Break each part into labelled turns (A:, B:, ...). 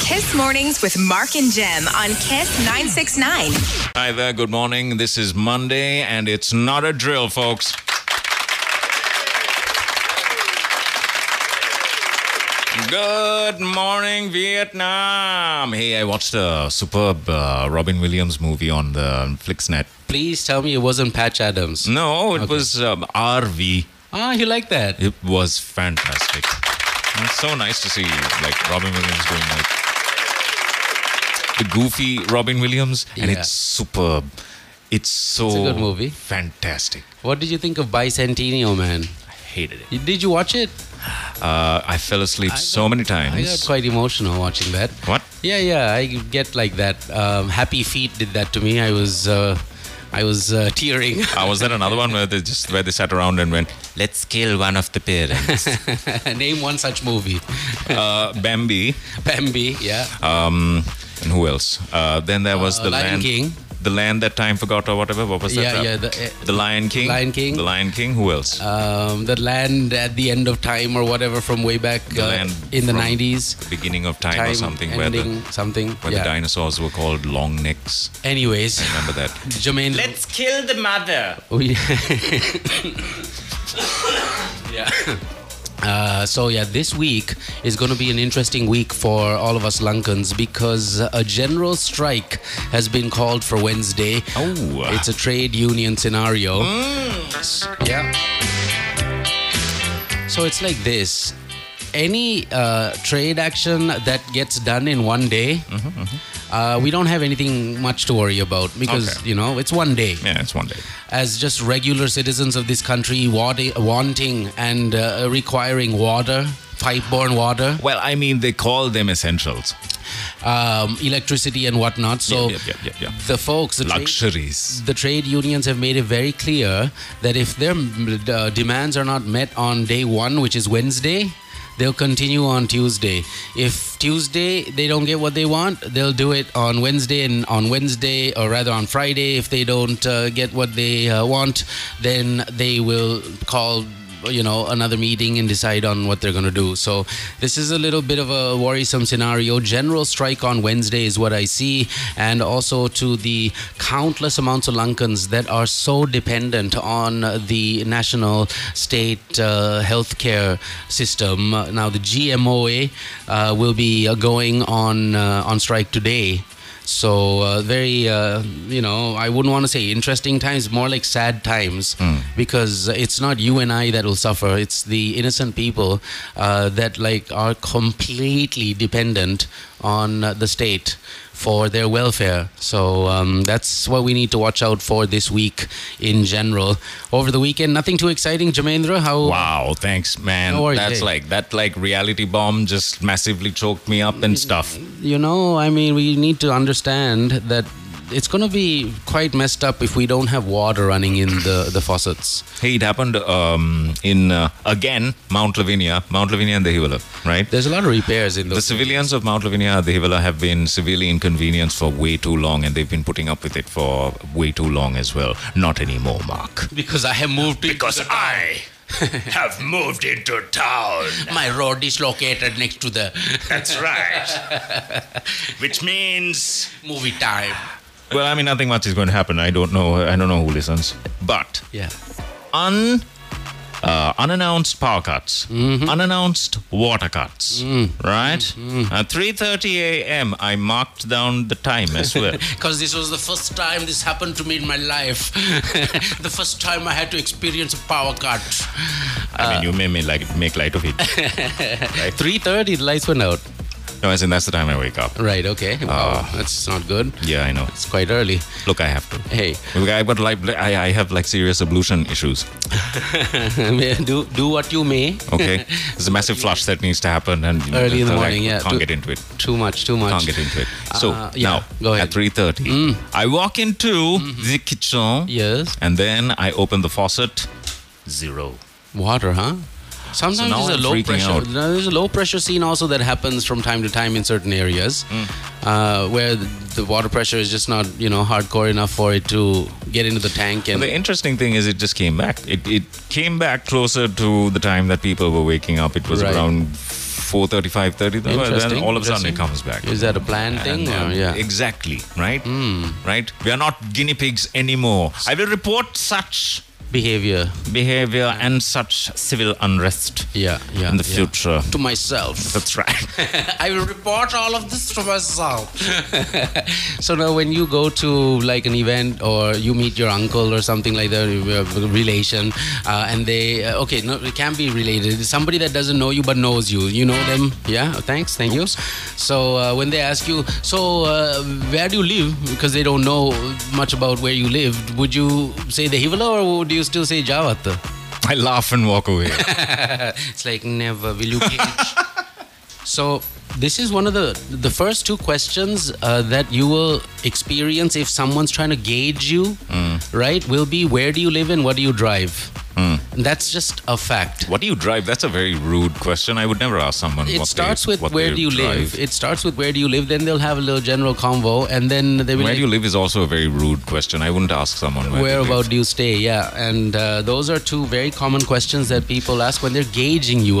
A: Kiss Mornings with Mark and Jem on Kiss 969.
B: Hi there, good morning. This is Monday, and it's not a drill, folks. Good morning, Vietnam. Hey, I watched a superb uh, Robin Williams movie on the Flixnet.
C: Please tell me it wasn't Patch Adams.
B: No, it
C: Okay.
B: was um, RV.
C: Ah, you like that.
B: It was fantastic. It's so nice to see like Robin Williams doing like the goofy Robin Williams, and
C: Yeah.
B: it's superb. It's so
C: It's a good movie.
B: Fantastic.
C: What did you think of Bicentennial Man?
B: I hated it.
C: Did you watch it?
B: Uh, I fell asleep so many
C: I got
B: times.
C: quite emotional watching that.
B: What?
C: Yeah, yeah, I get like that. Um, Happy Feet did that to me. I was, uh, I was uh, tearing.
B: Uh, was that another one where they just where they sat around and went, "Let's kill one of the parents."
C: Name one such movie.
B: uh, Bambi.
C: Bambi. Yeah.
B: Um, and who else? Uh, then there was
C: Uh,
B: the
C: Lion
B: land.
C: King.
B: The land that time forgot or whatever. What was that?
C: Yeah,
B: Uh,
C: yeah, the- uh,
B: the Lion King.
C: Lion King.
B: The Lion King. Who else?
C: Um, the land at the end of time or whatever from way back
B: The
C: uh,
B: Land
C: in the
B: from-
C: nineties.
B: Beginning of time, or something where
C: ending
B: the
C: something.
B: where the
C: yeah.
B: dinosaurs were called long necks.
C: Anyways,
B: Remember that?
C: Jermaine.
B: kill the mother.
C: Oh yeah. yeah. Uh, so yeah, this week is going to be an interesting week for all of us Lankans because a general strike has been called for Wednesday.
B: Oh. Mm.
C: it's a trade union scenario. Yeah. So it's like this: any uh, trade action that gets done in one day,
B: Mm-hmm,
C: Uh, we don't have anything much to worry about because
B: Okay.
C: you know it's one day
B: Yeah, it's one day.
C: as just regular citizens of this country wadi- wanting and uh, requiring water, pipe-borne water,
B: Well, I mean, they call them essentials,
C: um, electricity, and whatnot. So
B: Yep, yep, yep, yep, yep.
C: the folks, the trade,
B: luxuries.
C: the trade unions have made it very clear that if their mm, uh, demands are not met on day one, which is Wednesday. They'll continue on Tuesday. If Tuesday they don't get what they want, they'll do it on Wednesday and on Wednesday, or rather on Friday. If they don't uh, get what they uh, want, then they will call you know another meeting and decide on what they're going to do so this is a little bit of a worrisome scenario general strike on wednesday is what i see and also to the countless amounts of lankans that are so dependent on uh, the national state uh, healthcare system Uh, now the gmoa uh, will be uh, going on uh, on strike today so uh, very, uh, you know, I wouldn't want to say interesting times, more like sad times, because it's not you and I that will suffer. It's the innocent people uh, that like are completely dependent on uh, the state for their welfare. So um, that's what we need to watch out for this week in general. Over the weekend, nothing too exciting, Jamendra. How?
B: Wow, thanks, man.
C: No worries,
B: That's
C: hey.
B: like that, like reality bomb just massively choked me up and stuff.
C: you know, I mean, we need to understand that it's going to be quite messed up if we don't have water running in the, the faucets.
B: Hey, it happened um, in uh, again Mount Lavinia, Mount Lavinia and the Hivala, right?
C: There's a lot of repairs in
B: The
C: those.
B: civilians of Mount Lavinia and the Hivala have been severely inconvenienced for way too long, and they've been putting up with it for way too long as well. Not anymore, Mark.
C: because I have moved to.
B: I have moved into town.
C: my road is located next to the
B: That's right. Which means.
C: movie time.
B: Well, I mean, nothing much is going to happen. I don't know. I don't know who listens. But
C: Yeah.
B: un uh, unannounced power cuts, unannounced water cuts. Right at 3:30 a.m., I marked down the time as well.
C: Because this was the first time this happened to me in my life. the first time I had to experience a power cut. Uh,
B: I mean, you may, may like make light of it.
C: 3.30, the lights went out.
B: No, as in that's the time I wake up.
C: Right, okay. Wow,
B: Ah.
C: that's not good.
B: Yeah, I know.
C: It's quite early.
B: Look, I have to.
C: Hey,
B: Look, I but like I, I have like serious ablution issues.
C: do, do what you may.
B: Okay, there's a massive flush that needs to happen, and you know,
C: Early in the
B: so I
C: morning, yeah.
B: can't
C: To-
B: get into it.
C: Too much, too much.
B: Can't get into it. So
C: Uh, yeah, go
B: now
C: ahead. Mm. Mm-hmm.
B: at three thirty, I walk into the kitchen.
C: Yes.
B: And then I open the faucet. Zero.
C: Water, huh? Sometimes
B: now
C: there's
B: I'm
C: a low
B: freaking
C: pressure.
B: out.
C: no, There's a low pressure scene also that happens from time to time in certain areas,
B: Mm.
C: uh, where the, the water pressure is just not, you know, hardcore enough for it to get into the tank. And
B: The interesting thing is, it just came back. It, it came back closer to the time that people were waking up. It was
C: Right.
B: around 4.35, 30, then
C: Interesting,
B: all of a sudden it
C: interesting.
B: comes back.
C: Is that a planned thing?
B: And,
C: or-
B: um,
C: yeah. Mm.
B: Exactly, right? Right? We are not guinea pigs anymore. I will report such
C: Behavior.
B: behavior and such civil unrest
C: Yeah. Yeah.
B: in the
C: yeah.
B: future.
C: To myself.
B: That's right.
C: I will report all of this to myself. so now, when you go to like an event or you meet your uncle or something like that, uh, relation, uh, and they uh, okay, no, it can be related. It's Somebody that doesn't know you but knows you, you know them. Yeah, thanks, thank you. So uh, when they ask you, so uh, where do you live? Because they don't know much about where you live. Would you say the Hivala or would you still say Javat?
B: I laugh and walk away.
C: It's like never will you cage. so this is one of the the first two questions uh, that you will experience if someone's trying to gauge you,
B: Mm.
C: right? Will be where do you live and what do you drive? And that's just a fact.
B: What do you drive? That's a very rude question. I would never ask someone.
C: It
B: what they-
C: starts with
B: what
C: where
B: they
C: do you
B: drive.
C: live. It starts with where do you live. Then they'll have a little general convo, and then they will.
B: Where
C: like,
B: do you live is also a very rude question. I wouldn't ask someone where.
C: where
B: they
C: about
B: live.
C: do you stay? Yeah, and uh, those are two very common questions that people ask when they're gauging you.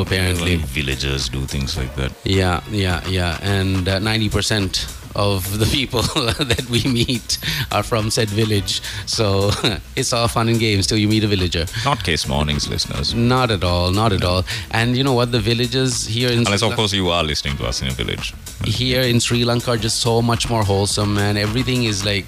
B: Only
C: Apparently,
B: villagers do things like that.
C: Yeah, yeah, yeah. And uh, 90% of the people that we meet are from said village. So it's all fun and games till you meet a villager.
B: Not case mornings, listeners.
C: Not at all, not at all. And you know what? The villagers here in
B: Unless,
C: Sri
B: of
C: Lan-
B: course, you are listening to us in a village.
C: here in Sri Lanka are just so much more wholesome, and everything is like,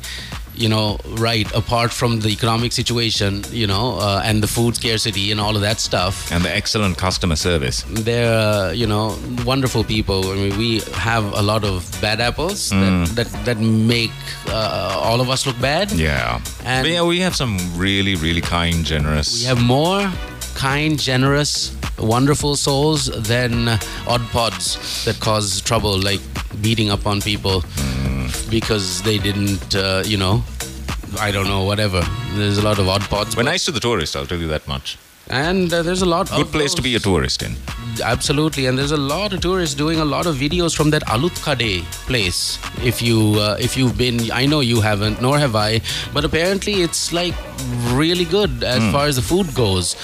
C: you know, right. Apart from the economic situation, you know, uh, and the food scarcity and all of that stuff.
B: And the excellent customer service.
C: they're uh, you know wonderful people. I mean, we have a lot of bad apples
B: Mm.
C: that, that that make uh, all of us look bad.
B: Yeah.
C: And-
B: but yeah, we have some really, really kind, generous.
C: We have more kind, generous, wonderful souls than odd pods that cause trouble, like beating up on people
B: Mm.
C: because they didn't, uh, you know, I don't know, whatever. There's a lot of odd pods.
B: We're
C: but-
B: nice to the tourist, I'll tell you that much.
C: and uh, there's a lot.
B: Good
C: of
B: place to
C: those.
B: be a tourist in.
C: absolutely and there's a lot of tourists doing a lot of videos from that alutkade place if you uh, if you've been i know you haven't nor have i but apparently it's like really good as
B: Hmm.
C: far as the food goes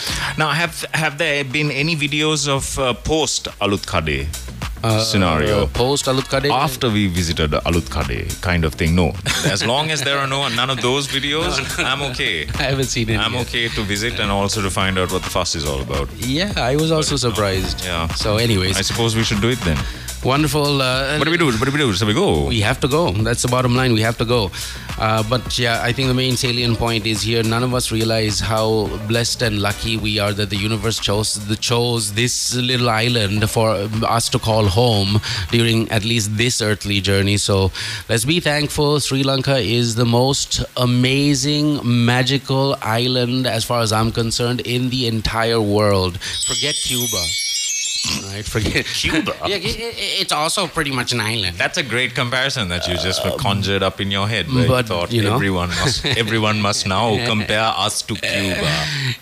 B: Now, have have there been any videos of uh, post Alutkade scenario?
C: Uh, post alutkade
B: after we visited Alutkade kind of thing. No, as long as there are no none of those videos, I'm okay.
C: i haven't seen it
B: I'm
C: yet.
B: okay to visit and also to find out what the fuss is all about.
C: yeah i was also surprised
B: Yeah.
C: so anyways
B: I suppose we should do it then.
C: wonderful uh,
B: What do we do? What do we do? So we go.
C: we have to go. That's the bottom line. We have to go. Uh, but yeah, I think the main salient point is here. None of us realize how blessed and lucky we are that the universe chose the chose this little island for um, us to call home during at least this earthly journey. So let's be thankful. Sri Lanka is the most amazing, magical island, as far as I'm concerned, in the entire world. Forget Cuba. Right, forget
B: Cuba?
C: yeah, it- it- it's also pretty much an island.
B: That's a great comparison that you just conjured up in your head. Where
C: Uh, but,
B: you thought
C: you know.
B: everyone must everyone must now compare us to Cuba.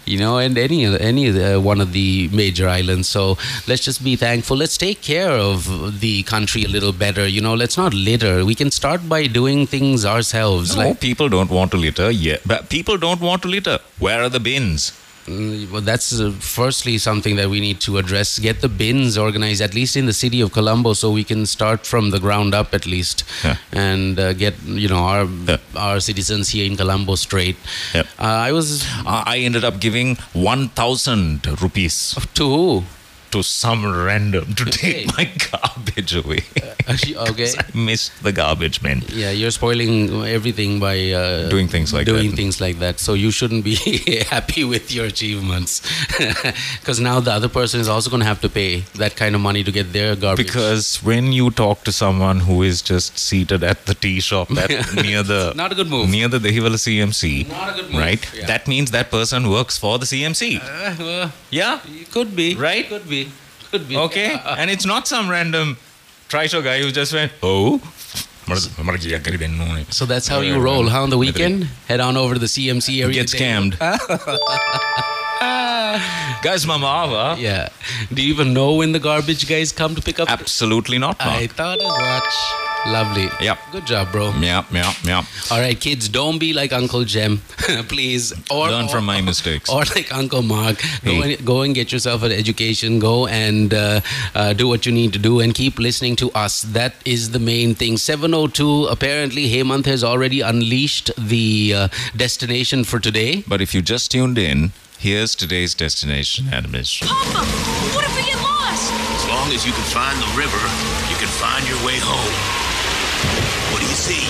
C: you know, and any of- any of the, uh, one of the major islands. So let's just be thankful. Let's take care of the country a little better. You know, let's not litter. We can start by doing things ourselves.
B: No,
C: Like
B: people don't want to litter. Yeah, but people don't want to litter. Where are the bins?
C: Mm, well, that's uh, firstly something that we need to address. Get the bins organized, at least in the city of Colombo, so we can start from the ground up at least,
B: Yeah.
C: and uh, get you know our
B: Yeah.
C: our citizens here in Colombo straight.
B: Yeah.
C: Uh, I was
B: Uh, I ended up giving one thousand rupees
C: to who?
B: to some random to take
C: Okay.
B: my garbage away.
C: okay.
B: I missed the garbage man.
C: Yeah, you're spoiling everything by uh,
B: Doing things like
C: doing
B: that.
C: things like that. So you shouldn't be happy with your achievements, because now the other person is also going to have to pay that kind of money to get their garbage.
B: Because when you talk to someone who is just seated at the tea shop at, near the
C: Not a good move.
B: near the Dehivala CMC,
C: Not a good move,
B: right?
C: yeah.
B: That means that person works for the CMC.
C: Uh, well,
B: yeah.
C: it could be
B: Right?
C: Could be. Could be.
B: Okay. and it's not some random trishaw guy who just went, oh.
C: So that's how you roll, huh? On the weekend, head on over to the CMC area.
B: Get
C: today.
B: scammed. Guys, Mama,
C: Yeah. Do you even know when the garbage guys come to pick up?
B: absolutely not. Mark.
C: I thought as much. Lovely.
B: Yep.
C: Good job, bro.
B: Yeah, yeah, yeah.
C: All right, kids, don't be like Uncle Jem, please. Or
B: Learn
C: or-
B: from my mistakes.
C: Or like Uncle Mark. Go,
B: Hey.
C: and, go and get yourself an education. Go and uh, uh, do what you need to do and keep listening to us. That is the main thing. 702, apparently, Heymanth has already unleashed the uh, destination for today.
B: But if you just tuned in, here's today's destination animation.
D: Papa, what if we get lost?
E: As long as you can find the river, you can find your way home. What do you see?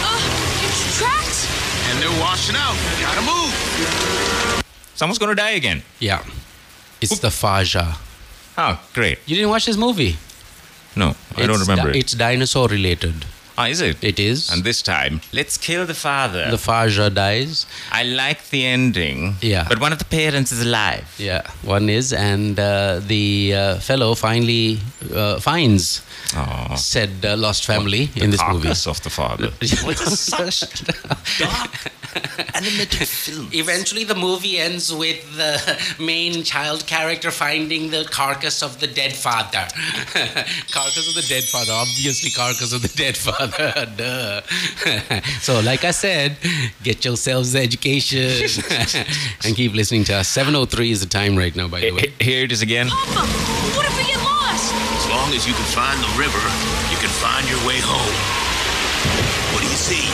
D: Uh, it's trapped.
E: And they're washing out. Gotta move.
B: Someone's going to die again.
C: Yeah. It's the Faja.
B: Oh, great.
C: You didn't watch this movie?
B: No, I don't
C: It's
B: remember
C: di-
B: it.
C: It's dinosaur related.
B: Ah, is it?
C: It is.
B: And this time, let's kill the father.
C: the Faja dies.
B: I like the ending.
C: Yeah.
B: But one of the parents is alive.
C: Yeah, one is, and uh, the uh, fellow finally uh, finds
B: Oh.
C: said uh, lost family in this movie.
B: carcass of the father. Animated film.
C: Eventually, the movie ends with the main child character finding the carcass of the dead father. carcass of the dead father, obviously, carcass of the dead father. Duh. so, like I said, get yourselves the education and keep listening to us. 703 is the time right now, by the way.
B: Here it is again.
D: Papa, what if we get lost?
E: As long as you can find the river, you can find your way home. What do you see?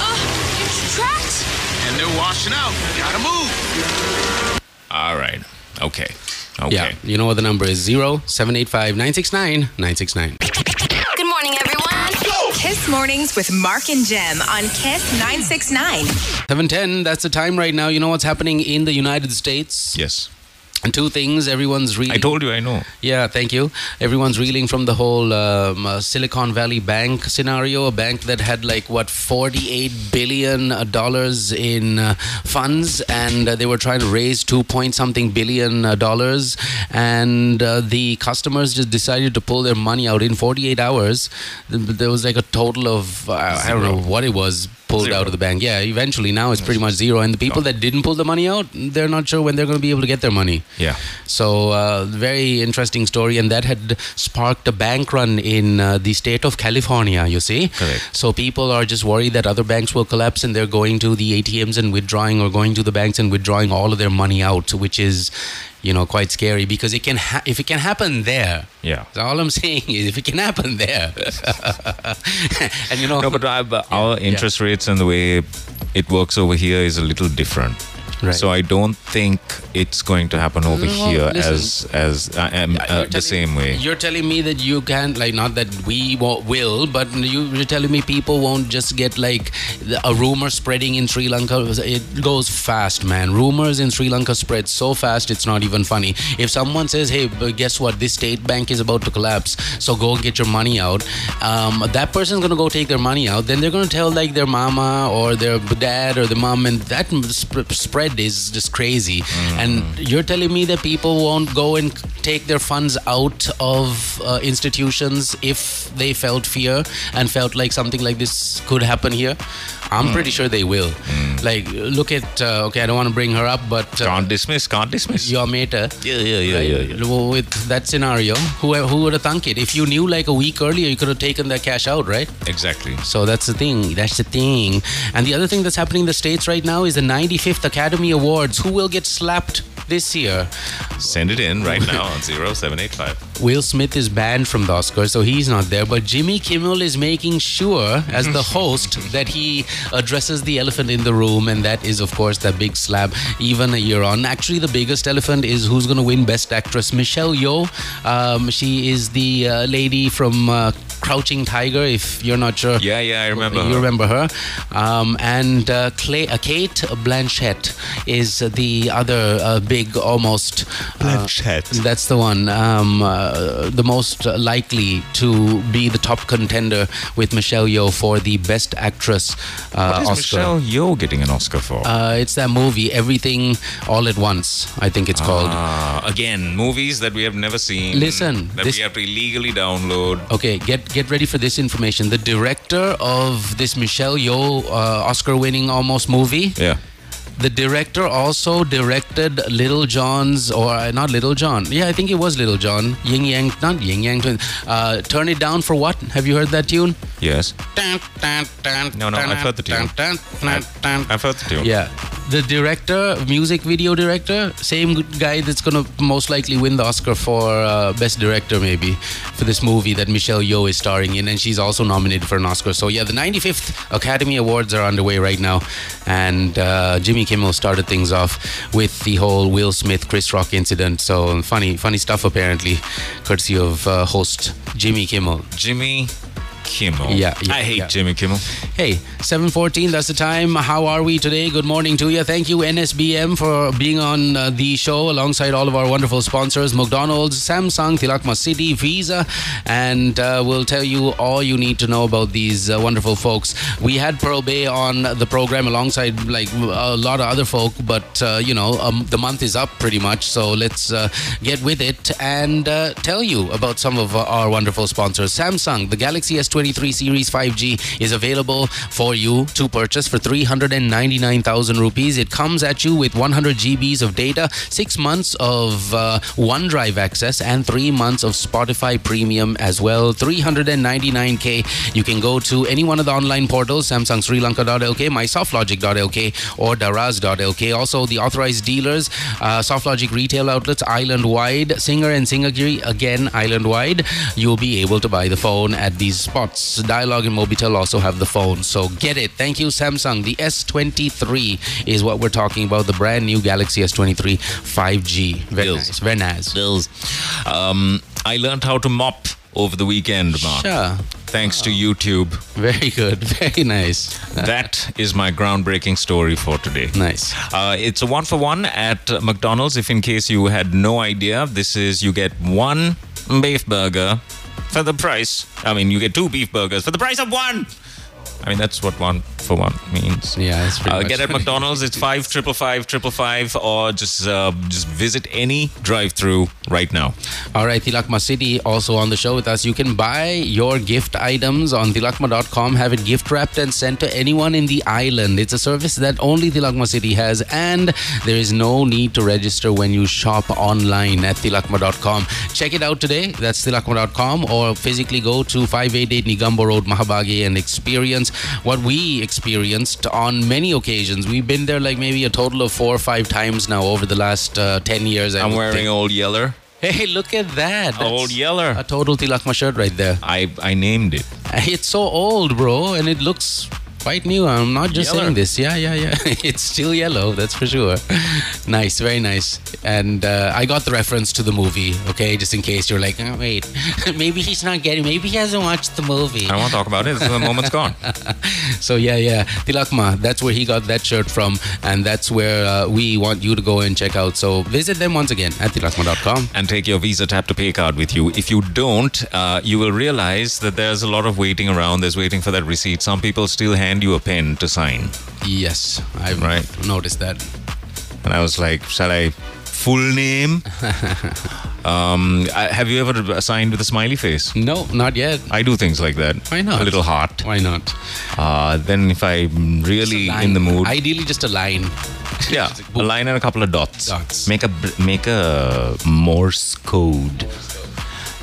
D: Uh, it's trapped.
E: And they're washing out. Gotta move.
B: All right. Okay. Okay.
C: Yeah, you know what the number is 0785 969 969.
D: Good morning, everyone.
A: Kiss Mornings with Mark and Jem on Kiss 969.
C: 710, that's the time right now. You know what's happening in the United States?
B: Yes.
C: And two things everyone's reading.
B: I told you I know.
C: Yeah, thank you. Everyone's reeling from the whole um, uh, Silicon Valley Bank scenario, a bank that had like what 48 billion uh, dollars in uh, funds and uh, they were trying to raise 2 point something billion uh, dollars and uh, the customers just decided to pull their money out in 48 hours. Th- There was like a total of uh, I don't know what it was pulled
B: Zero.
C: out of the bank. Yeah, eventually now it's pretty much zero and the people that didn't pull the money out, they're not sure when they're going to be able to get their money.
B: Yeah.
C: So, uh, very interesting story, and that had sparked a bank run in uh, the state of California, you see.
B: Correct.
C: So, people are just worried that other banks will collapse and they're going to the ATMs and withdrawing, or going to the banks and withdrawing all of their money out, which is, you know, quite scary because it can ha- if it can happen there.
B: Yeah.
C: So all I'm saying is, if it can happen there, and you know,
B: No, but I, but our interest rates and the way it works over here is a little different.
C: Right.
B: So I don't think it's going to happen over
C: Well,
B: here
C: listen.
B: as as I am uh,
C: You're
B: the
C: telling-
B: same way.
C: You're telling me that you can't, like, not that we won't, will, but you, you're telling me people won't just get like the- a rumor spreading in Sri Lanka. It goes fast, man. Rumors in Sri Lanka spread so fast, it's not even funny. If someone says, "Hey, but guess what? This state bank is about to collapse, so go get your money out," um, that person's gonna go take their money out. Then they're gonna tell like their mama or their dad or the mom, and that sp- spread is just crazy.
B: Mm.
C: And you're telling me that people won't go and take their funds out of uh, institutions if they felt fear and felt like something like this could happen here? I'm
B: Mm.
C: pretty sure they will. Like, look at, uh, okay, I don't want to bring her up, but uh,
B: Can't dismiss. Can't dismiss.
C: your mater.
B: yeah, yeah, yeah, yeah, yeah.
C: Well, With that scenario, who, who would have thunk it? If you knew like a week earlier, you could have taken that cash out, right?
B: Exactly.
C: So that's the thing. That's the thing. And the other thing that's happening in the States right now is the 95th Academy Awards. Who will get slapped this year?
B: Send it in right now on zero seven eight five.
C: Will Smith is banned from the Oscars, so he's not there. But Jimmy Kimmel is making sure, as the host, that he addresses the elephant in the room, and that is, of course, that big slab. Even a year on, actually, the biggest elephant is who's going to win Best Actress. Michelle Yeoh. Um, she is the uh, lady from uh, Crouching Tiger. If you're not sure,
B: Yeah, yeah, I remember.
C: you
B: her.
C: remember her. Um, and uh, Clay, uh, Kate Blanchett is the other uh, big, almost. uh,
B: Blanchett.
C: that's the one, um, uh, the most likely to be the top contender with Michelle Yeoh for the Best Actress uh,
B: What is
C: Oscar.
B: Michelle Yeoh getting an Oscar for?
C: Uh, it's that movie, Everything All at Once, I think it's called.
B: Ah, again, movies that we have never seen.
C: Listen,
B: that
C: this- Oh.
B: we have to illegally download.
C: Okay, get get ready for this information. The director of this Michelle Yeoh uh, Oscar-winning almost movie
B: Yeah.
C: The director also directed Little John's, or uh, not Little John. Yeah, I think it was Little John. Ying Yang, not Ying Yang Twins. Uh, Turn It Down for What? Have you heard that tune?
B: Yes.
C: No,
B: No, no, I've heard the tune. I've heard the tune.
C: Yeah. The director, music video director, same good guy that's going to most likely win the Oscar for uh, Best Director, maybe, for this movie that Michelle Yeoh is starring in, and she's also nominated for an Oscar. So, yeah, the 95th Academy Awards are underway right now, and uh, Jimmy Kimmel started things off with the whole Will Smith Chris Rock incident. So, funny, funny stuff, apparently, courtesy of uh, host Jimmy Kimmel.
B: Jimmy Kimmel.
C: Yeah, yeah,
B: I hate
C: yeah.
B: Jimmy Kimmel.
C: Hey, 7:14. That's the time. How are we today? Good morning to you. Thank you NSBM for being on uh, the show alongside all of our wonderful sponsors: McDonald's, Samsung, Tilakma City, Visa, and uh, we'll tell you all you need to know about these uh, wonderful folks. We had Pearl Bay on the program alongside like a lot of other folk, but uh, you know um, the month is up pretty much, so let's uh, get with it and uh, tell you about some of our wonderful sponsors. Samsung, the Galaxy S23 Series 5G is available for you to purchase for 399,000 rupees. It comes at you with 100 GBs of data, 6 months of uh, OneDrive access, and 3 months of Spotify Premium as well. 399K. You can go to any one of the online portals, Samsung Sri Lanka.lk, mysoftlogic.lk, or daraz.lk. Also, the authorized dealers, uh, Softlogic retail outlets island wide, Singer and Singagiri again island wide. You'll be able to buy the phone at these spots. Dialogue and Mobitel also have the phone, so get it. Thank you, Samsung. The S23 is what we're talking about, the brand new Galaxy S23 5G. Very
B: Bills.
C: nice. Very nice.
B: Bills. Um, I learned how to mop over the weekend, Mark.
C: Sure.
B: Thanks to YouTube.
C: Very good. Very nice.
B: That is my groundbreaking story for today.
C: Nice.
B: Uh, it's a one for one at uh, McDonald's. If in case you had no idea, this is you get one beef burger for the price. I mean, you get two beef burgers for the price of one. I mean, that's what one for one means.
C: Yeah, that's pretty
B: Uh,
C: much
B: get at
C: what it
B: McDonald's. It's five triple five triple five, or just uh, just visit any drive-through right now.
C: All right, Tilakma City also on the show with us. You can buy your gift items on tilakma.com, have it gift wrapped and sent to anyone in the island. It's a service that only Tilakma City has, and there is no need to register when you shop online at tilakma.com. Check it out today. That's tilakma.com, or physically go to 588 Nigumbo Road, Mahabagi, and experience what we experienced on many occasions. We've been there like maybe a total of four or five times now over the last uh, 10 years. I
B: I'm
C: would
B: wearing
C: think.
B: Old Yeller.
C: Hey, look at that. That's
B: Old Yeller.
C: A total Tilakma shirt right there.
B: I I named it.
C: It's so old, bro, and it looks quite new. I'm not just
B: Yeller.
C: saying this. Yeah, yeah, yeah. it's still yellow, that's for sure. nice, very nice. And uh, I got the reference to the movie, okay? Just in case you're like, oh, wait, maybe he's not getting, maybe he hasn't watched the movie.
B: I won't talk about it. The moment's gone.
C: So yeah, yeah, Tilakma. That's where he got that shirt from, and that's where uh, we want you to go and check out. So visit them once again at tilakma.com.
B: and take your Visa Tap to Pay card with you. If you don't, uh, you will realize that there's a lot of waiting around. There's waiting for that receipt. Some people still hand you a pen to sign.
C: Yes, I've
B: Right.
C: noticed that.
B: And I was like, shall I full name? um, I, have you ever signed with a smiley face?
C: No, not yet.
B: I do things like that.
C: Why not?
B: A little heart.
C: Why not?
B: Uh, then if I'm really
C: Line.
B: in the mood,
C: Ideally, just a line.
B: yeah, a line and a couple of dots.
C: Dots.
B: Make a br- make a Morse code.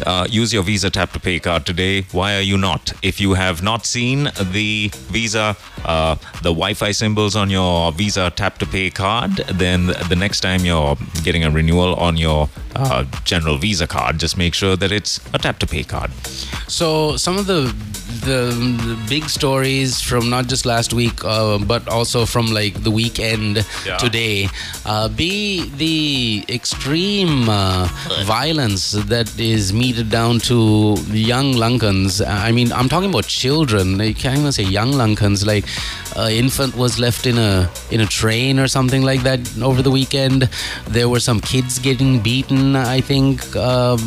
B: Uh, use your Visa Tap to Pay card today. Why are you not? If you have not seen the Visa, uh, the Wi-Fi symbols on your Visa Tap to Pay card, then the next time you're getting a renewal on your uh, general Visa card, just make sure that it's a Tap to Pay card.
C: So, some of the the big stories from not just last week, uh, but also from like the weekend
B: Yeah.
C: today, uh, be the extreme uh, violence that is meted down to young Lankans. I mean, I'm talking about children. I can't even say young Lankans. Like, an infant was left in a in a train or something like that over the weekend. There were some kids getting beaten. I Uh, think um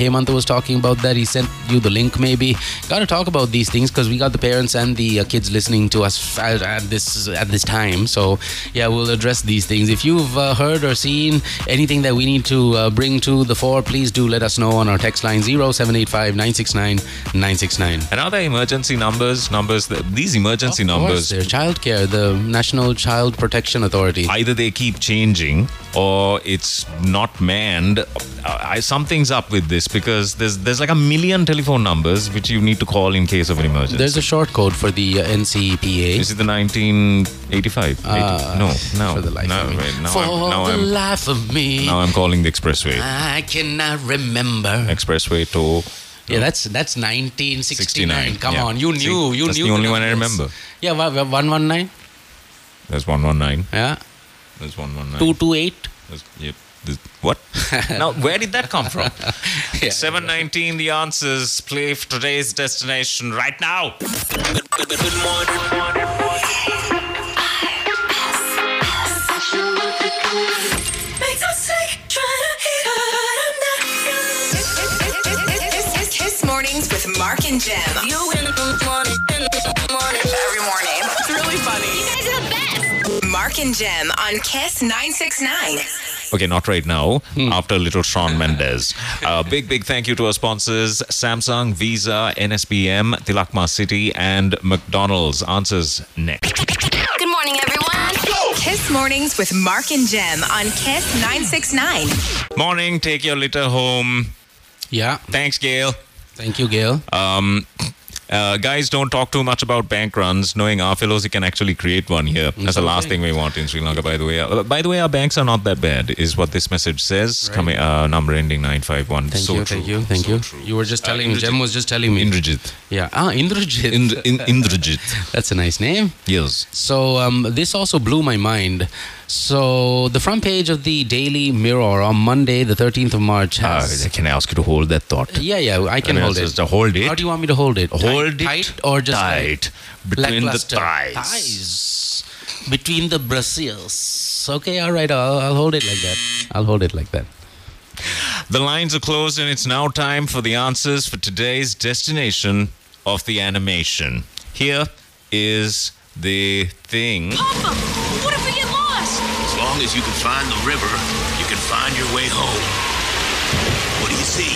C: Hemanta was talking about that. He sent you the link, maybe. Got to talk about these these things because we got the parents and the uh, kids listening to us at, at this at this time. So yeah, we'll address these things. If you've uh, heard or seen anything that we need to uh, bring to the fore, please do let us know on our text line 0785 969 969.
B: And are there emergency numbers? Numbers that, these emergency numbers
C: Their childcare, the National Child Protection Authority.
B: either they keep changing or it's not manned. Uh, I, something's up with this because there's there's like a million telephone numbers which you need to call in case of an emergency.
C: There's a short code for the uh, NCPA.
B: Is it the 1985?
C: Uh,
B: no, no,
C: for the life
B: no,
C: of me.
B: wait, now
C: for
B: I'm, now
C: the
B: I'm,
C: life of me,
B: now I'm calling the expressway.
C: I cannot remember.
B: Expressway to
C: Yeah, that's that's 1969.
B: 69,
C: Come
B: yeah.
C: on, you
B: See,
C: knew, you
B: that's
C: knew.
B: the only one I
C: numbers.
B: remember.
C: Yeah, wa- wa- 119.
B: there's 119,
C: Yeah,
B: there's 119.
C: 228.
B: There's, yep, there's, what? now, where did that come from?
C: Yeah.
B: 719, the answers. Play for today's destination right now.
F: Makes us sick trying to hit her, but I'm not feeling it.
A: Kiss Mornings with Mark and Jim.
F: You in the morning, in the morning.
A: Every morning. It's really funny.
D: guys are the best.
A: Mark and Jim on Kiss 969.
B: Okay, not right now.
C: Hmm.
B: After little Sean Mendes. Uh, big, big thank you to our sponsors Samsung, Visa, NSPM, Tilakma City, and McDonald's. Answers next.
D: Good morning, everyone.
A: Kiss Mornings with Mark and Jim on Kiss 969.
B: Morning, take your litter home.
C: Yeah,
B: Thanks, Gail.
C: thank you, Gail.
B: Ah, Uh, guys, don't talk too much about bank runs. Knowing our fellows, you can actually create one here.
C: Mm-hmm.
B: That's the last thing we want in Sri Lanka, by the way. Uh, by the way, our banks are not that bad, is what this message says. Coming, uh, number ending 951.
C: thank
B: so true.
C: you, thank you, thank
B: so
C: you.
B: True. Ah,
C: You were just telling.
B: Indrajit.
C: Jem was just telling me.
B: Indrajit.
C: Yeah. Ah, Indrajit.
B: Ind- in- Indrajit.
C: That's a nice name.
B: Yes.
C: So um, this also blew my mind. So the front page of the Daily Mirror on Monday, the 13th of March,
B: Uh,
C: has.
B: can I ask you to hold that thought?
C: yeah, yeah, I can
B: I mean,
C: hold it.
B: just hold it.
C: How do you want me to hold it?
B: Hold it
C: tight, tight or just
B: tight
C: like-
B: between the
C: Lackluster.
B: thighs.
C: Thighs. Between the brasiers. Okay, all right. I'll, I'll hold it like that. I'll hold it like that.
B: The lines are closed, and it's now time for the answers for today's destination of the animation. Here is the thing.
D: Papa, what if we get lost?
E: As long as you can find the river, you can find your way home. What do you see?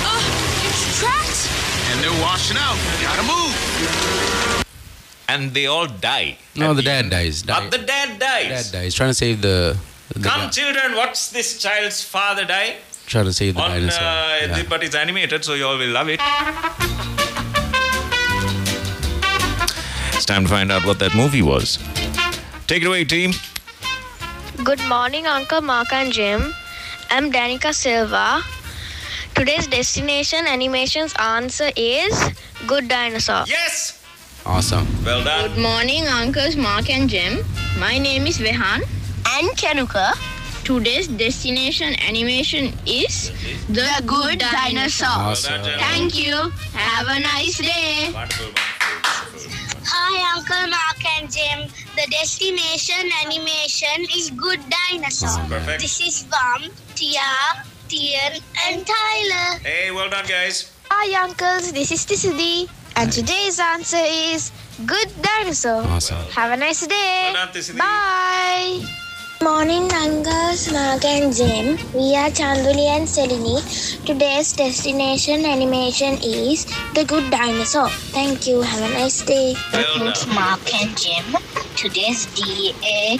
D: Uh, it's trapped.
E: And they're washing out. Gotta move.
B: And they all die.
C: No,
B: At
C: the
B: end.
C: dad dies. Die.
B: But the dad
C: dad
B: dies.
C: dies. Trying to save the. the
B: Come,
C: di-
B: children, watch this child's father die.
C: trying to save the
B: On,
C: dinosaur.
B: uh,
C: Yeah.
B: But it's animated, so you all will love it. It's time to find out what that movie was. Take it away, team.
G: Good morning, Uncle Mark and Jim. I'm Danica Silva. Today's destination animation's answer is Good Dinosaur.
B: Yes!
C: Awesome.
B: Well done.
H: Morning, uncles Mark and Jim. My name is Vehan.
G: And Cheruka.
H: Today's destination animation is The, Good Dinosaur.
C: Awesome.
H: Thank you. Have a nice day.
G: Hi, Uncle Mark and Jim. The destination animation is Good
C: Oh,
G: Dinosaur.
B: Perfect.
G: This is Vam, Tia, Tian, and Tyler.
B: Hey, well done, guys.
G: Hi, uncles. This is Tisidi. And today's answer is Good Dinosaur.
C: Awesome.
G: Have a nice day.
B: Well done, Tisidi.
G: Bye. Morning, uncles Mark and Jim. We are Chanduli and Selini. Today's destination animation is The Good Dinosaur. Thank you. Have a nice day.
B: Well
G: Mark and Jim. Today's DA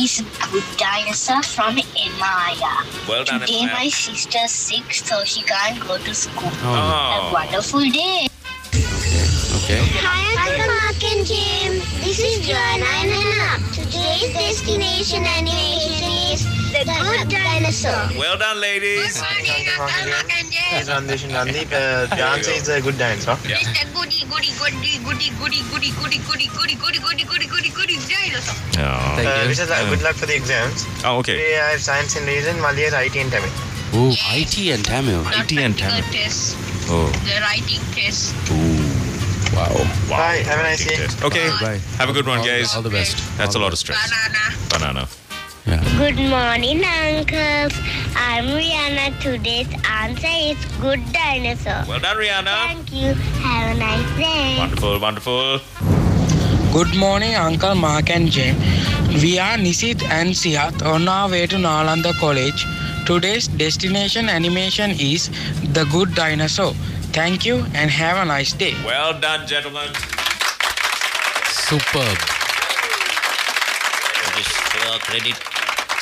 G: is Good Dinosaur from Emaya.
B: Well done,
G: Today
B: Emma.
G: my sister's sick, so she can't go to school. Have a
B: Oh.
G: wonderful day.
C: Okay.
G: Hi, Uncle Mark and Jim. This is Joanna and Hannah. Today's destination animation is The Good Dinosaur.
B: Well done, ladies.
G: Morning, Uncle Mark and Jim.
I: Translation Nandip, uh, the answer is a good dinosaur.
H: Mr. Goody, goody, goody, goody, goody, goody, goody, goody, goody, goody, goody, goody, goody, goody, dinosaur.
B: Oh.
C: Thank
I: Uh,
C: you.
I: wish us uh, good luck for the exams.
B: oh, okay.
I: Today I have science and reason, Malayas, IT and Tamil.
C: Ooh, IT and Tamil.
B: IT and Tamil.
H: test,
B: Oh.
H: the writing test.
B: Wow.
I: Bye, have a nice day.
B: Okay. Have a good one, guys.
C: All the best.
B: That's a lot of stress.
H: Banana.
B: Banana.
C: Yeah.
G: Good morning, uncles. I'm Rihanna. Today's answer is good dinosaur.
B: Well done, Rihanna.
G: Thank you. Have a nice day.
B: Wonderful, wonderful.
J: Good morning, Uncle Mark and Jim. We are Nisit and Sihat on our way to Nalanda College. Today's destination animation is The Good Dinosaur. Thank you and have a nice day.
B: Well done, gentlemen.
C: Superb.
E: It is to your credit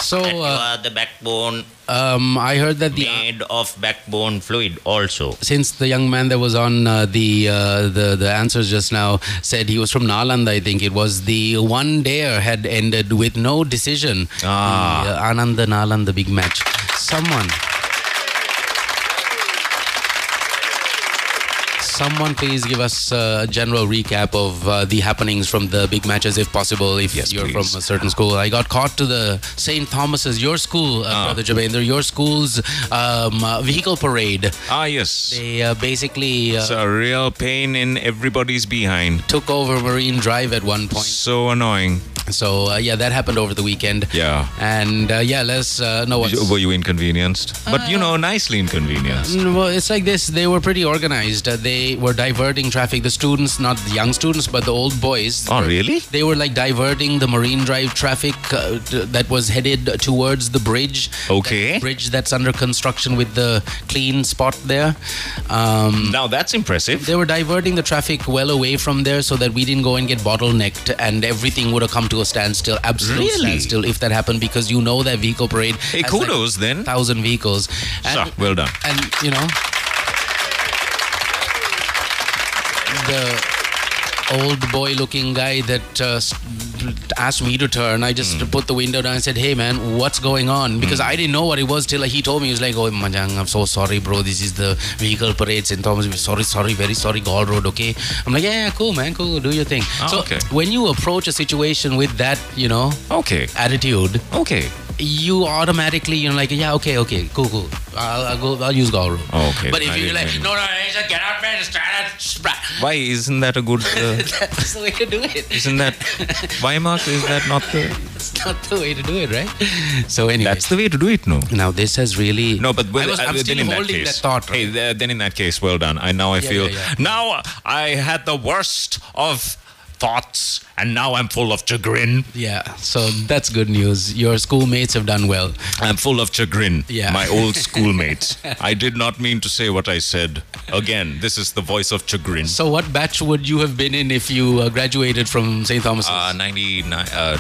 C: So
E: that you
C: uh,
E: are the backbone
C: um, I heard that the
E: made of backbone fluid also.
C: since the young man that was on uh, the uh, the the answers just now said he was from Nalanda, I think it was the one dare had ended with no decision.
B: Ah.
C: the, uh, Ananda Nalanda big match. Someone. Someone, please give us uh, a general recap of uh, the happenings from the big matches, if possible. If
B: Yes,
C: you're
B: please.
C: from a certain school, I got caught to the St. Thomas's, your school,
B: Ah.
C: uh, Brother Jabendra, your school's um, uh, vehicle parade.
B: Ah, yes.
C: They uh, basically uh,
B: It's a real pain in everybody's behind.
C: took over Marine Drive at one point.
B: So annoying.
C: So uh, yeah, that happened over the weekend.
B: Yeah.
C: And uh, yeah, let's uh, no what's.
B: Were you inconvenienced? But you
C: Uh,
B: know, nicely inconvenienced.
C: Mm, Well, it's like this. They were pretty organized. Uh, they were diverting traffic. The students, not the young students, but the old boys.
B: Oh, really?
C: They were like diverting the Marine Drive traffic uh, t- that was headed towards the bridge.
B: Okay.
C: That bridge that's under construction with the clean spot there. Um,
B: Now that's impressive.
C: They were diverting the traffic well away from there so that we didn't go and get bottlenecked and everything would have come to a standstill, absolute
B: Really?
C: standstill if that happened because you know that vehicle parade.
B: Hey,
C: has like
B: kudos then.
C: thousand vehicles.
B: Sir, well done.
C: And, you know, the old boy looking guy that uh, s- asked me to turn i just put the window down and said hey man what's going on because i didn't know what it was till like, he told me he was like oh manjang i'm so sorry bro this is the vehicle parade in thomas sorry sorry very sorry gall road okay i'm like yeah, yeah cool man cool do your thing
B: Ah,
C: so
B: okay.
C: when you approach a situation with that you know
B: Okay.
C: attitude
B: Okay.
C: you automatically you're like yeah okay okay cool cool i'll, I'll go i'll use gauru
B: Oh, Okay,
C: but if
B: I
C: you're like
B: didn't-
C: no no Aisha, get out man it's-
B: Why isn't that a good? Uh,
C: that's the way to do it
B: isn't that why, Mark? Is that not the?
C: that's not the way to do it right so anyway
B: That's the way to do it, no?
C: now this has really
B: No, but well,
C: I was,
B: uh,
C: I'm
B: then
C: still
B: in that
C: holding
B: case,
C: that thought
B: hey,
C: right?
B: th- then in that case, well done. I now I
C: Yeah,
B: feel
C: yeah, yeah.
B: now I had the worst of thoughts, and now I'm full of chagrin.
C: yeah so that's good news your schoolmates have done well
B: I'm full of chagrin.
C: Yeah.
B: My old schoolmates. I did not mean to say what I said. Again, this is the voice of chagrin.
C: so what batch would you have been in if you uh, graduated from st thomas's
B: Uh, 99, uh,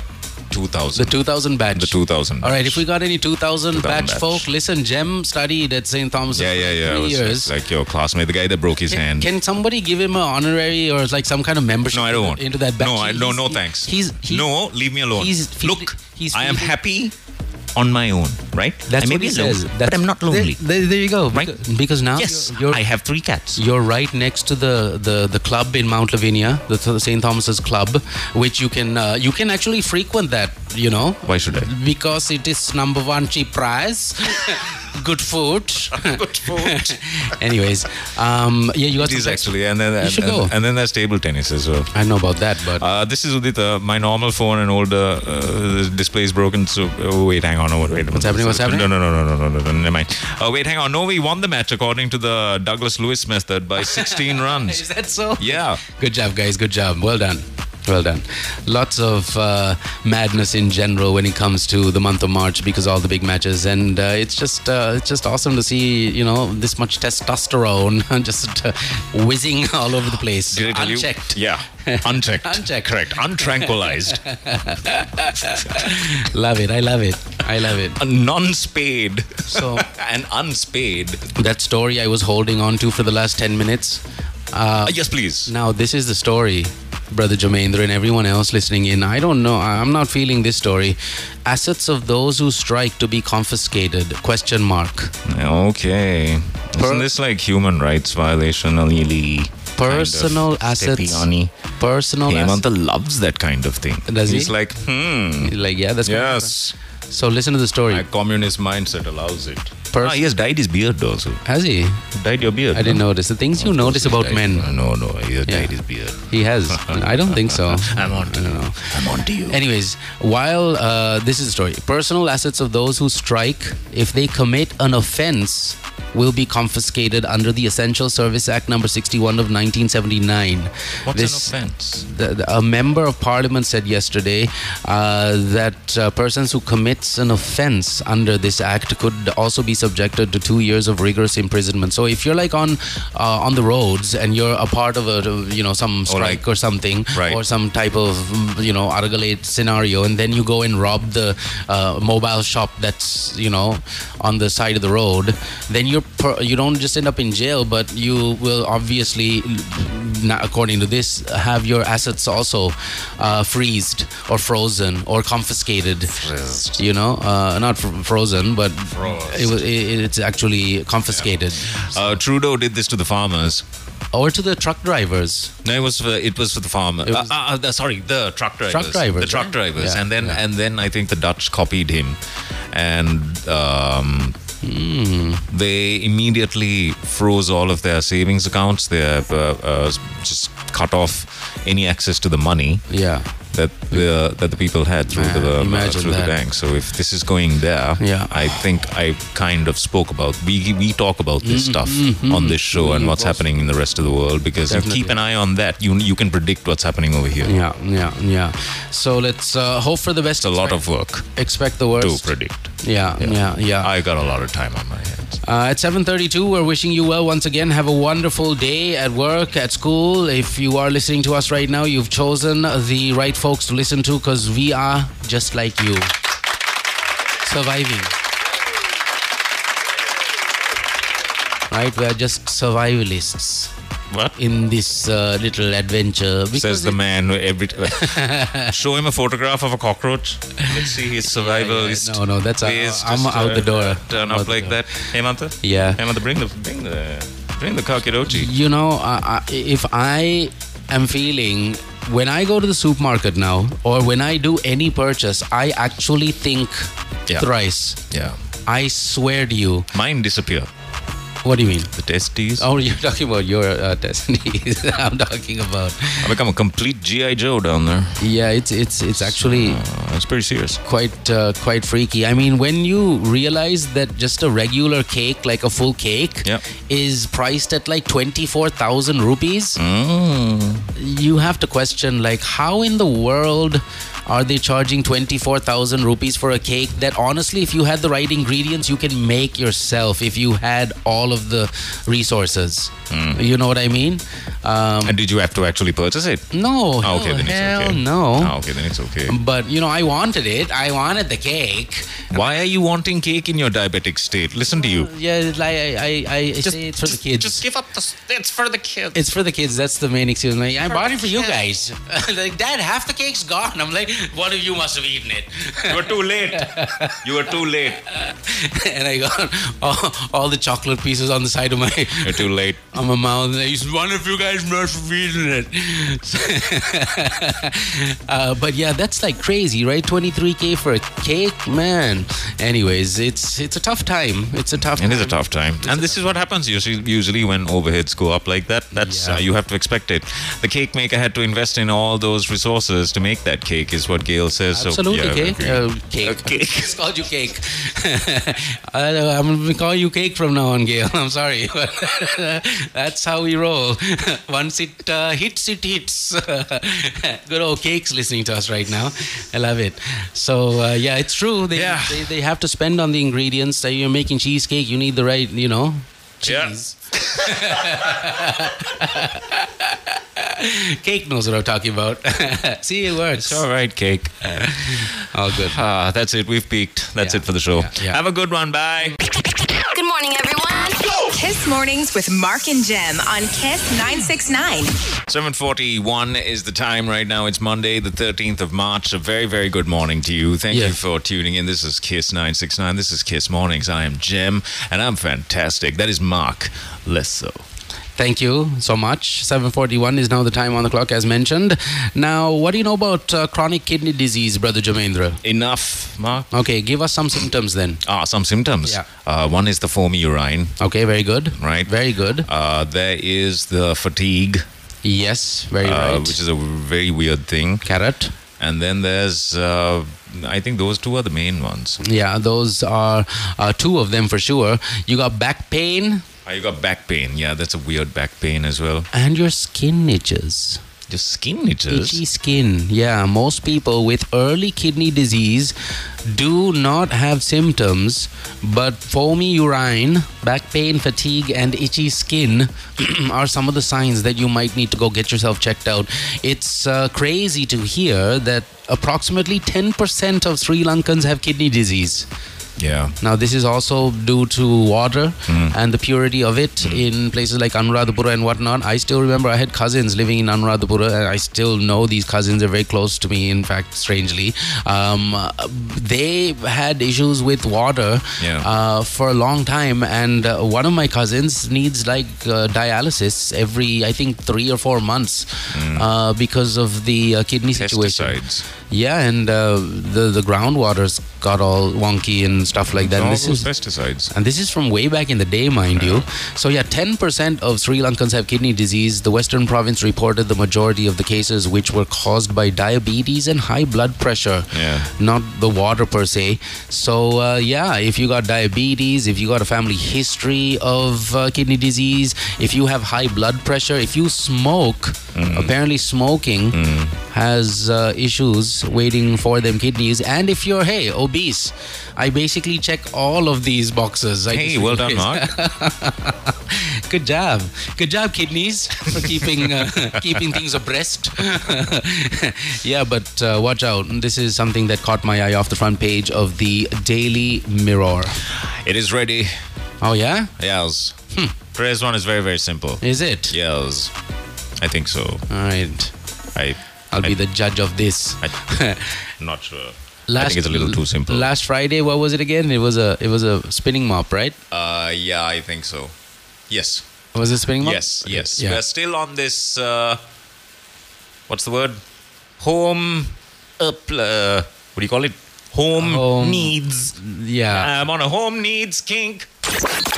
C: the
B: 2000.
C: 2000 batch
B: The 2000.
C: All right, if we got any 2000,
B: 2000
C: batch,
B: batch.
C: folk, listen, Jem studied at St. Thomas
B: Yeah, yeah, yeah.
C: for
B: I
C: three
B: was
C: years.
B: Like your classmate, the guy that broke his
C: Can,
B: hand.
C: can somebody give him an honorary or like some kind of membership?
B: no, I don't want.
C: into that batch.
B: No, I, no,
C: He's-
B: no, thanks.
C: He's, he's
B: no, leave me alone.
C: he's feel-
B: Look,
C: he's
B: I am
C: feeling-
B: happy on my own, right?
C: That's
B: I may
C: what
B: be
C: he
B: alone,
C: says.
B: but
C: That's-
B: I'm not lonely.
C: There, there, there you go.
B: Right?
C: Because, because now
B: yes,
C: you're, you're,
B: I have three cats.
C: you're right next to the, the, the club in Mount Lavinia, the Th- St. Thomas's Club, which you can uh, you can actually frequent that. You know,
B: Why should I?
C: because it is number one cheap price, good food.
B: Good food.
C: Anyways, um, yeah, you got
B: It is
C: some
B: actually, and then and,
C: should
B: and,
C: go.
B: and then there's table tennis as well.
C: I don't know about that, but
B: Uh, this is Udit. Uh, my normal phone and older uh, the display's broken. So oh, wait, hang on. Oh, wait, wait,
C: What's happening? What's happening?
B: No, no, no, no, no, no, no, no. Never mind. Uh, wait, hang on. No, we won the match according to the Douglas Lewis method by 16
C: is
B: runs.
C: that so?
B: Yeah.
C: Good job, guys. Good job. Well done. Well done. Lots of uh, madness in general when it comes to the month of March because all the big matches, and uh, it's just uh, it's just awesome to see you know this much testosterone just uh, whizzing all over the place,
B: Did I tell
C: unchecked.
B: you? Yeah. Unchecked.
C: Unchecked.
B: Correct. Untranquilized.
C: Love it. I love it. I love it.
B: non-spayed.
C: So-
B: and unspayed.
C: That story I was holding on to for the last ten minutes.
B: Uh, yes, please.
C: Now, this is the story, Brother Jomendra and everyone else listening in. I don't know. I- I'm not feeling this story. Assets of those who strike to be confiscated? Question mark.
B: Okay. Isn't this like human rights violation? Really.
C: Personal assets.
B: Stepiani.
C: Personal assets.
B: Hemanta loves that kind of thing.
C: Does he?
B: He's like, hmm.
C: Like yeah, that's what
B: Yes,
C: happened. So listen to the story.
B: my communist mindset allows it. Ah,
C: person.
B: he has dyed his beard also.
C: Has he?
B: Dyed your beard.
C: I didn't notice. The things you notice about men.
B: No, no, he has dyed his beard.
C: He has. I don't think so.
B: I'm on to you. I'm on to you.
C: Anyways, while uh, this is a story, personal assets of those who strike, if they commit an offense, will be confiscated under the Essential Service Act number 61 of 1979.
B: What's
C: This-
B: an offense?
C: the, the- a member of parliament said yesterday uh, that uh, persons who commits an offense under this act could also be subjected to two years of rigorous imprisonment. So if you're like on uh, on the roads and you're a part of a of, you know some
B: Oh,
C: strike or, something
B: Right.
C: or some type of mm, you know argalate scenario, and then you go and rob the uh, mobile shop that's you know on the side of the road, then you're per- you don't just end up in jail, but you will obviously not according to this, have your assets also uh, freezed or frozen or confiscated. You know, uh, not fr- frozen, but it, wa- it, it's actually confiscated.
B: Uh, Trudeau did this to the farmers.
C: Or to the truck drivers.
B: No, it was for, it was for the farmer.
C: It was-
B: uh, uh, uh, the- sorry, the truck drivers.
C: drivers,
B: The truck
C: right?
B: drivers,
C: Yeah,
B: and then
C: yeah.
B: and then I think the Dutch copied him, and um,
C: Hmm.
B: they immediately froze all of their savings accounts. They uh, uh, just cut off any access to the money
C: Yeah.
B: that the that the people had through
C: Man,
B: the uh,
C: imagine
B: through the
C: that.
B: bank. So if this is going there,
C: Yeah.
B: I think I kind of spoke about we we talk about this
C: Mm-hmm,
B: stuff on this show and what's happening in the rest of the world because you keep
C: Definitely.
B: an eye on that. You you can predict what's happening over here.
C: Yeah, yeah, yeah. So let's uh, hope for the best.
B: It's a lot of work
C: Expect the
B: to
C: worst.
B: predict.
C: yeah, yeah, yeah.
B: I got a lot of time on my hands.
C: Uh, at 7.32 we're wishing you well once again have a wonderful day at work at school if you are listening to us right now you've chosen the right folks to listen to because we are just like you surviving right we are just survivalists
B: What?
C: in this uh, little adventure
B: Says the man who every t- show him a photograph of a cockroach. Let's see his survivalist.
C: no, no, that's- uh,
B: ways.
C: I'm
B: Just, uh,
C: out the door. uh,
B: Turn
C: Out
B: up
C: the
B: like
C: door.
B: that. Hey, Manta.
C: Yeah.
B: Hey, Manta, bring the bring the bring the cockroachy.
C: you know, I, I, if I am feeling when I go to the supermarket now or when I do any purchase, I actually think
B: Yeah.
C: thrice.
B: Yeah.
C: I swear to you.
B: Mine disappear.
C: What do you mean?
B: The testes.
C: Oh, you're talking about your uh, testes. I'm talking about.
B: I become a complete GI Joe down there.
C: Yeah, it's it's it's actually
B: Uh, it's pretty serious.
C: quite uh, quite freaky. I mean, when you realize that just a regular cake, like a full cake,
B: Yep.
C: is priced at like twenty four thousand rupees,
B: Hmm. Mm.
C: you have to question like, how in the world are they charging twenty four thousand rupees for a cake that honestly, if you had the right ingredients, you can make yourself if you had all of the resources.
B: Hmm.
C: You know what I mean? Um,
B: And did you have to actually purchase it?
C: no,
B: Ah, okay,
C: hell,
B: then it's
C: Oh, hell
B: okay.
C: no.
B: Ah, okay, then it's okay.
C: But you know, I wanted it. I wanted the cake.
B: Why are you wanting cake in your diabetic state? Listen to you.
C: Yeah, it's like I, I, I I say it's for the kids.
B: give up the. It's for the kids.
C: it's for the kids. That's the main excuse. I'm like, I bought it for you guys. like, Dad, half the cake's gone. I'm like, one of you must have eaten it.
B: You were too late. You were too late.
C: and I got all, all the chocolate pieces on the side of my
B: You're too late.
C: on my mouth. And I used, one of you guys must have eaten it. uh, but yeah, that's like crazy, right? 23k for a cake, man. Anyways, it's it's a tough time. It's a tough.
B: It is a
C: time.
B: tough time, and this is what happens usually, usually when overheads go up like that. That's
C: Yeah.
B: uh, you have to expect it. The cake maker had to invest in all those resources to make that cake, is what Gail says.
C: Absolutely,
B: so, yeah,
C: cake.
B: agree.
C: Uh, cake.
B: cake.
C: It's called you cake. I, I'm going to call you cake from now on, Gail. I'm sorry. but That's how we roll. Once it uh, hits, it hits. Good old cake's listening to us right now. I love it. So, uh, yeah, it's true. They,
B: Yeah.
C: they, they have to spend on the ingredients. So you're making cheesecake, you need the right, you know,
B: Yeah.
C: cheese. Cake knows what I'm talking about. See, it works.
B: All right, cake.
C: All good.
B: Ah, that's it. We've peaked. That's
C: Yeah,
B: it for the show.
C: yeah, yeah.
B: Have a good one. Bye.
D: Good morning, everyone.
A: Kiss Mornings with Mark and Jem on Kiss 969.
B: 7:41 is the time right now. It's Monday, the 13th of March. A very, very good morning to you. Thank you
C: Yeah.
B: for tuning in. This is Kiss 969. This is Kiss Mornings. I am Jem, and I'm fantastic. That is Mark Lesso.
C: Thank you so much. 7:41 is now the time on the clock, as mentioned. Now, what do you know about uh, chronic kidney disease, Brother Jamendra?
B: Enough, Mark.
C: Okay, give us some symptoms then.
B: Ah, some symptoms.
C: Yeah.
B: Uh, one is the foamy urine,
C: Okay, very good.
B: right?
C: Very good.
B: Uh, there is the fatigue,
C: Yes, very
B: uh,
C: right.
B: which is a very weird thing.
C: Carrot.
B: And then there's, uh, I think those two are the main ones.
C: Yeah, those are uh, two of them for sure. You got back pain
B: Ah, you got back pain. Yeah, that's a weird back pain as well.
C: and your skin itches.
B: Your skin itches.
C: Itchy skin. Yeah, most people with early kidney disease do not have symptoms, but foamy urine, back pain, fatigue, and itchy skin are some of the signs that you might need to go get yourself checked out. It's uh, crazy to hear that approximately 10% of Sri Lankans have kidney disease.
B: Yeah.
C: Now, this is also due to water and the purity of it in places like Anuradhapura and whatnot. I still remember I had cousins living in Anuradhapura, and I still know these cousins. They're very close to me, in fact, strangely. Um, uh, they had issues with water
B: Yeah.
C: uh, for a long time, and uh, one of my cousins needs like uh, dialysis every, I think, three or four months uh, because of the uh, kidney situation.
B: Pesticides.
C: Yeah, and uh, the the groundwater's got all wonky and stuff like that.
B: All
C: And this
B: those
C: is
B: pesticides.
C: and this is from way back in the day, mind you. So yeah, 10% of Sri Lankans have kidney disease. The Western Province reported the majority of the cases, which were caused by diabetes and high blood pressure.
B: Yeah.
C: Not the water per se. So uh, yeah, if you got diabetes, if you got a family history of uh, kidney disease, if you have high blood pressure, if you smoke,
B: Mm.
C: apparently smoking has uh, issues waiting for them kidneys. And if you're hey obese, I basically check all of these boxes. I
B: Hey,
C: just-
B: well done, Mark.
C: Good job, good job, kidneys, for keeping uh, keeping things abreast. yeah, but uh, watch out. This is something that caught my eye off the front page of the Daily Mirror.
B: It is ready.
C: Oh yeah,
B: Yes.
C: Hmm.
B: First one is very, very simple.
C: is it?
B: Yes. I think so.
C: All right,
B: I,
C: I'll be
B: I-
C: the judge of this.
B: I- not sure. I
C: Last-
B: think it's a little too simple.
C: Last Friday, what was it again? It was a it was a spinning mop, right?
B: uh, yeah, I think so. Yes.
C: Was it spinning mop?
B: Yes,
C: Okay,
B: yes.
C: Yeah.
B: We're still on this. Uh, what's the word? Home. Upl- uh, what do you call it? Home, Ah.
C: Home-
B: needs.
C: yeah.
B: I'm on a home needs kink.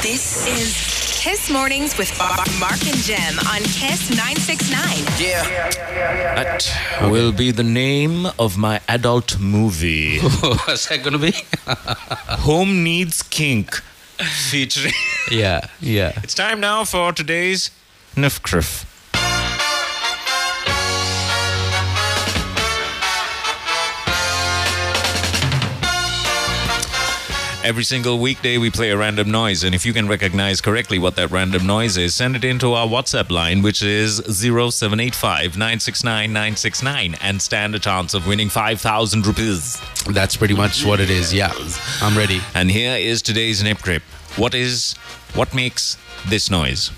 A: This is Kiss Mornings with Bob, Mark and Jem on Kiss 969.
B: That will be the name of my adult movie.
C: What's that gonna be?
B: home needs kink, featuring.
C: yeah, yeah.
B: It's time now for today's Nifcriff. Every single weekday, we play a random noise, and if you can recognize correctly what that random noise is, send it into our WhatsApp line, which is 0785 969 969, and stand a chance of winning 5,000 rupees.
C: That's pretty much what it is. Yeah, I'm ready.
B: And here is today's nip grip. What is what makes this noise?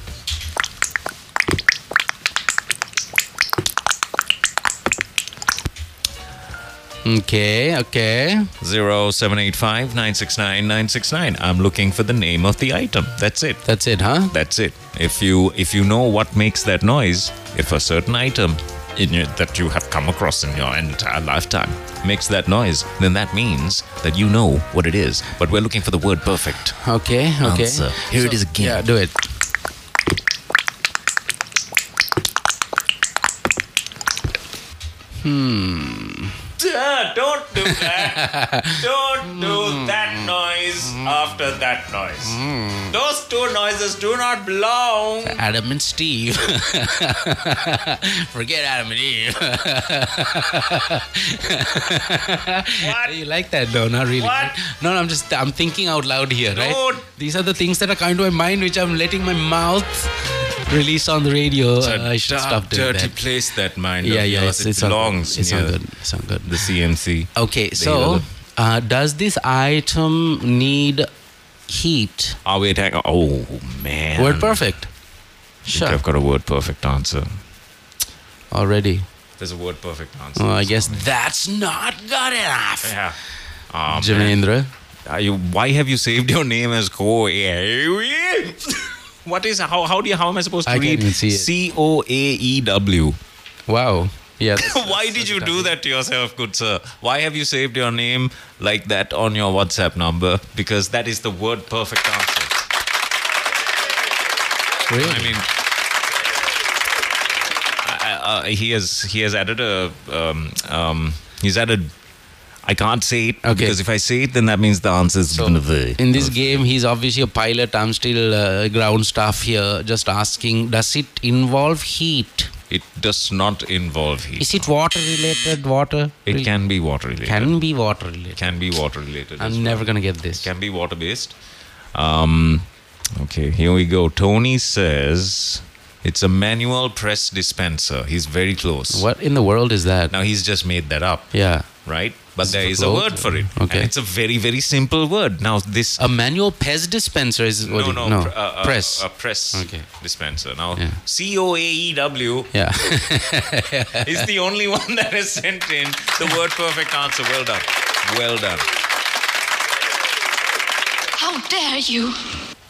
C: Okay, okay.
B: Zero seven eight five nine six nine nine six nine. I'm looking for the name of the item. That's it.
C: That's it, huh?
B: That's it. If you if you know what makes that noise, if a certain item in your, that you have come across in your entire lifetime makes that noise, then that means that you know what it is. But we're looking for the word perfect.
C: Okay, okay.
B: Answer. Here it is again.
C: Yeah, do it.
B: don't do that. don't do that noise after that noise.
C: Mm.
B: Those two noises do not belong.
C: Adam and Steve. Forget Adam and Eve. what? You like that? No, not really.
B: What?
C: No, no, I'm just I'm thinking out loud here, right?
B: Dude.
C: These are the things that are coming to my mind, which I'm letting my mouth release on the radio. Uh, I should stop doing
B: dirty
C: that.
B: place that mind.
C: yeah,
B: of
C: yeah,
B: yours. it
C: it's, it's
B: belongs
C: All good. It's all
B: near
C: good. It's all good.
B: The CMC.
C: Okay,
B: other-
C: so uh, does this item need heat?
B: Are we attacking? Oh man.
C: Word perfect.
B: Think
C: Sure.
B: I've got a word perfect answer.
C: Already.
B: There's a word perfect answer.
C: Oh, I guess that's not good enough.
B: Yeah. Um,
C: Jamendra.
B: are you, why have you saved your name as Ko? Yeah. E? what is how how do you how am I supposed to
C: I can't
B: read
C: even see it.
B: C O A E W?
C: Wow. Yeah.
B: Why did you do that to yourself, good sir? Why have you saved your name like that on your WhatsApp number? Because that is the word perfect answer.
C: Really?
B: I mean, I- I- uh, he has he has added a um, um, he's added. I can't say it because if I say it, then that means the answer is gonna be.
C: In this game, he's obviously a pilot. I'm still uh, ground staff here. Just asking, does it involve heat?
B: It does not involve heat.
C: Is it water related? Water?
B: It can be water related.
C: Can be water related.
B: Can be water related.
C: I'm never gonna get this.
B: Can be water based. Um, okay, here we go. Tony says it's a manual press dispenser. He's very close.
C: What in the world is that?
B: Now he's just made that up.
C: Yeah.
B: Right? But there is a
C: clothes?
B: word for it.
C: Okay.
B: And it's a very, very simple word. Now, this.
C: A manual Pez dispenser is what
B: no,
C: it-
B: no,
C: no.
B: pr- uh, uh,
C: press.
B: A press
C: Okay.
B: dispenser. Now, C O A E W
C: yeah.
B: is the only one that has sent in the word perfect answer. Well done. Well done.
F: How dare you?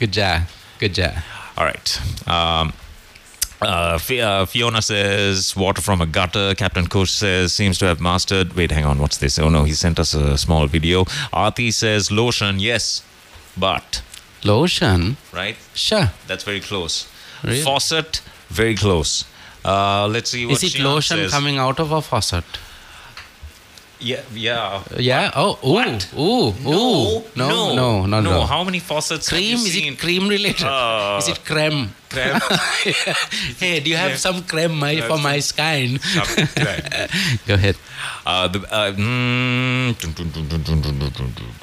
C: Good job. Good job.
B: All right. Um, uh, Fi- uh, Fiona says water from a gutter. Captain Kush says seems to have mastered. Wait, hang on. What's this? Oh no, he sent us a small video. Arti says lotion. Yes, but
C: Lotion.
B: right.
C: Sure.
B: That's very close.
C: Really?
B: Faucet. Very close. Uh, let's see what
C: Is it
B: Shion
C: lotion
B: says.
C: coming out of a faucet?
B: Yeah, yeah.
C: Yeah. Oh. Ooh. Ooh. Ooh. No. No.
B: no,
C: not at all.
B: How many faucets?
C: Cream?
B: Have you
C: Is
B: seen?
C: it cream related?
B: Uh,
C: is it creme?
B: creme?
C: hey, do you have
B: creme?
C: some creme my, for
B: That's-
C: my skin?
B: Some creme.
C: Go ahead.
B: Uh, the, uh, mm,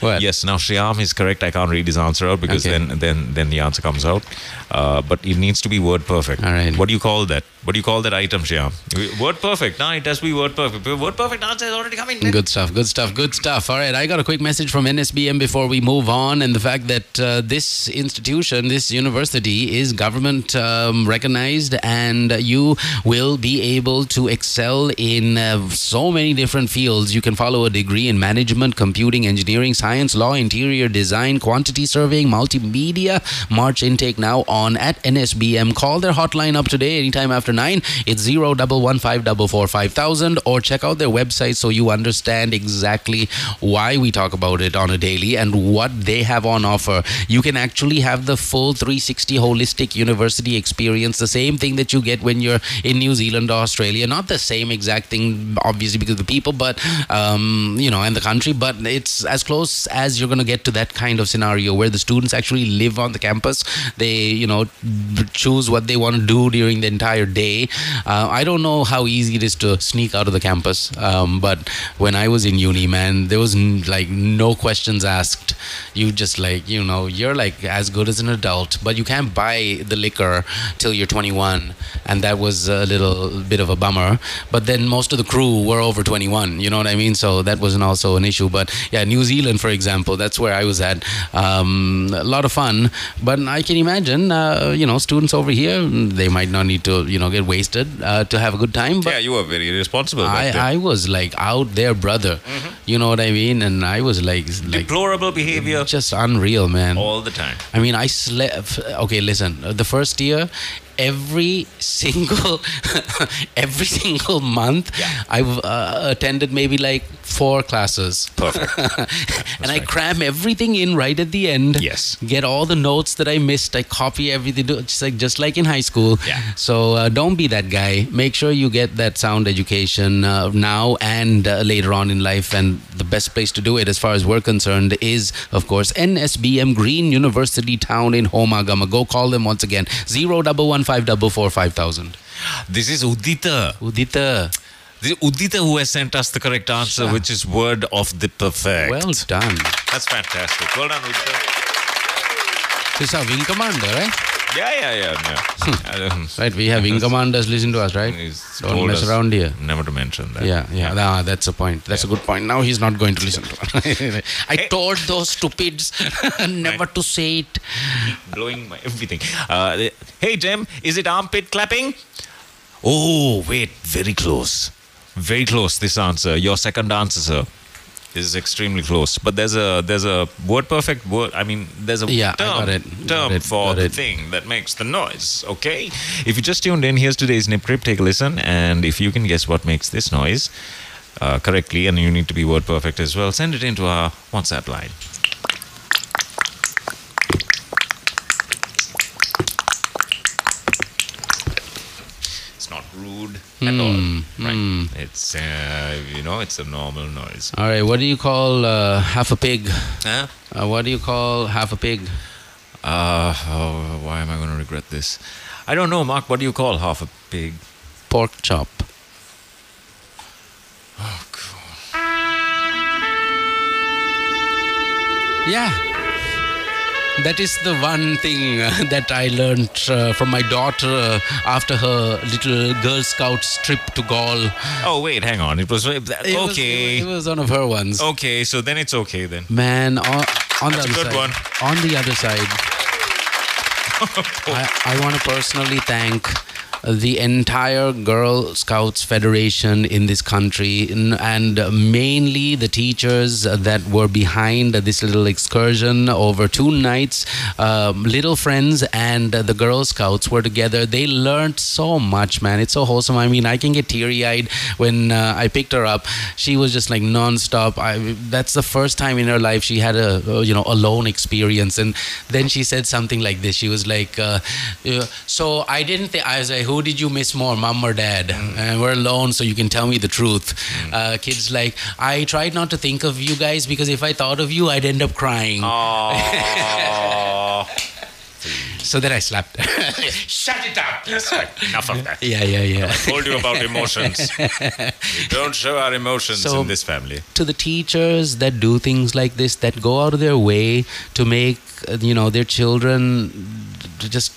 C: What?
B: Yes, now Shyam is correct. I can't read his answer out because
C: Okay.
B: then, then then the answer comes out. Uh, but it needs to be word perfect. All right. What do you call that? What do you call that item, Shyam? Word perfect. No, it has to be word perfect. Word perfect answer is already coming.
C: Good stuff, good stuff, good stuff. All right, I got a quick message from NSBM before we move on, and the fact that uh, this institution, this university, is government um, recognized, and you will be able to excel in uh, so many different fields. You can follow a degree in management, computing, engineering, science, law, interior design, quantity surveying, multimedia. March intake now on at NSBM. Call their hotline up today, anytime after nine. It's zero double one five double four five thousand, or check out their website so you understand exactly why we talk about it on a daily and what they have on offer. You can actually have the full 360 holistic university experience, the same thing that you get when you're in New Zealand or Australia. Not the same exact thing, obviously, because of the people, but um, you know, and the country. But it's as close as you're going to get to that kind of scenario where the students actually live on the campus. They, you know, choose what they want to do during the entire day. Uh, I don't know how easy it is to sneak out of the campus, um, but when I was in uni, man, there was n- like no questions asked. You just like, you know, you're like as good as an adult, but you can't buy the liquor till you're 21, and that was a little bit of a bummer. But then most of the crew were over 21, you know what I mean? So that wasn't also an issue. But yeah, New Zealand, for example, that's where I was at. Um, a lot of fun, but I can imagine, uh, you know, students over here, they might not need to, you know, get wasted uh, to have a good time. But
B: Yeah, you were very irresponsible. back then.
C: I, I was like out there, brother.
B: Mm-hmm.
C: You know what I mean? And I was like, like
B: Deplorable behavior
C: just unreal, man.
B: all the time.
C: I mean, I slept. Okay, listen. The first year, every single, every single month, I've uh, attended maybe like four classes.
B: Perfect.
C: and I cram everything in right at the end.
B: Yes.
C: Get all the notes that I missed. I copy everything. do- Just like just like in high school. Yeah. So uh, don't be that guy. Make sure you get that sound education uh, now and uh, later on in life. And the best place to do it, as far as we're concerned, is of course NSBM Green University Town in Homagama. Go call them once again. Zero double one five double four five thousand.
B: This is Udita.
C: Udita.
B: This is Udita who has sent us the correct answer,
C: Sure.
B: which is word of the perfect.
C: Well done.
B: That's fantastic. Well done, Udita.
C: This is our wing commander, right?
B: Yeah, yeah, yeah. yeah. Um,
C: Right. We have wing commanders. Listen to us, right?
B: he's
C: Don't
B: told
C: mess
B: us
C: around here.
B: Never to mention that.
C: Yeah, yeah, nah, that's a point. That's a good point. Now he's not going to listen to it. I told those stupids never to say it.
B: blowing my everything. Uh, hey, Jem, is it armpit clapping? Oh, wait, very close. Very close, this answer. Your second answer, sir. is extremely close. But there's a there's a word perfect word. I mean, there's a
C: Yeah, I
B: term,
C: got it.
B: term
C: Got it.
B: for
C: Got
B: the
C: it.
B: thing that makes the noise. Okay. If you just tuned in, here's today's Nip Crib. Take a listen, and if you can guess what makes this noise uh, correctly, and you need to be word perfect as well, send it into our WhatsApp line. It's not rude at
C: Hmm,
B: all. Right. It's uh, you know, it's a normal noise.
C: All right, what do you call uh, half a pig?
B: Huh?
C: Uh, what do you call half a pig?
B: Uh, oh, why am I going to regret this? I don't know, Mark. What do you call half a pig?
C: Pork chop.
B: Oh, God.
C: Yeah. That is the one thing uh, that I learned uh, from my daughter uh, after her little Girl Scouts trip to Gaul.
B: Oh, wait, hang on. It was that,
C: It was-
B: okay.
C: it was one of her ones.
B: okay, so then it's okay then.
C: Man, on, on
B: That's a
C: the other
B: good
C: side.
B: one.
C: On the other side. I, I want to personally thank the entire Girl Scouts Federation in this country n- and mainly the teachers that were behind this little excursion over two nights. Um, little Friends and the Girl Scouts were together. They learned so much, man. It's so wholesome. I mean, I can get teary eyed when uh, I picked her up. She was just like nonstop. I, that's the first time in her life she had a uh, you know alone experience, and then she said something like this. She was like, uh, uh, "So I didn't think." I was like, "Who did you miss more, mom or dad?" And we're alone, so you can tell me the truth. Uh, kids like, I tried not to think of you guys because if I thought of you, I'd end up crying.
B: Oh.
C: So then I slapped. her.
B: Shut it up. It's like, enough of that.
C: yeah, yeah, yeah.
B: Told you about emotions. we don't show our emotions
C: So-
B: in this family.
C: to the teachers that do things like this that go out of their way to make uh, you know their children to just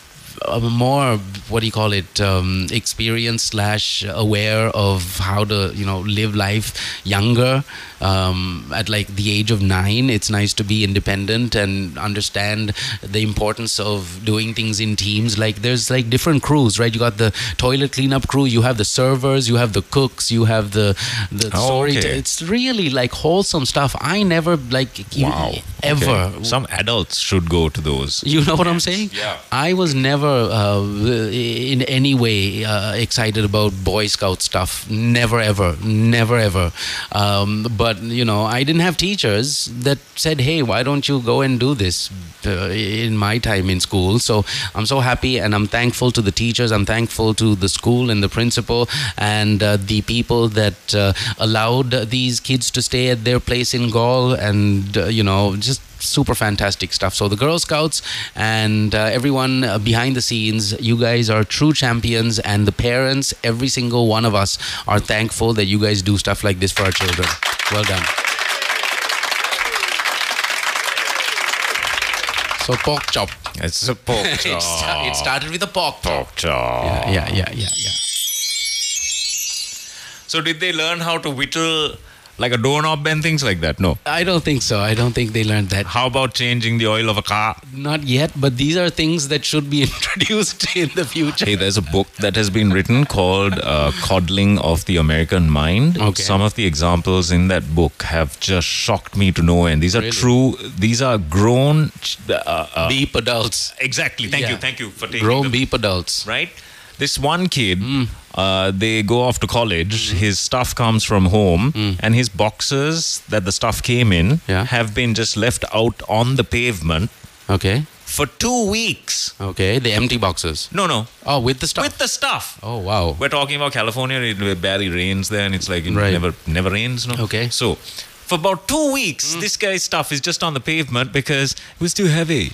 C: uh, more what do you call it um, experienced slash aware of how to you know live life younger um, at like the age of nine it's nice to be independent and understand the importance of doing things in teams like there's like different crews right you got the toilet cleanup crew you have the servers you have the cooks you have the the
B: Oh,
C: story
B: okay.
C: it's really like wholesome stuff i never like you- e- ever
B: Okay. Some adults should go to those.
C: you know what I'm saying?
B: Yeah.
C: I was never uh, in any way uh, excited about Boy Scout stuff. Never, ever. Never, ever. Um, but, you know, I didn't have teachers that said, hey, why don't you go and do this uh, in my time in school? So I'm so happy and I'm thankful to the teachers. I'm thankful to the school and the principal and uh, the people that uh, allowed these kids to stay at their place in Gaul and, uh, you know, just super fantastic stuff. So the Girl Scouts and uh, everyone uh, behind the scenes, you guys are true champions, and the parents, every single one of us, are thankful that you guys do stuff like this for our children. Well done. So pork chop.
B: It's a pork chop.
C: It, sta- it started with a pork chop.
B: Pork chop.
C: Yeah, yeah, yeah, yeah, yeah.
B: So did they learn how to whittle like a doorknob and things like that? No.
C: I don't think so. I don't think they learned that.
B: How about changing the oil of a car?
C: Not yet, but these are things that should be introduced in the future.
B: Hey, there's a book that has been written called uh, Coddling of the American Mind.
C: Okay.
B: Some of the examples in that book have just shocked me to no end. These are
C: Really?
B: true, these are grown. ch- Uh, uh,
C: Beep adults.
B: exactly. Thank you.
C: Yeah.
B: Thank you for taking
C: Grown
B: the-
C: beep adults.
B: right? This one kid, uh, they go off to college. His stuff comes from home, and his boxes that the stuff came in
C: Yeah.
B: have been just left out on the pavement
C: Okay.
B: for two weeks.
C: Okay, the empty boxes.
B: No, no,
C: Oh, with the stuff.
B: with the stuff.
C: oh wow.
B: We're talking about California. It barely rains there, and it's like it
C: Right.
B: never never rains. No.
C: Okay.
B: So, for about two weeks, this guy's stuff is just on the pavement because it was too heavy.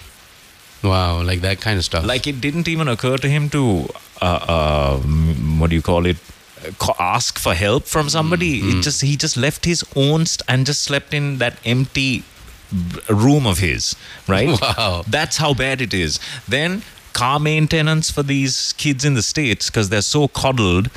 C: Wow, like that kind of stuff.
B: like it didn't even occur to him to uh, uh, m- what do you call it Uh, co- ask for help from somebody
C: Mm-hmm.
B: it just he just left his own st- and just slept in that empty b- room of his right
C: Wow.
B: that's how bad it is then
C: Mm.
B: car maintenance for these kids in the states because they're so coddled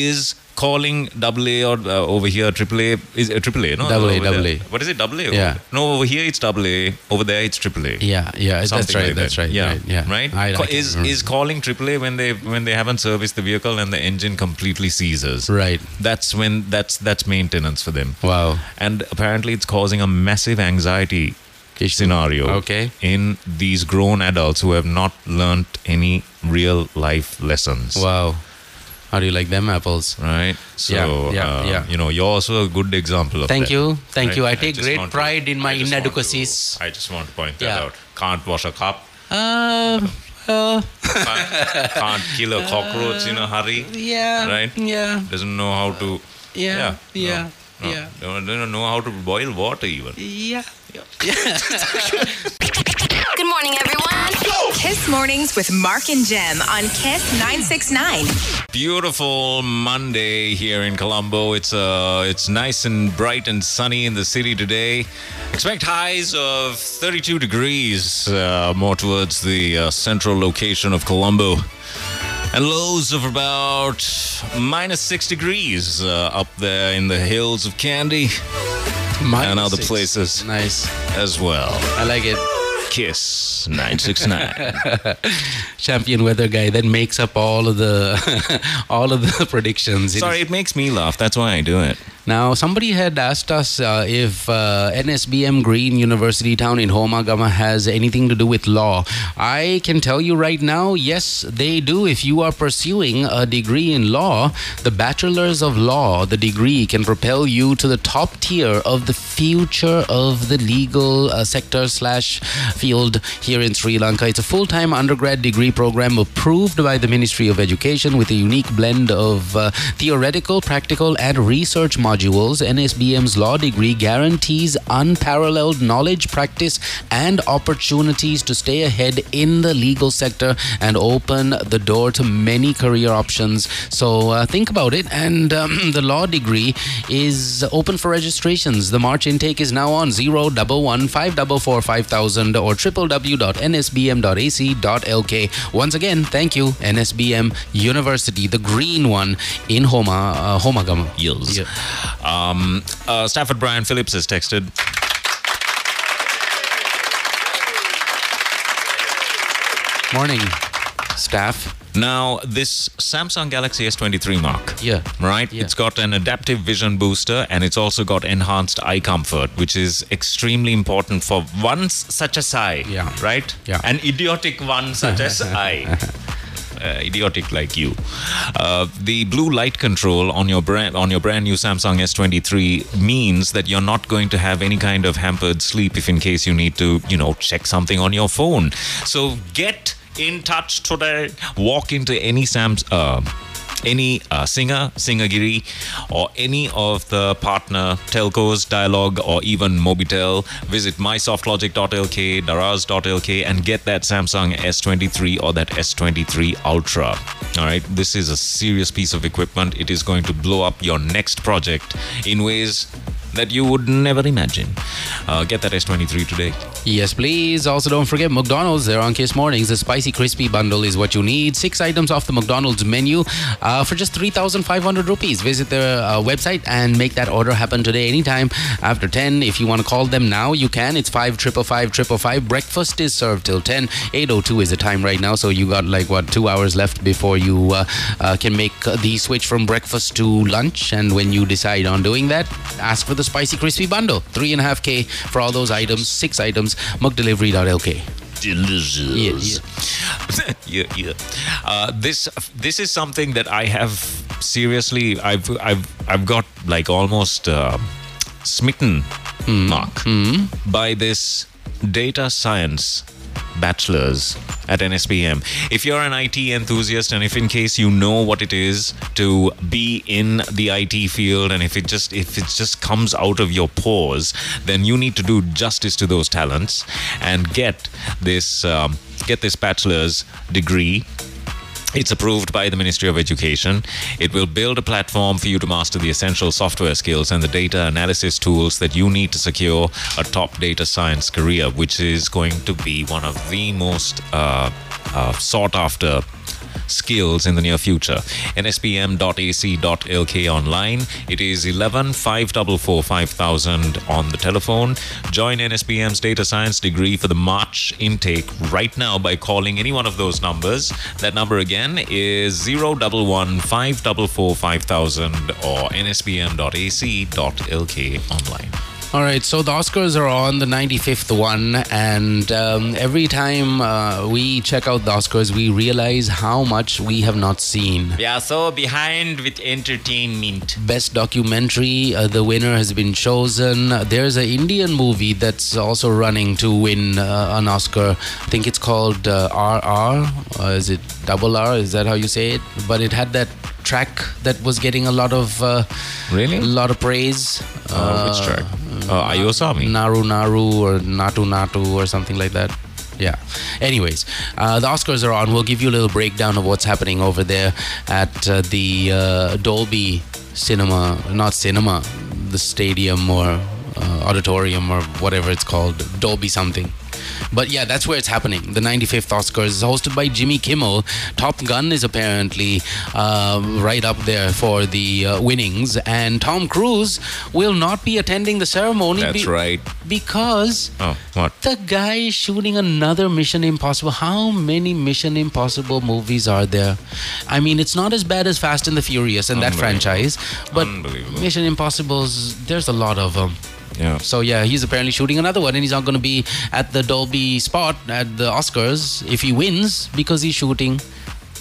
B: is calling AA or uh, over here AAA is uh, AAA, no?
C: Double A,
B: Over
C: double
B: there.
C: A.
B: What is it? AA? over-
C: Yeah.
B: No, over here it's AA. Over there it's AAA.
C: Yeah, yeah, that's
B: Something
C: right,
B: like that.
C: that's right,
B: Yeah,
C: right, yeah.
B: Right.
C: I- I
B: Ca-
C: can't
B: is
C: remember.
B: is calling AAA when they when they haven't serviced the vehicle and the engine completely seizes.
C: Right.
B: That's when that's that's maintenance for them.
C: Wow.
B: And apparently it's causing a massive anxiety scenario.
C: Okay.
B: In these grown adults who have not learnt any real life lessons.
C: Wow. How do you like them apples?
B: Right. So
C: Yeah, yeah,
B: uh,
C: yeah.
B: you know, you're also a good example of
C: Thank
B: that.
C: you, thank you. I take
B: just
C: great
B: want
C: pride in my
B: I just want to-
C: inadequacies.
B: I just want to point that
C: Yeah.
B: out. Can't wash a cup.
C: Uh, uh,
B: can't, can't kill a cockroach in a hurry.
C: yeah.
B: Right?
C: Yeah.
B: Doesn't know how to.
C: Yeah.
B: no,
C: Yeah.
B: no,
C: Yeah.
B: Don't, don't know how to boil water even.
C: Yeah.
D: Good morning, everyone.
A: Kiss Mornings with Mark and Jem on Kiss 969.
B: Beautiful Monday here in Colombo. It's uh, it's nice and bright and sunny in the city today. Expect highs of 32 degrees, uh, more towards the uh, central location of Colombo, and lows of about minus six degrees uh, up there in the hills of Candy and other places
C: Nice.
B: as well.
C: I like it.
B: Kiss 969.
C: Champion weather guy that makes up all of the all of the predictions. It is-
B: Sorry, it makes me laugh. That's why I do it.
C: Now, somebody had asked us uh, if uh, NSBM Green University Town in Homagama has anything to do with law. I can tell you right now, yes, they do. If you are pursuing a degree in law, the Bachelor's of Law, the degree can propel you to the top tier of the future of the legal uh, sector slash field here in Sri Lanka. It's a full time undergrad degree program approved by the Ministry of Education with a unique blend of uh, theoretical, practical, and research modules. NSBM's law degree guarantees unparalleled knowledge, practice, and opportunities to stay ahead in the legal sector and open the door to many career options. So uh, think about it. And um, the law degree is open for registrations. The March intake is now on 011 544 5000 or www.nsbm.ac.lk. Once again, thank you, NSBM University, the green one in Homa, uh, Homagama.
B: Yills.
C: Yeah.
B: Um, uh, Stafford Brian Phillips has texted.
C: Morning, staff.
B: Now, this Samsung Galaxy S23 Mark,
C: Yeah.
B: right?
C: Yeah.
B: It's got an adaptive vision booster and it's also got enhanced eye comfort, which is extremely important for once such as I,
C: Yeah.
B: right?
C: Yeah.
B: An idiotic one such as I. Uh, idiotic like you. Uh, the blue light control on your brand on your brand new Samsung S23 means that you're not going to have any kind of hampered sleep if in case you need to, you know, check something on your phone. So get in touch today. Walk into any Sam's uh, any uh, singer, Singagiri, or any of the partner telcos, Dialog, or even Mobitel, visit mysoftlogic.lk, daraz.lk, and get that Samsung S23 or that S23 Ultra. All right, this is a serious piece of equipment. It is going to blow up your next project in ways that you would never imagine. Uh, get that S23 today.
C: Yes, please. Also, don't forget McDonald's. They're on Kiss Mornings. The spicy crispy bundle is what you need. Six items off the McDonald's menu uh, for just 3,500 rupees. Visit their uh, website and make that order happen today anytime after 10. If you want to call them now, you can. It's 555 Breakfast is served till 10. 8.02 is the time right now. So you got like, what, two hours left before you uh, uh, can make uh, the switch from breakfast to lunch. And when you decide on doing that, ask for the spicy crispy bundle. 3.5K for all those items, six items, mugdelivery.lk.
B: delicious. Yeah, yeah. Uh, this this is something that I have seriously. I've I've I've got like almost uh, smitten, Mark, by this data science bachelor's at NSPM. If you're an IT enthusiast and if in case you know what it is to be in the IT field and if it just if it just comes out of your pores, then you need to do justice to those talents and get this um, get this bachelor's degree it's approved by the Ministry of Education. It will build a platform for you to master the essential software skills and the data analysis tools that you need to secure a top data science career, which is going to be one of the most uh, uh, sought after skills in the near future. nspm.ac.lk online. It is 11 544 5000 on the telephone. Join NSPM's data science degree for the March intake right now by calling any one of those numbers. That number again is 011 544 5000 or nspm.ac.lk online.
C: All right, so the Oscars are on the 95th one, and um, every time uh, we check out the Oscars, we realize how much we have not seen.
K: We are so behind with entertainment.
C: Best documentary, uh, the winner has been chosen. There's an Indian movie that's also running to win uh, an Oscar. I think it's called uh, RR. Uh, is it double R? Is that how you say it? But it had that track that was getting a lot of uh,
B: really a
C: lot of praise.
B: Uh, which track? Uh, Ayosami.
C: Naru Naru or Natu Natu or something like that. Yeah. Anyways, uh, the Oscars are on. We'll give you a little breakdown of what's happening over there at uh, the uh, Dolby Cinema, not cinema, the stadium or uh, auditorium or whatever it's called, Dolby something. But yeah, that's where it's happening. The 95th Oscars is hosted by Jimmy Kimmel. Top Gun is apparently uh, right up there for the uh, winnings, and Tom Cruise will not be attending the ceremony.
B: That's right.
C: Because
B: Oh, what?
C: the guy is shooting another Mission Impossible. How many Mission Impossible movies are there? I mean, it's not as bad as Fast and the Furious and that
B: Unbelievable.
C: franchise, but
B: Unbelievable.
C: Mission Impossibles, there's a lot of them.
B: Yeah.
C: So yeah, he's apparently shooting another one, and he's not going to be at the Dolby spot at the Oscars if he wins because he's shooting.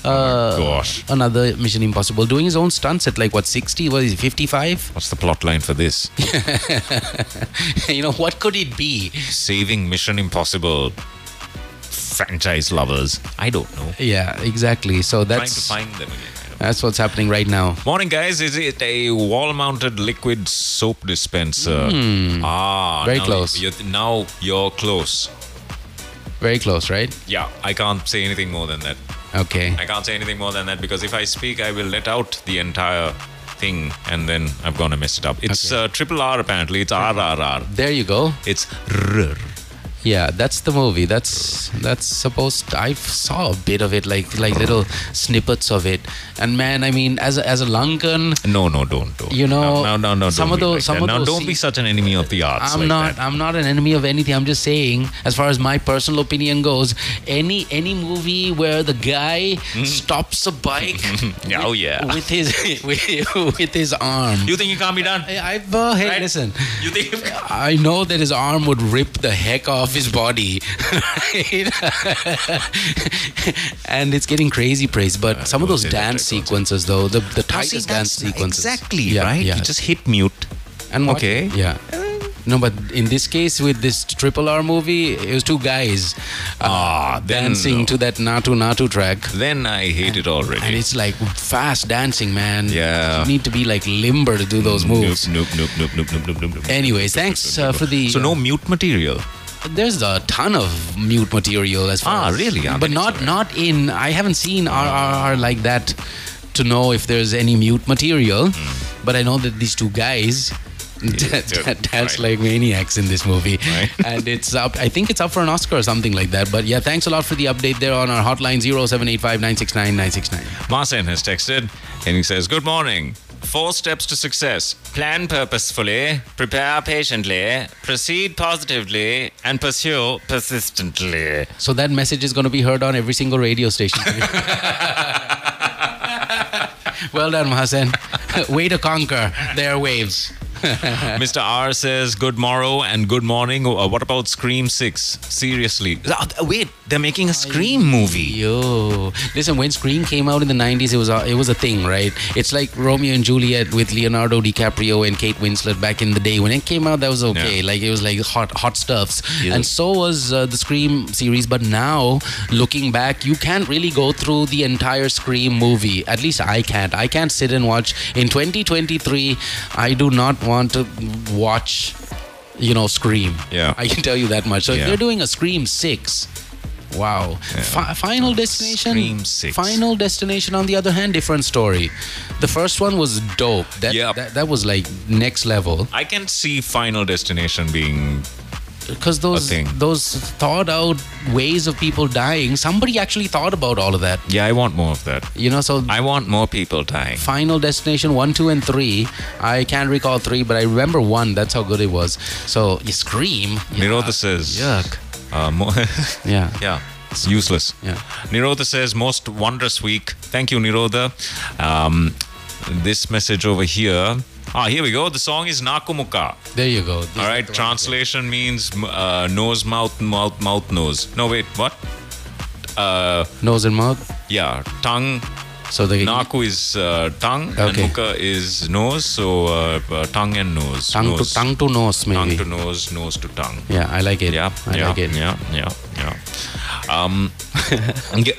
B: Oh
C: Uh,
B: gosh.
C: Another Mission Impossible, doing his own stunts at like what sixty? What is he? Fifty-five?
B: What's the plot line for this?
C: you know what could it be?
B: Saving Mission Impossible franchise lovers. I don't know.
C: Yeah, exactly. So that's
B: Trying to find them again.
C: that's what's happening right now.
B: Morning, guys. Is it a wall mounted liquid soap dispenser? Ah,
C: Hmm. Very
B: now
C: close.
B: You're, now you're close.
C: Very close, right?
B: Yeah, I can't say anything more than that.
C: Okay.
B: I can't say anything more than that because if I speak, I will let out the entire thing and then I'm going to mess it up. It's
C: Okay.
B: uh, triple R apparently. It's RRR.
C: There you go.
B: It's RR.
C: Yeah, that's the movie. That's that's supposed. I saw a bit of it, like like little snippets of it. And man, I mean, as a, as a Lankan,
B: No, no, don't, don't.
C: You know,
B: no, no, no. no
C: some
B: don't
C: of
B: be
C: those-
B: like
C: some
B: that.
C: of
B: now,
C: those
B: don't be
C: scenes-
B: such an enemy of the arts.
C: I'm
B: like
C: not
B: that.
C: I'm not an enemy of anything. I'm just saying, as far as my personal opinion goes, any any movie where the guy stops a bike,
B: Hmm. Yeah, oh yeah.
C: with his with, with his arm.
B: you think it can't be done?
C: I, I, well, hey,
B: Right?
C: listen.
B: You think it can't
C: I know that his arm would rip the heck off his body. right? and it's getting crazy praise, but some of
B: don't
C: those
B: say that,
C: dance
B: Jack, don't
C: sequences, though, the, the
B: Now, see,
C: tightest dance
B: that's
C: sequences.
B: Exactly,
C: Yeah,
B: right?
C: Yeah.
B: You just hit mute.
C: and what-
B: okay.
C: Yeah. No, but in this case, with this triple R movie, it was two guys uh,
B: Ah, then
C: dancing
B: no.
C: to that Natu Natu track.
B: Then I hate it already.
C: And it's like fast dancing, man.
B: Yeah. Mm,
C: You need to be like limber to do those moves.
B: Nope, nope, nope, nope, nope, nope, nope, nope.
C: Anyways, thanks uh, for the.
B: So no mute material.
C: There's a ton of mute material as far
B: Ah,
C: as-
B: really? I
C: but
B: mean,
C: not
B: it's all
C: not in. I haven't seen RRR like that to know if there's any mute material. But I know that these two guys.
B: Hmm. Yeah,
C: da- da-
B: right.
C: dance like maniacs in this movie
B: Right.
C: and it's up i think it's up for an oscar or something like that but yeah thanks a lot for the update there on our hotline 0785969969
B: Marcin has texted and he says, Good morning. Four steps to success.
K: Plan purposefully, prepare patiently, proceed positively, and pursue persistently.
C: so that message is going to be heard on every single radio station well done Mahasen. way to conquer their waves
B: Mr. R says, Good morrow and good morning. Uh, what about Scream 6? Seriously. Ah, th- Wait, they're making a Scream movie.
C: Yo, listen. When Scream came out in the '90s, it was a, it was a thing, right? It's like Romeo and Juliet with Leonardo DiCaprio and Kate Winslet back in the day. When it came out, that was okay.
B: Yeah.
C: Like it was like hot hot stuffs,
B: Yeah.
C: and so was uh, the Scream series. But now, looking back, you can't really go through the entire Scream movie. At least I can't. I can't sit and watch. In 2023, I do not want to watch. You know, Scream.
B: Yeah.
C: I can tell you that much. So if
B: Yeah.
C: they're doing a Scream six. Wow. Fi- Final Destination.
B: Scream six.
C: Final Destination, on the other hand, different story. The first one was dope. That,
B: Yep.
C: that that was like next level.
B: I can see Final Destination being
C: because those those thought out ways of people dying, somebody actually thought about all of that.
B: Yeah, I want more of that.
C: You know, so
B: I want more people dying.
C: Final Destination one, two, and three. I can't recall three, but I remember one. That's how good it was. So you scream.
B: Nirodha says.
C: Yuck.
B: Uh, mo-
C: yeah.
B: Yeah. It's useless.
C: Yeah.
B: Nirodha says, most wondrous week. Thank you, Nirodha. Um, this message over here. Ah, here we go. The song is Nakumuka.
C: There you go.
B: All right. Translation means uh, nose, mouth, mouth, mouth, nose. No, wait. What? Uh,
C: Nose and mouth.
B: yeah. Tongue.
C: So the
B: Naku is uh, tongue
C: Okay.
B: and muka is nose. So uh, uh, tongue and nose.
C: Tongue
B: nose.
C: to tongue to nose
B: Tongue
C: maybe.
B: to nose, nose to tongue.
C: Yeah, I like it.
B: Yeah,
C: I
B: yeah,
C: like it.
B: yeah, yeah, yeah. Um, yeah.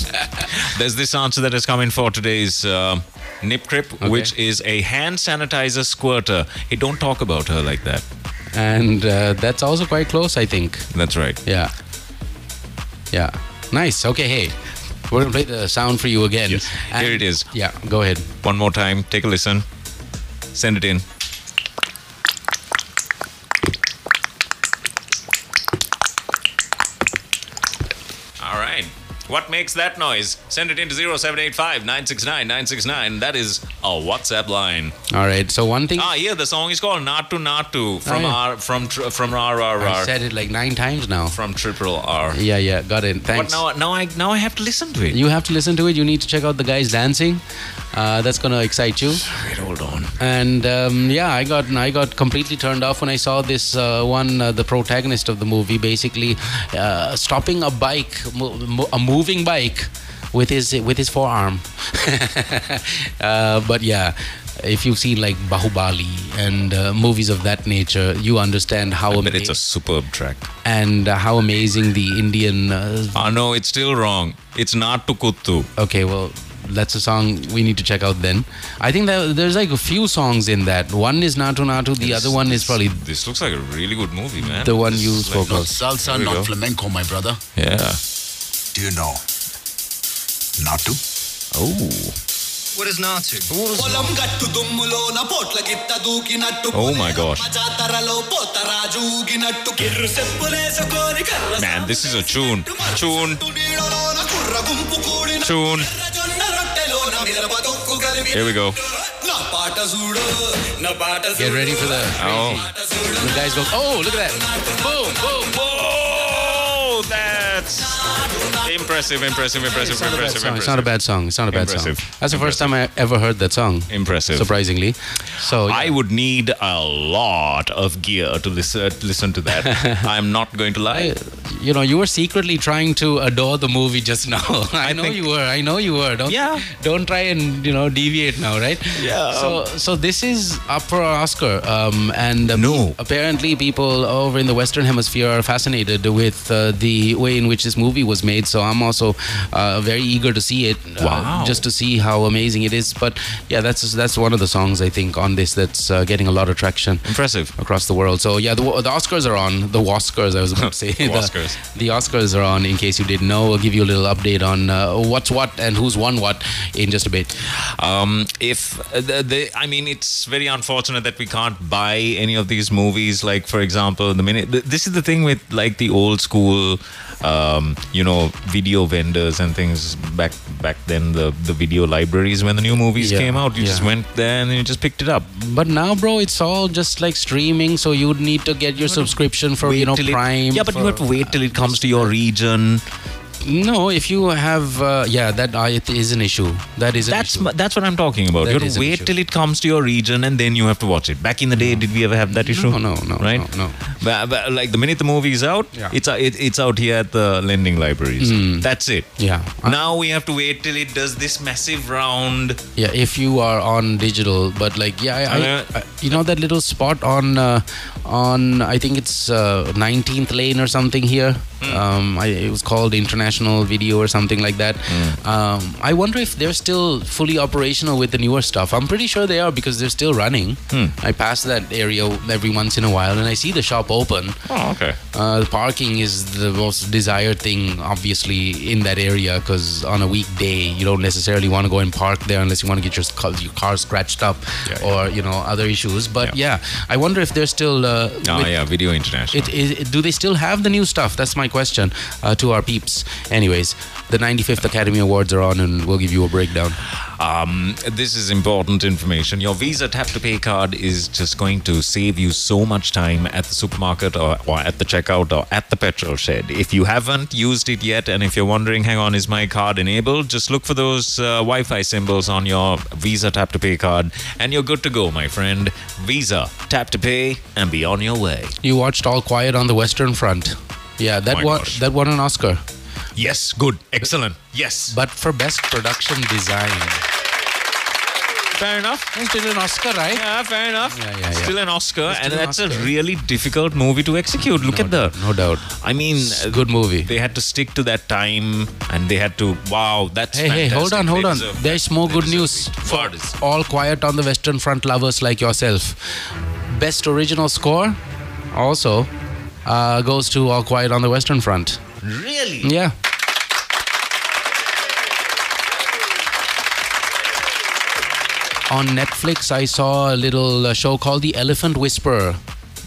B: there's this answer that has come in for today's uh, nip crip, which is a hand sanitizer squirter. Hey, don't talk about her like that.
C: And uh, that's also quite close, I think.
B: That's right.
C: Yeah. Yeah. Nice. Okay. Hey, we're gonna play the sound for you again. And-
B: Here it is.
C: Yeah. Go ahead.
B: One more time. Take a listen. Send it in. All right. What makes that noise? Send it in to 0785 969 969. That is a WhatsApp line.
C: All right. So one thing.
B: Ah, yeah, the song is called Natu Natu from
C: Oh, yeah.
B: R from tr- from R R
C: I
B: R
C: said it like nine times now.
B: from triple R.
C: Yeah. Yeah. Got it.
B: But
C: Thanks.
B: now, now I now I have to listen to it.
C: You have to listen to it. You need to check out the guys dancing. Uh, that's gonna excite you.
B: Wait, hold on.
C: And um, yeah, I got I got completely turned off when I saw this uh, one, uh, the protagonist of the movie, basically uh, stopping a bike, mo- mo- a moving bike, with his with his forearm. uh, but yeah. If you've seen like Bahubali and uh, movies of that nature, you understand how
B: But it's
C: ama-
B: a superb track.
C: and uh, how amazing the Indian. Uh,
B: Ah, no, it's still wrong. It's Natu Kuttu.
C: okay, well, that's a song we need to check out then. I think that there's like a few songs in that. One is Natu Natu, the other one is probably
B: This looks like a really good movie, man.
C: The one
B: This
C: you
B: is
C: spoke
B: not
C: of.
B: Here
E: Salsa,
B: we go.
E: not flamenco, my brother.
B: Yeah.
E: Do you know? Natu?
B: Oh.
L: What is Natu? పొలం గట్టు దుమ్ములోన పోట్లకిత్త దూకినట్టు
B: Oh my gosh.
L: జాతరలో పోతరా జూగినట్టు కిర్రు చెప్పులేసుకొని కర్ర
B: Man, this is a tune. Tune.
L: నీడలోన కుర్ర గుంపు కూడిన
B: Tune.
L: ఎర్రజొన్న రొట్టెలోన మిరప దొక్కు కలిపి
B: Here we go.
L: నా పాట చూడు నా పాట చూడు
C: Get ready for the.
B: Oh.
C: The guys go. Oh, look at that. Boom, boom,
B: Oh, that's impressive, impressive, impressive, impressive,
C: It's not a
B: impressive.
C: bad song. It's not a bad song.
B: Impressive.
C: That's the first time I ever heard that song.
B: Impressive.
C: Surprisingly. So yeah.
B: I would need a lot of gear to listen, listen to that. I'm not going to lie.
C: you know, you were secretly trying to adore the movie just now. I, know you were. I know you were. Don't
B: Yeah.
C: don't try and you know deviate now, right?
B: Yeah.
C: So so this is up for an Oscar, um, and um,
B: No.
C: apparently people over in the Western Hemisphere are fascinated with uh, the way in which this movie was made. So I'm also uh, very eager to see it. uh,
B: Wow.
C: just to see how amazing it is. But yeah, that's that's one of the songs I think on this that's uh, getting a lot of traction
B: Impressive.
C: across the world. So yeah, the, the Oscars are on. The Oscars, I was about to say. the,
B: Oscars.
C: The Oscars are on. In case you didn't know, we'll give you a little update on uh, what's what and who's won what in just a bit.
B: Um, if uh, the, the, I mean, it's very unfortunate that we can't buy any of these movies. Like, for example, the minute th- this is the thing with like the old school, um, you know, video vendors and things back back then. The the video libraries when the new movies
C: Yeah,
B: came out, you just
C: yeah.
B: went there and you just picked it up.
C: But now, bro, it's all just like streaming. So you'd need to get your subscription for you know
B: till it-
C: Prime.
B: yeah, but you
C: for-
B: have to wait till it comes to your region.
C: No, if you have, uh, yeah, that uh, it is an issue. That is an
B: That's
C: issue.
B: m- that's what I'm talking about.
C: That
B: you have
C: is
B: to
C: an
B: wait
C: issue.
B: till it comes to your region and then you have to watch it. Back in the day, did we ever have that issue?
C: No, no, no,
B: right?
C: no, no.
B: But, but, like the minute the movie is out,
C: Yeah. Hmm.
B: it's uh, it, it's out here at the lending libraries. That's it.
C: yeah.
B: Now we have to wait till it does this massive round.
C: Yeah, if you are on digital, but like yeah, I,
B: Uh,
C: I, I- you know that little spot on uh, on I think it's uh, 19th lane or something here. Um, I, it was called International Video or something like that. Um, I wonder if they're still fully operational with the newer stuff. I'm pretty sure they are because they're still running. I pass that area every once in a while, and I see the shop open.
B: Oh, okay.
C: Uh, the parking is the most desired thing, obviously, in that area because on a weekday you don't necessarily want to go and park there unless you want to get your car, your car scratched up
B: Yeah,
C: or you know other issues. But yeah. I wonder if they're still uh, uh,
B: Ah,
C: with-
B: yeah, Video International.
C: it, it, it- do they still have the new stuff? That's my question uh, to our peeps. Anyways, the 95th Academy Awards are on, and we'll give you a breakdown.
B: Um, this is important information. Your Visa Tap to Pay card is just going to save you so much time at the supermarket or, or at the checkout or at the petrol shed. If you haven't used it yet, and if you're wondering, hang on, is my card enabled? Just look for those uh, Wi Fi symbols on your Visa Tap to Pay card, and you're good to go, my friend. Visa Tap to Pay, and be on your way.
C: You watched All Quiet on the Western Front. Yeah, that
B: My
C: won
B: gosh.
C: that won an Oscar.
B: Yes, good, excellent. Yes,
C: but for best production design.
B: Fair enough.
C: Still an Oscar, right?
B: Yeah, fair enough.
C: Yeah, yeah, yeah.
B: Still an Oscar,
C: Still
B: and
C: an
B: that's
C: Oscar.
B: a really difficult movie to execute. Look at the.
C: No doubt.
B: I mean,
C: It's a good movie.
B: They had to stick to that time, and they had to. Wow, that's.
C: Hey, hey, hold
B: fantastic.
C: on, hold
B: They
C: on.
B: deserve-
C: There's more
B: they
C: good
B: deserve
C: news
B: it.
C: for
B: What is-
C: all quiet on the Western Front lovers like yourself. Best original score also uh, goes to All Quiet on the Western Front.
B: Really?
C: Yeah. On Netflix, I saw a little uh, show called The Elephant Whisperer.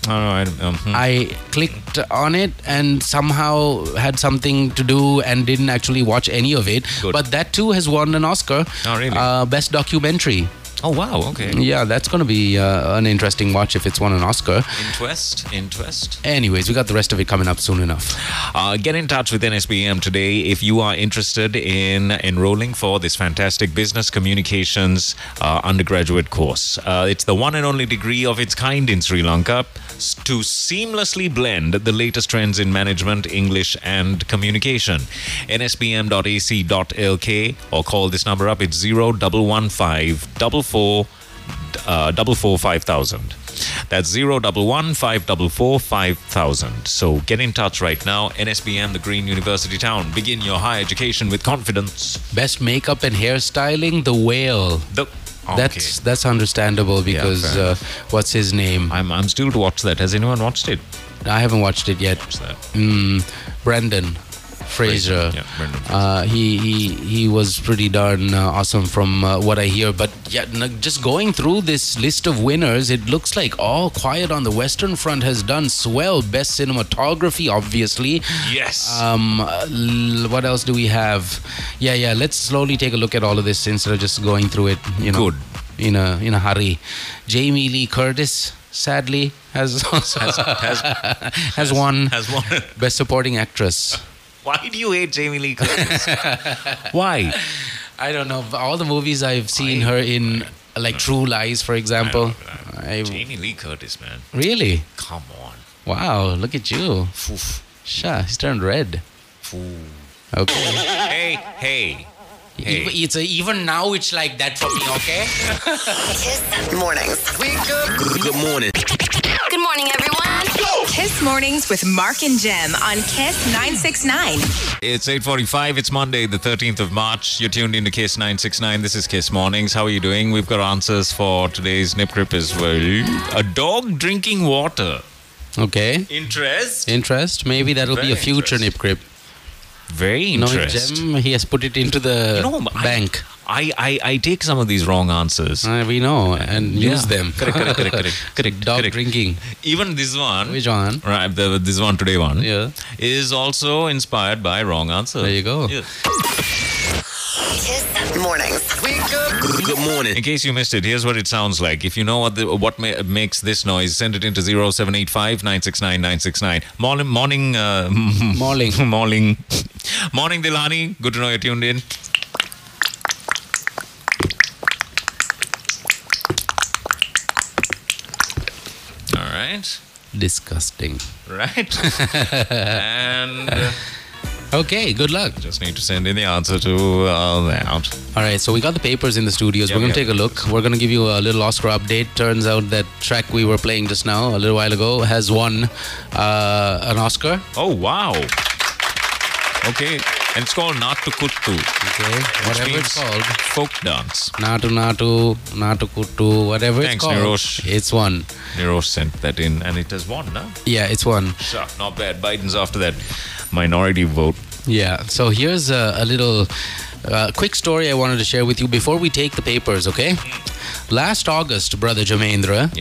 C: Oh,
B: I don't know, I, um, hmm.
C: I clicked on it and somehow had something to do and didn't actually watch any of it. But that too has won an Oscar.
B: Oh, really?
C: Uh, best documentary.
B: Oh, wow, okay.
C: Yeah, that's going to be uh, an interesting watch if it's won an Oscar.
B: Interest, interest.
C: Anyways, we got the rest of it coming up soon enough.
B: Uh, get in touch with NSBM today if you are interested in enrolling for this fantastic business communications uh, undergraduate course. Uh, it's the one and only degree of its kind in Sri Lanka s- to seamlessly blend the latest trends in management, English, and communication. nsbm.ac.lk or call this number up. It's 0115 uh, double four five thousand. That's zero double one five double four five thousand. So get in touch right now. NSBM, the Green University Town. Begin your higher education with confidence.
C: Best makeup and hairstyling, The Whale.
B: The
C: That's that's understandable because
B: fair
C: uh, what's his name?
B: I'm I'm still to watch that. Has anyone watched it?
C: I haven't watched it yet. What's
B: that?
C: Mm, Brendan Fraser.
B: Yeah, Brendan
C: Uh, he he he was pretty darn uh, awesome from uh, what I hear. But yeah, n- just going through this list of winners, it looks like All Quiet on the Western Front has done swell. Best cinematography, obviously.
B: Yes.
C: Um, l- what else do we have? Yeah, yeah. Let's slowly take a look at all of this instead of just going through it. You know,
B: Good.
C: in a in a hurry. Jamie Lee Curtis. Sadly, has also has,
B: has-
C: won
B: has won.
C: best supporting actress.
B: Why do you hate Jamie Lee Curtis? Why?
C: I don't know. but All the movies I've seen her in, like True Lies, for example. I-
B: Jamie Lee Curtis, man.
C: really?
B: Come on.
C: Wow! Look at you. Sha, he's turned red. Okay.
B: Hey, hey. Hey.
C: Even- It's a, even now it's like that for me. Okay.
A: Mornings.
E: Good, good morning.
A: Good morning, everyone. Kiss Mornings with Mark and Jem on Kiss 969.
B: It's 8:45. It's Monday, the 13th of March. You're tuned into Kiss 969. This is Kiss Mornings. How are you doing? We've got answers for today's nip grip as well. A dog drinking water.
C: okay.
B: Interest.
C: Interest. Maybe that'll be a
B: Very
C: future nip grip.
B: Very
C: No,
B: interest.
C: Gem, he has put it into the bank.
B: I, I I take some of these wrong answers.
C: Uh, we know and
B: Yeah.
C: use them.
B: Correct, correct, correct, correct, correct.
C: Dog
B: correct.
C: drinking.
B: Even this one.
C: Which one?
B: Right, the, this one today one.
C: Yeah.
B: Is also inspired by wrong answers.
C: There you go.
B: Yeah.
A: Mornings.
E: Good, good morning.
B: In case you missed it, here's what it sounds like. If you know what the, what ma- makes this noise, send it into 0785 969 969. Morning, morning, uh,
C: Morning.
B: morning, morning, Dilani. Good to know you're tuned in. All right,
C: Disgusting.
B: right, and uh,
C: Okay, good luck.
B: just need to send in the answer to uh, that.
C: All right, so we got the papers in the studios.
B: Yeah,
C: we're going
B: we
C: to
B: have
C: take a look. We're going to give you a little Oscar update. Turns out that track we were playing just now, a little while ago, has won uh, an Oscar.
B: Oh wow. Okay, and it's called Natu Kuttu.
C: Okay, whatever
B: means-
C: it's called.
B: folk dance.
C: Natu Natu, Natu Kutu, whatever
B: Thanks,
C: it's called.
B: Nirosh.
C: It's one.
B: Nero sent that in, and it has won, no?
C: Yeah, it's one.
B: Sure, not bad. Biden's after that minority vote.
C: Yeah. So here's a, a little uh, quick story I wanted to share with you before we take the papers, okay? Last August, Brother Jamendra,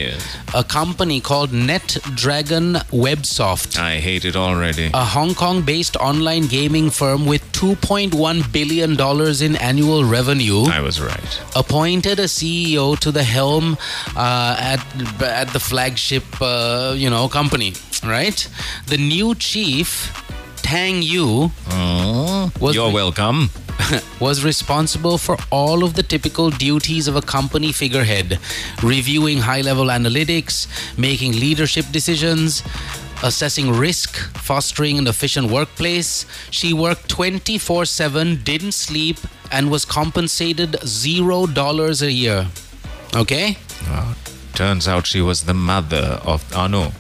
C: a company called NetDragon Websoft,
B: I hate it already.
C: a Hong Kong based online gaming firm with $2.1 billion in annual revenue,
B: I was right.
C: appointed a CEO to the helm uh, at at the flagship uh, you know company, right? The new chief Tang Yu was
B: You're welcome.
C: was responsible for all of the typical duties of a company figurehead, reviewing high-level analytics, making leadership decisions. Assessing risk, fostering an efficient workplace. She worked 24 7, didn't sleep, and was compensated $0 a year. Okay?
B: Uh, turns out she was the mother of Anu.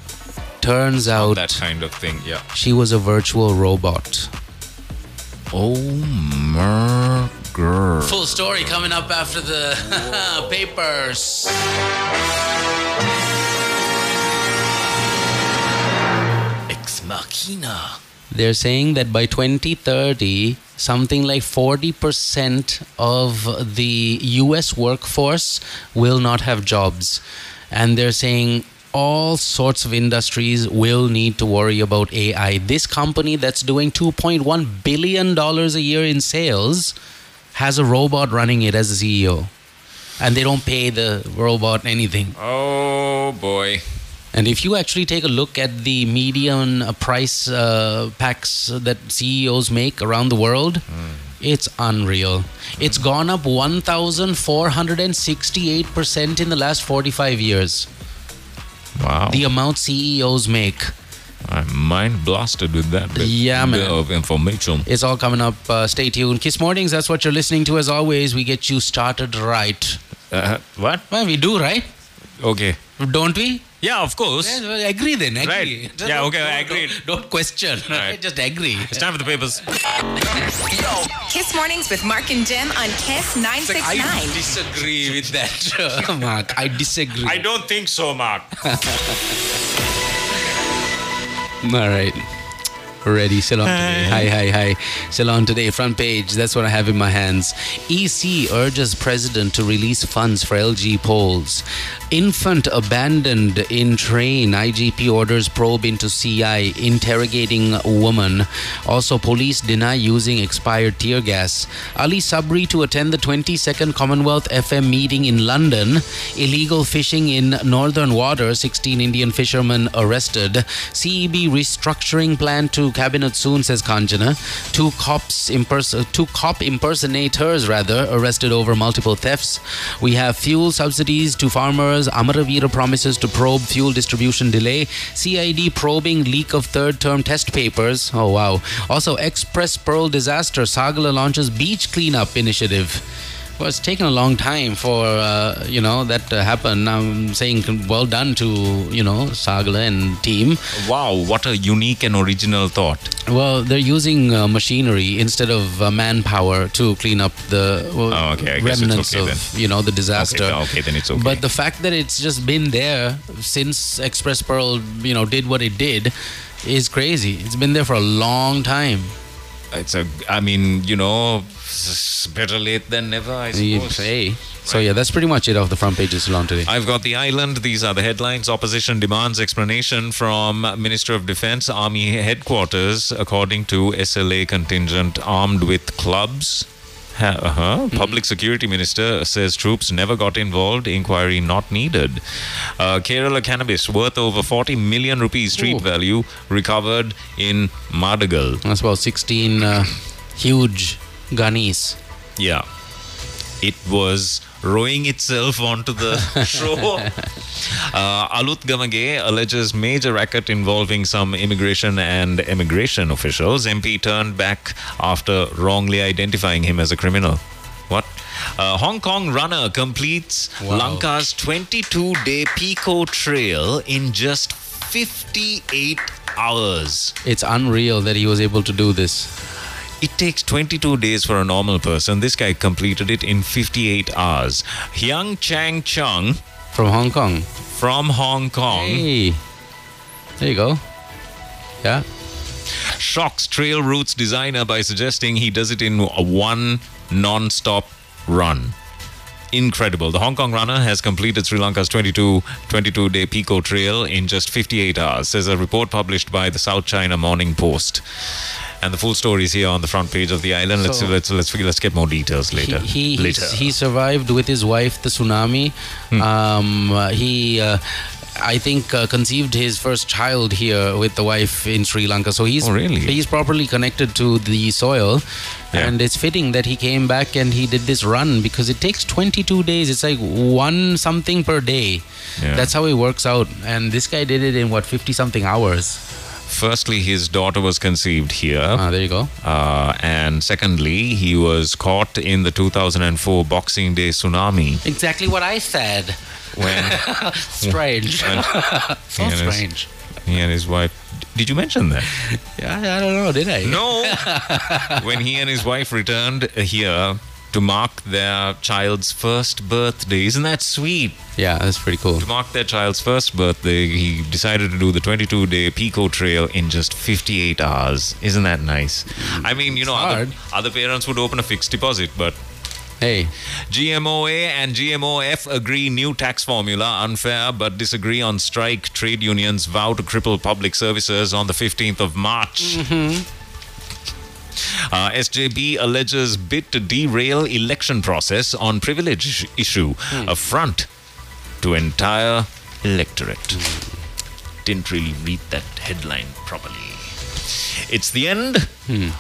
C: Turns out
B: That kind of thing, yeah.
C: she was a virtual robot.
B: Oh, murder.
C: Full story coming up after the papers.
E: Ex Machina.
C: They're saying that by 2030, something like 40% of the US workforce will not have jobs. And they're saying all sorts of industries will need to worry about AI. This company that's doing $2.1 billion a year in sales has a robot running it as a CEO. And they don't pay the robot anything.
B: Oh, boy.
C: And if you actually take a look at the median uh, price uh, packs that CEOs make around the world,
B: Hmm.
C: it's unreal. It's gone up 1,468% in the last 45 years.
B: Wow.
C: The amount CEOs make.
B: I'm mind blasted with that bit,
C: Yeah,
B: bit
C: man.
B: of information.
C: It's all coming up. Uh, stay tuned. Kiss Mornings, that's what you're listening to. As always, we get you started right. Uh-huh.
B: Uh, what?
C: Well, we do, right?
B: Okay.
C: Don't we?
B: Yeah, of course.
C: Yeah, well, agree then. Agree.
B: Right. Yeah, okay, I agree.
C: Don't, don't question.
B: Right.
C: Just agree.
B: It's time for the papers.
A: Kiss Mornings with Mark and Jem on Kiss 969.
B: disagree with that.
C: Mark, I disagree.
B: I don't think so, Mark.
C: All right. Ready, Ceylon today. Hi, hi, hi. Ceylon today, front page. That's what I have in my hands. EC urges president to release funds for LG polls. Infant abandoned in train. IGP orders probe into CI interrogating woman. Also, police deny using expired tear gas. Ali Sabri to attend the 22nd Commonwealth FM meeting in London. Illegal fishing in northern water. 16 Indian fishermen arrested. E CEB restructuring plan to cabinet soon, says Kanjana. Two cops impers- uh, two cop impersonators rather arrested over multiple thefts. We have fuel subsidies to farmers. Amaravira promises to probe fuel distribution delay. CID probing leak of third-term test papers. Oh wow! Also, Express Pearl disaster. Sagala launches beach cleanup initiative. Well, it's taken a long time for uh, you know that to happen. I'm saying well done to you know Sagala and team.
B: Wow, what a unique and original thought.
C: Well, they're using uh, machinery instead of uh, manpower to clean up the well,
B: Oh, okay, I guess it's
C: remnants
B: okay
C: of
B: then.
C: you know the disaster.
B: then- okay, then it's okay.
C: But the fact that it's just been there since Express Pearl you know did what it did is crazy. It's been there for a long time.
B: It's a, I mean, you know, s- better late than never, I
C: You'd
B: suppose.
C: say. So yeah, that's pretty much it of the front page of Salon today.
B: I've got the island. These are the headlines. Opposition demands explanation from Minister of Defense, Army headquarters, according to SLA contingent armed with clubs. Ha- Uh-huh. Public Security Minister says troops never got involved. Inquiry not needed. Uh, Kerala cannabis worth over 40 million rupees street
C: Ooh.
B: value recovered in Madagal.
C: That's about 16 uh, huge gunnies.
B: Yeah. It was rowing itself onto the shore. Uh, Alut Gamage alleges major racket involving some immigration and immigration officials. MP turned back after wrongly identifying him as a criminal. What? Uh, Hong Kong runner completes
C: Wow.
B: Lanka's 22 day Pico Trail in just 58 hours.
C: It's unreal that he was able to do this.
B: It takes 22 days for a normal person. This guy completed it in 58 hours. Hyang Chang Chung
C: From Hong Kong.
B: Hmm? from Hong Kong.
C: Hey. There you go. Yeah.
B: shocks Trail Routes designer by suggesting he does it in a one non stop run. Incredible. The Hong Kong runner has completed Sri Lanka's 22 22 day Pico Trail in just 58 hours, says a report published by the South China Morning Post. And the full story is here on the front page of the island. Let's
C: So-
B: let's let's let's get more details later.
C: He, he,
B: later. Hmm.
C: he survived with his wife the tsunami. Um, uh, he, uh, I think, uh, conceived his first child here with the wife in Sri Lanka. So he's
B: Oh, really?
C: he's properly connected to the soil. And it's fitting that he came back and he did this run because it takes 22 days. It's like one something per day.
B: Yeah.
C: That's how it works out. And this guy did it in what 50 something hours.
B: Firstly, his daughter was conceived here. Ah,
C: there you go.
B: Uh, and secondly, he was caught in the 2004 Boxing Day tsunami.
C: Exactly what I said.
B: When-
C: strange.
B: when- He
C: so
B: and his-
C: strange.
B: He and his wife. Did you mention that?
C: Yeah, I don't know, did I?
B: No. when he and his wife returned here to mark their child's first birthday. Isn't that sweet?
C: Yeah, that's pretty cool.
B: To mark their child's first birthday, he decided to do the 22 day Pico Trail in just 58 hours. Isn't that nice? I mean, you know, other, other parents would open a fixed deposit, but.
C: Hey.
B: GMOA and GMOF agree new tax formula unfair but disagree on strike. Trade unions vow to cripple public services on the 15th of March. Uh, SJB alleges bid to derail election process on privilege issue, a front to entire electorate. Didn't really read that headline properly. It's the end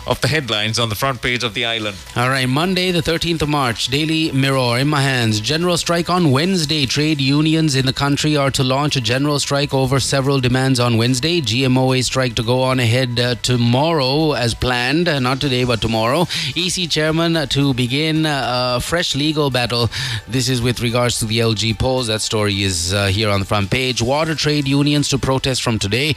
B: of the headlines on the front page of the island.
C: All right, Monday, the 13th of March, Daily Mirror in my hands. General strike on Wednesday. Trade unions in the country are to launch a general strike over several demands on Wednesday. GMOA strike to go on ahead uh, tomorrow as planned. Uh, Not today, but tomorrow. EC chairman uh, to begin uh, a fresh legal battle. This is with regards to the LG polls. That story is uh, here on the front page. Water trade unions to protest from today.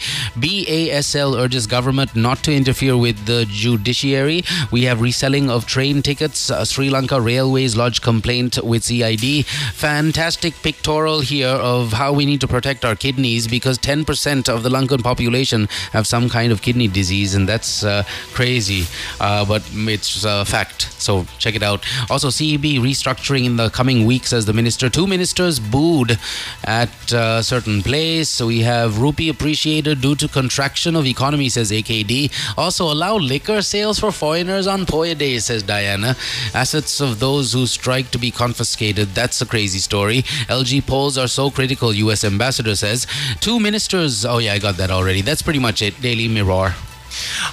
C: BASL urges government not to interfere with the judiciary. We have reselling of train tickets. Uh, Sri Lanka Railways lodge complaint with CID. Fantastic pictorial here of how we need to protect our kidneys because 10% of the Lankan population have some kind of kidney disease, and that's uh, crazy. Uh, but it's a fact. So check it out. Also, E CEB restructuring in the coming weeks as the minister. Two ministers booed at a certain place. So we have rupee appreciated due to contraction of economy, says AKD. Also, allow liquor sales for foreigners on Poya Day, says Diana. Assets of those who strike to be confiscated. That's a crazy story. LG polls are so critical, U.S. ambassador says. Two ministers. Oh, yeah, I got that already. That's pretty much it. Daily Mirror.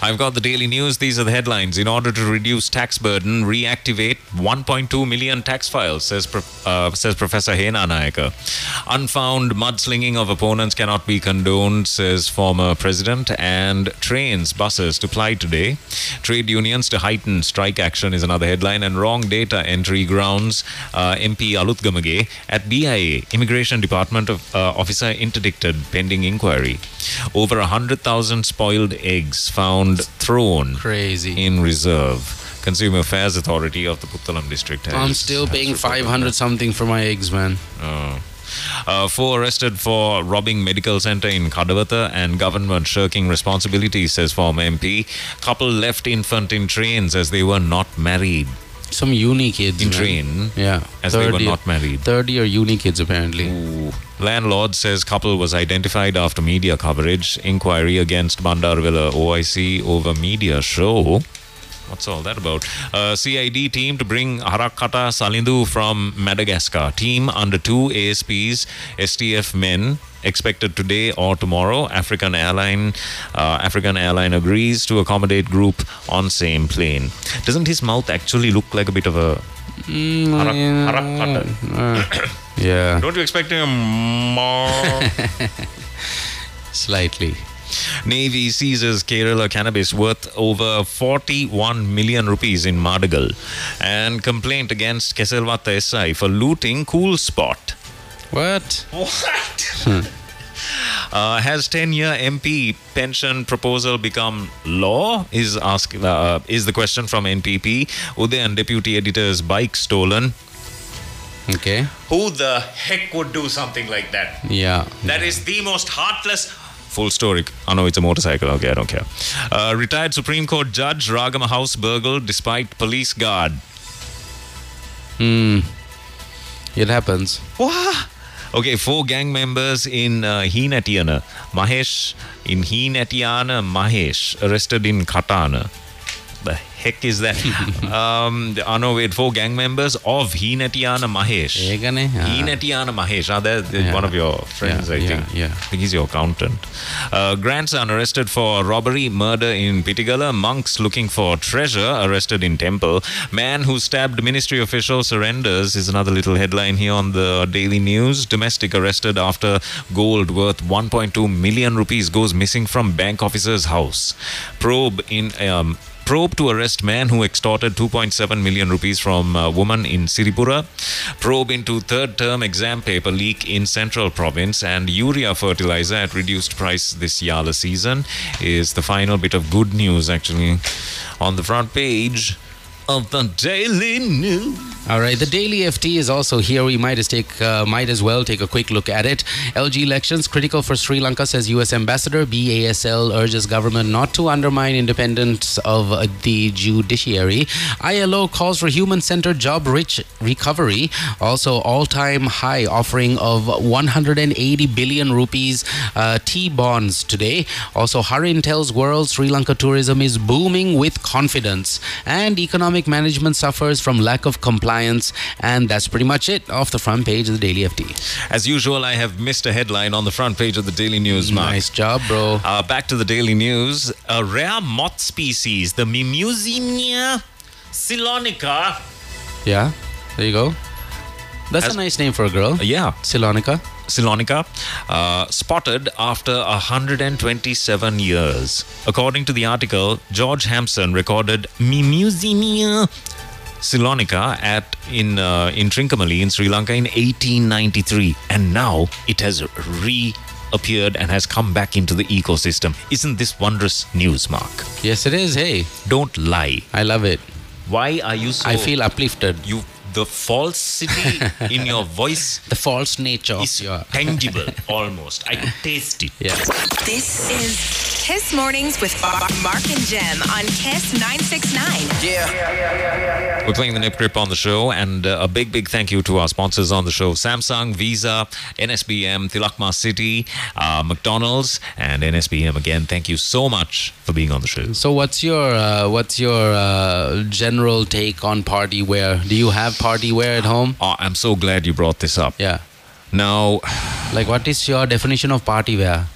B: I've got the daily news. These are the headlines. In order to reduce tax burden, reactivate 1.2 million tax files, says Pro- uh, says Professor Hena Nayaka. Unfound mudslinging of opponents cannot be condoned, says former president. And trains, buses to ply today. Trade unions to heighten strike action is another headline. And wrong data entry grounds. Uh, MP Alut Gamage at BIA, Immigration Department of uh, officer interdicted pending inquiry. Over 100,000 spoiled eggs found thrown
C: Crazy.
B: in reserve. Consumer Affairs Authority of the Puttalam district. Has,
C: I'm still paying 500 something for my eggs, man.
B: Oh. Uh, four arrested for robbing medical center in Kadavata and government shirking responsibility, says former MP. Couple left infant in trains as they were not married.
C: Some uni kids.
B: In
C: man.
B: train.
C: Yeah.
B: As they were
C: Third year-
B: not married.
C: Third year uni kids, apparently.
B: Landlord says couple was identified after media coverage. Inquiry against Bandar Villa OIC over media show. What's all that about? Uh, CID team to bring Harakata Salindu from Madagascar. Team under two ASPs, STF men expected today or tomorrow. African airline, uh, African airline agrees to accommodate group on same plane. Doesn't his mouth actually look like a bit of a Harak- Harakata?
C: Hmm. yeah.
B: Don't you expect him more?
C: Slightly.
B: Navy seizes Kerala cannabis worth over 41 million rupees in Madagal and complaint against Kesalvatta SI for looting cool spot.
C: What?
B: What? Uh, has 10-year MP pension proposal become law? Is ask uh, is the question from NPP? Udayan deputy editor's bike stolen.
C: Okay.
B: Who the heck would do something like that?
C: Yeah.
B: That is the most heartless Full story. I know it's a motorcycle. Okay, I don't care. Uh, retired Supreme Court Judge Ragama House burgled despite police guard.
C: Hmm. It happens.
B: What? Okay, four gang members in uh, Heenatiana. Mahesh in Heenatiana, Mahesh arrested in Katana. The heck is that? um, I know, wait, four gang members of Heenatiana, Mahesh. Heenatiana, Mahesh. Now, that's one of your friends, I think.
C: yeah.
B: I think he's your accountant. Uh, grandson arrested for robbery, murder in Pitigala. Monks looking for treasure arrested in temple. Man who stabbed ministry official surrenders is another little headline here on the Daily News. Domestic arrested after gold worth 1.2 million rupees goes missing from bank officer's house. Probe in. Um, Probe to arrest man who extorted 2.7 million rupees from a woman in Siripura. Probe into third term exam paper leak in central province and urea fertilizer at reduced price this Yala season is the final bit of good news actually on the front page of the Daily News.
C: All right, the Daily FT is also here. We might as take, uh, might as well take a quick look at it. LG elections critical for Sri Lanka, says U.S. Ambassador. BASL urges government not to undermine independence of uh, the judiciary. ILO calls for human-centered job-rich recovery. Also, all-time high offering of 180 billion rupees uh, T bonds today. Also, Harin tells world Sri Lanka tourism is booming with confidence, and economic management suffers from lack of compliance. And that's pretty much it off the front page of the Daily FT.
B: As usual, I have missed a headline on the front page of the Daily News, Mark. Nice
C: job, bro.
B: Uh, back to the Daily News. A rare moth species, the Mimeusinia silonica.
C: Yeah, there you go. That's a nice name for a girl.
B: Yeah.
C: Silonica.
B: Silonica, uh, spotted after 127 years. According to the article, George Hampson recorded Mimeusinia Silonica at in uh, in Trincomalee in Sri Lanka in 1893, and now it has reappeared and has come back into the ecosystem. Isn't this wondrous news, Mark?
C: Yes, it is. Hey,
B: don't lie.
C: I love it.
B: Why are you so?
C: I feel uplifted.
B: You the falsity in your voice.
C: The false nature.
B: Is tangible almost. I could taste it.
A: This is Kiss Mornings with Bob, Mark, and Jem on Kiss 969.
B: We're playing the Nip Grip on the show, and uh, a big, big thank you to our sponsors on the show Samsung, Visa, NSBM, Tilakma City, uh, McDonald's, and NSBM again. Thank you so much for being on the show.
C: So what's your uh, what's your uh, general take on party wear? Do you have party wear at home?
B: Oh, I'm so glad you brought this up.
C: Yeah.
B: Now,
C: Like what is your definition of party wear?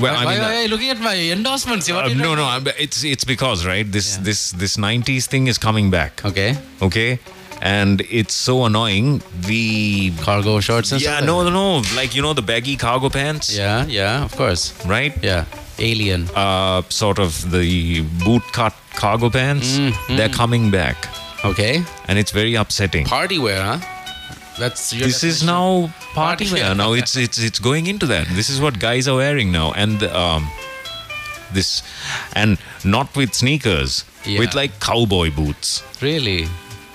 B: well, I
C: why
B: mean, uh,
C: why are you looking at my endorsements? What
B: Uh,
C: do you
B: no,
C: like?
B: no, I'm, it's it's because right this this this '90s thing is coming back.
C: Okay.
B: Okay, and it's so annoying. The
C: Cargo shorts and
B: yeah,
C: stuff.
B: no, no, like you know the baggy cargo pants,
C: Yeah, yeah, of course.
B: right?
C: Yeah. Alien.
B: Uh, sort of the boot cut cargo pants.
C: Mm-hmm.
B: They're coming back,
C: Okay.
B: and it's very upsetting.
C: Party wear, huh? That's your
B: this is now party wear. Now it's it's it's going into that. This is what guys are wearing now, and um, this, and not with sneakers, with
C: Yeah.
B: like cowboy boots,
C: really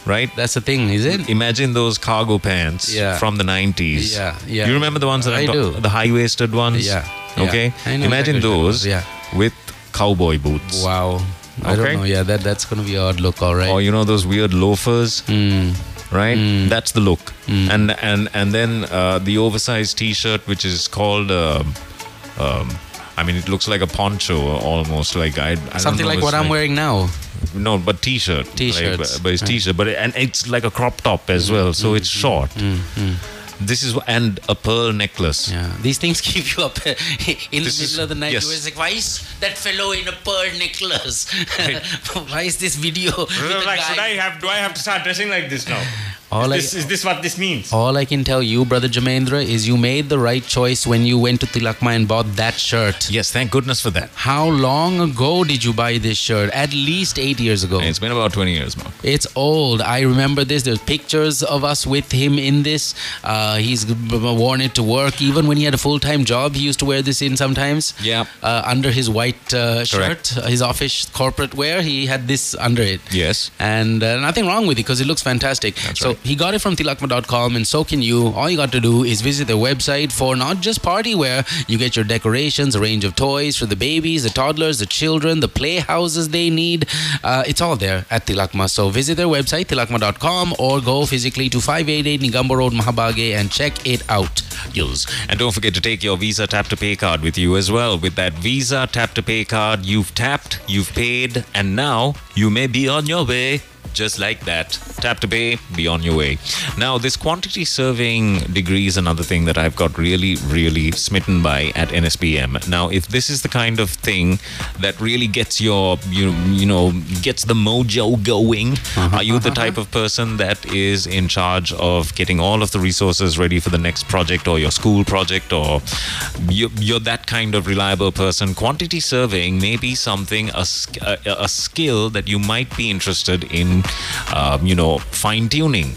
B: right?
C: that's the thing, is it?
B: Imagine those cargo pants
C: Yeah.
B: from the 90s.
C: Yeah, yeah.
B: You remember the ones that
C: I
B: I'm
C: do.
B: talk- the high waisted ones?
C: Yeah, yeah.
B: Okay.
C: I know
B: Imagine
C: exactly what that
B: those
C: was, yeah.
B: with cowboy boots.
C: Wow. I
B: Okay. Oh,
C: don't know. Yeah, that that's gonna be odd look, all right.
B: Or you know those weird loafers,
C: Mm.
B: right? That's the look.
C: Hmm.
B: And and and then uh, the oversized T-shirt, which is called, um, um, I mean, it looks like a poncho almost, like I, I don't
C: Something
B: know,
C: like
B: it's
C: what I'm wearing now.
B: No, but T-shirt.
C: T-shirts, Hmm.
B: Like, but- but it's T-shirt, but it- and it's like a crop top as well, so it's short. This is wh- and a pearl necklace.
C: Yeah, these things keep you up eh, in
B: This
C: the
B: is-
C: middle of the night.
B: yes.
C: You're always like, why is that fellow in a pearl necklace?
B: Right.
C: why is this video? with the guy-
K: have do I have to start dressing like this now?
C: All I- Is this-
K: what this means?
C: All I can tell you, brother Jamendra, is you made the right choice when you went to Tilakma and bought that shirt.
B: Yes, thank goodness for that.
C: How long ago did you buy this shirt? At least eight years ago.
B: It's been about 20 years, Mark.
C: It's old. I remember this. There's pictures of us with him in this. Uh, he's b- b- worn it to work. Even when he had a full time job, he used to wear this in sometimes.
B: Yeah.
C: Uh, under his white uh,
B: Correct.
C: shirt, his office corporate wear, he had this under it.
B: Yes.
C: And uh, nothing wrong with it because it looks fantastic. so He got it from tilakma.com and so can you. All you got to do is visit their website for not just party wear, you get your decorations, a range of toys for the babies, the toddlers, the children, the playhouses they need. Uh, it's all there at Tilakma. So visit their website, tilakma.com, or go physically to 588 Nigambo Road, Mahabage, and check it out.
B: Yes. And don't forget to take your Visa Tap to Pay card with you as well. With that Visa Tap to Pay card, you've tapped, you've paid, and now you may be on your way. Just like that. Tap to pay, be on your way. Now, this quantity serving degree is another thing that I've got really, really smitten by at NSPM. Now, if this is the kind of thing that really gets your, you, you know, gets the mojo going, are you the type of person that is in charge of getting all of the resources ready for the next project or your school project or you, you're that kind of reliable person quantity surveying may be something a, sk- a, a skill that you might be interested in um, you know fine tuning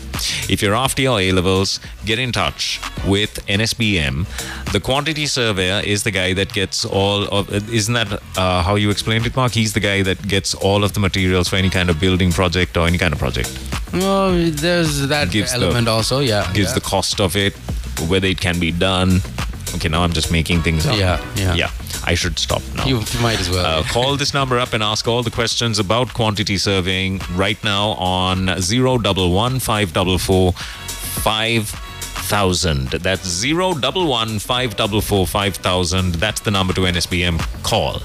B: if you're after your a levels get in touch with nsbm the quantity surveyor is the guy that gets all of isn't that uh, how you explained it mark he's the guy that gets all of the materials for any kind of building project or any kind of project
C: Oh, there's that
B: Gives the-
C: element also, yeah.
B: gives
C: yeah.
B: the cost of it, whether it can be done. Okay, now I'm just making things up.
C: Yeah, yeah.
B: Yeah, I should stop now.
C: You might as well.
B: Uh, call this number up and ask all the questions about quantity surveying right now on zero double one five double four five thousand. That's zero double one five double four five thousand. That's the number to NSBM. Call.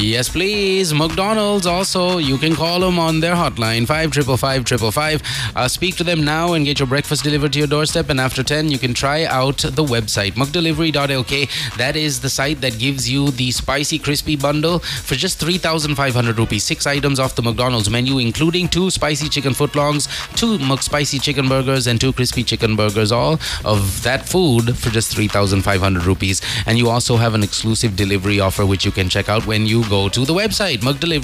C: Yes, please. McDonald's also. You can call them on their hotline five triple five triple five. Uh, Speak to them now and get your breakfast delivered to your doorstep. And after ten, you can try out the website mcdelivery.lk. That is the site that gives you the spicy crispy bundle for just three thousand five hundred rupees. Six items off the McDonald's menu, including two spicy chicken footlongs, two McSpicy chicken burgers, and two crispy chicken burgers. All of that food for just three thousand five hundred rupees. And you also have an exclusive delivery offer which you can check out when you go to the website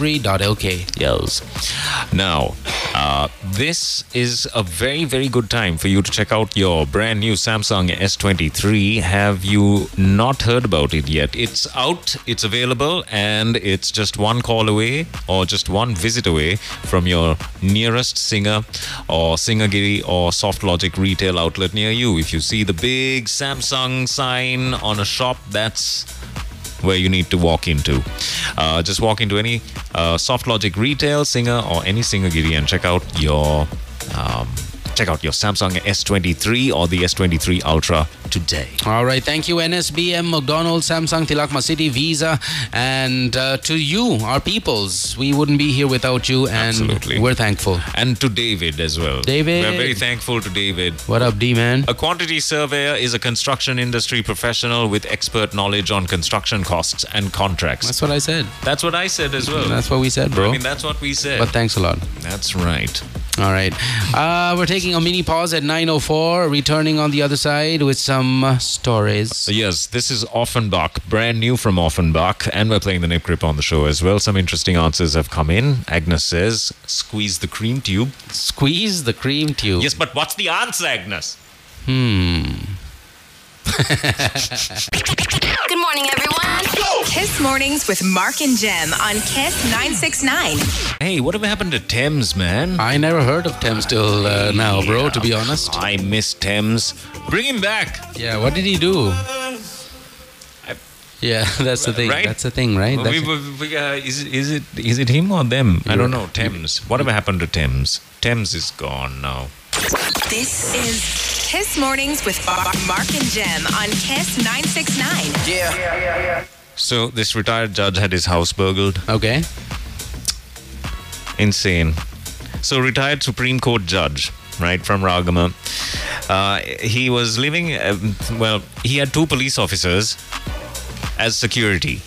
C: mugdelivery.lk.
B: Yes. Now, uh, this is a very, very good time for you to check out your brand new Samsung S23. Have you not heard about it yet? It's out, it's available, and it's just one call away or just one visit away from your nearest Singer or Singergiri or Softlogic retail outlet near you. If you see the big Samsung sign on a shop, that's where you need to walk into. Uh, just walk into any uh, Softlogic retail singer or any singer giri and check out your um, check out your Samsung S23 or the S23 Ultra today.
C: All right, thank you NSBM, McDonald's, Samsung, Tilakma City, Visa, and uh, to you, our peoples. We wouldn't be here without you, and we're thankful.
B: And to David as well.
C: David.
B: We're very thankful to David.
C: What up, D man?
B: A quantity surveyor is a construction industry professional with expert knowledge on construction costs and contracts.
C: That's what I said.
B: That's what I said as well.
C: That's what we said, bro.
B: I mean, that's what we said.
C: But thanks a lot.
B: That's right.
C: All right. Uh, we're taking a mini pause at 9.04, returning on the other side with some uh, stories.
B: So yes, this is Offenbach, brand new from Offenbach, and we're playing the Nip Grip on the show as well. Some interesting answers have come in. Agnes says, squeeze the cream tube.
C: Squeeze the cream tube?
B: Yes, but what's the answer, Agnes?
C: Hmm.
A: Good morning, everyone. Kiss Mornings with Mark and Jem on Kiss 969.
B: Hey, whatever happened to Thames, man?
C: I never heard of Thames till uh, now, bro, to be honest.
B: I miss Thames. Bring him back.
C: Yeah, what did he do? Yeah, that's the thing.
B: Right?
C: That's the thing, right? That's
B: We- we- we- uh, is, is, it, is it him or them? I don't know. Thames. Whatever happened to Thames? Thames is gone now.
A: This is Kiss Mornings with Mark and Jem on Kiss 969. Yeah.
B: So, this retired judge had his house burgled.
C: Okay.
B: Insane. So, retired Supreme Court judge, right, from Ragama. Uh, he was living, um, well, he had two police officers as security.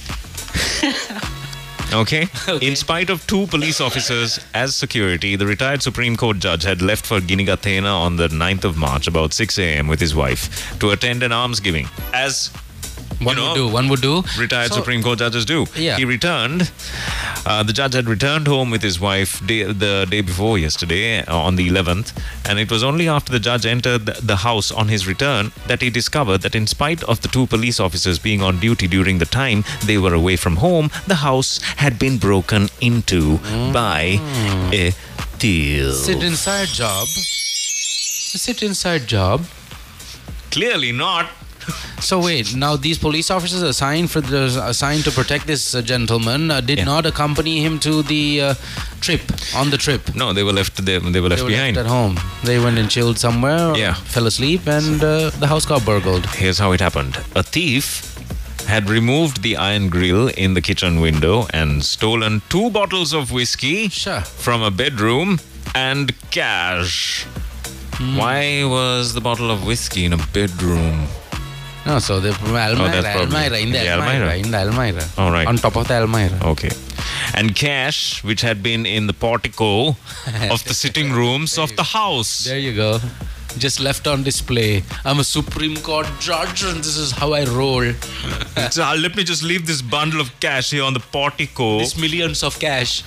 B: Okay? In spite of two police officers as security, the retired Supreme Court judge had left for Ginigathena on the 9th of March about 6 a.m. with his wife to attend an almsgiving, as
C: one would do. One would do.
B: Retired
C: So-
B: Supreme Court judges do.
C: Yeah.
B: He returned. Uh, the judge had returned home with his wife day, the day before yesterday, uh, on the 11th, and it was only after the judge entered the, the house on his return that he discovered that, in spite of the two police officers being on duty during the time they were away from home, the house had been broken
C: Mm.
B: into by a thief.
C: It's an inside job. Is it inside job?
B: Clearly not.
C: So wait, now these police officers assigned for the assigned to protect this uh, gentleman uh, did not accompany him to the uh, trip on the trip.
B: No, they were left. They, they were left
C: they were
B: behind.
C: left at home. They went and chilled somewhere. uh,
B: Yeah.
C: fell asleep, and uh, the house got burgled.
B: Here's how it happened. A thief had removed the iron grill in the kitchen window and stolen two bottles of whiskey from a bedroom and cash.
C: Hmm.
B: Why was the bottle of whiskey in a bedroom?
C: No, so the Almira,
B: Oh, probably-
C: Almira, in the
B: Yeah,
C: Almira,
B: Almira.
C: in the Almira.
B: All right. Oh.
C: On top of the Almira.
B: Okay. And cash, which had been in the portico of the sitting rooms of the house.
C: There you go. Just left on display. I'm a Supreme Court judge, and this is how I roll.
B: so uh, let me just leave this bundle of cash here on the portico.
C: This millions of cash.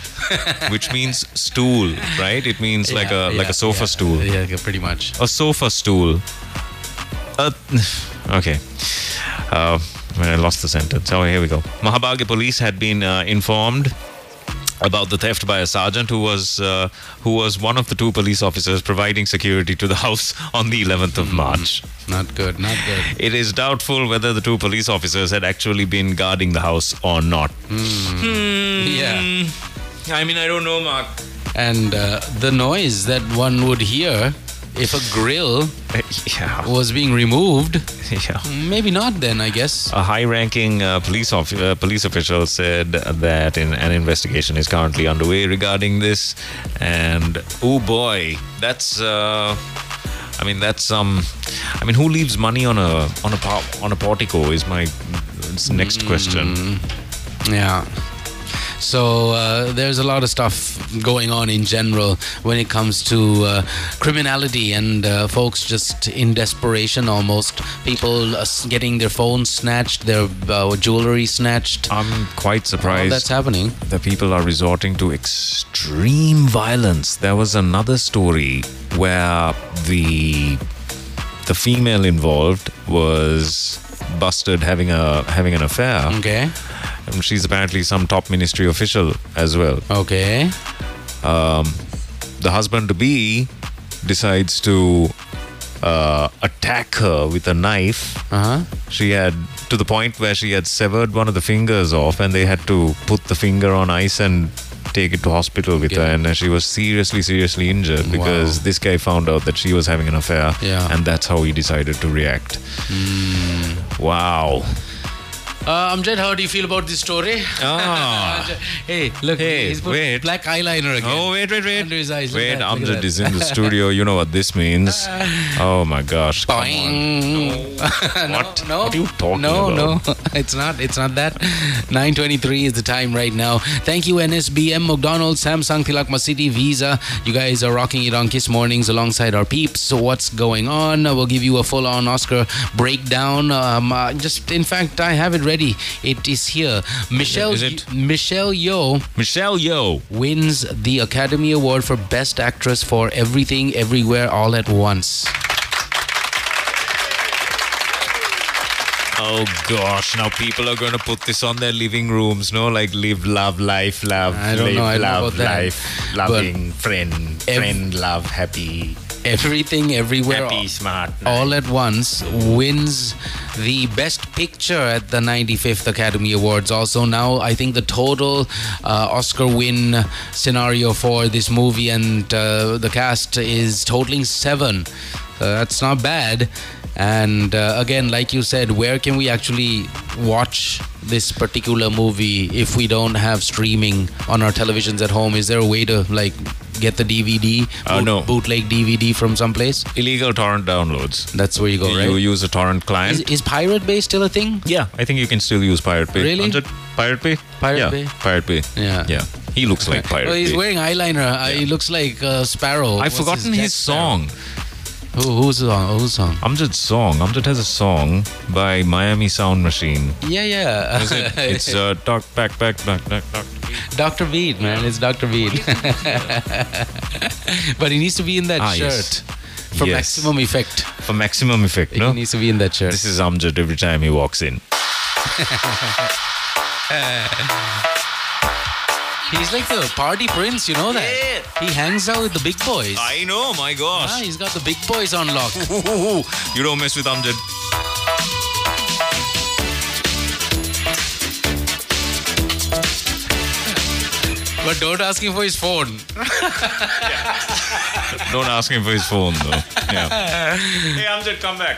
B: which means stool, right? It means like a like
C: yeah,
B: a sofa stool.
C: Yeah, pretty much.
B: A sofa stool. A okay. Uh, when I lost the sentence. Oh, here we go. Mahabagi police had been uh, informed about the theft by a sergeant who was uh, who was one of the two police officers providing security to the house on the 11th of March.
C: Not good. Not good.
B: It is doubtful whether the two police officers had actually been guarding the house or not.
C: Yeah.
B: I mean, I don't know, Mark.
C: And uh, the noise that one would hear if a grill was being removed.
B: Yeah.
C: Maybe not then, I guess.
B: A high-ranking uh, police off- uh, police official said that in, an investigation is currently underway regarding this, and oh boy, that's. Uh, I mean, that's um. I mean, who leaves money on a on a po- on a portico is my next question.
C: Yeah. So uh, there's a lot of stuff going on in general when it comes to uh, criminality and uh, folks just in desperation almost. People uh, s- getting their phones snatched, their uh, jewelry snatched.
B: I'm quite surprised.
C: that's happening.
B: The people are resorting to extreme violence. There was another story where the the female involved was busted having a having an affair.
C: Okay.
B: And she's apparently some top ministry official as well.
C: Okay.
B: Um, the husband to be decides to uh, attack her with a knife.
C: Uh-huh.
B: She had to the point where she had severed one of the fingers off, and they had to put the finger on ice and take it to hospital with her. And she was seriously, seriously injured because this guy found out that she was having an affair,
C: Yeah. Hmm.
B: and that's how he decided to react. Wow.
C: Uh, Amjad, how do you feel about this story?
B: Ah.
C: hey, look,
B: Hey,
C: he's put
B: wait.
C: black eyeliner again.
B: Oh, wait, wait, wait.
C: Under his eyes. Look
B: Wait,
C: at that, look at
B: Amjad
C: that.
B: is in the studio. You know what this means. Oh my gosh. Come
C: Boing.
B: on. What?
C: No,
B: What are you talking
C: no,
B: about?
C: no, it's not. It's not that. 9:23 is the time right now. Thank you, NSBM, McDonald's, Samsung, Tilak City, Visa. You guys are rocking it on Kiss Mornings alongside our peeps. So what's going on? Uh, We'll give you a full-on Oscar breakdown. Um, uh, just in fact, I have it ready. It is here. Michelle
B: Is it-
C: Michelle Yeoh.
B: Michelle Yeoh
C: wins the Academy Award for Best Actress for Everything, Everywhere, All at Once.
B: Oh gosh, now people are going to put this on their living rooms, no? Like live, love, life, love,
C: I don't
B: live,
C: know, I don't know
B: love,
C: about that.
B: life,
C: But
B: loving, friend,
C: ev-
B: friend, love, happy,
C: Everything, Everywhere,
B: happy,
C: all-
B: smart.
C: All at Once wins the Best Picture at the 95th Academy Awards. Also, now I think the total uh, Oscar win scenario for this movie and uh, the cast is totaling seven. Uh, that's not bad. And uh, again, like you said, where can we actually watch this particular movie if we don't have streaming on our televisions at home? Is there a way to like get the DVD,
B: Uh, no.
C: bootleg DVD from someplace?
B: Illegal torrent downloads.
C: That's where you go, right?
B: You use a torrent client.
C: Is, is Pirate Bay still a thing?
B: yeah, I think you can still use Pirate Bay.
C: Really?
B: Anjad, Pirate Bay?
C: Pirate
B: yeah,
C: Bay?
B: Pirate Bay.
C: Yeah.
B: Yeah. He looks like Pirate
C: Oh, he's
B: Bay.
C: wearing eyeliner. Uh, he looks like uh, Sparrow.
B: I've
C: What's
B: forgotten his,
C: Jack
B: song.
C: Sparrow? Who, who's the song? Who's song?
B: Amjad's song. Amjad has a song by Miami Sound Machine.
C: Yeah, yeah.
B: Is it? it's uh, talk back, back, back, back, back.
C: Dr. Beat, man. It's Dr. Beat. but he needs to be in that
B: Ah,
C: shirt
B: yes.
C: for
B: Yes.
C: maximum effect.
B: For maximum effect, no?
C: He needs to be in that shirt.
B: This is Amjad every time he walks in.
C: He's like the party prince, you know that? He hangs out with the big boys.
B: I know, my gosh.
C: Ah, he's got the big boys on lock.
B: you don't mess with Amjad.
C: But don't ask him for his phone.
B: Don't ask him for his phone, though. Yeah.
K: Hey, Amjad, come back.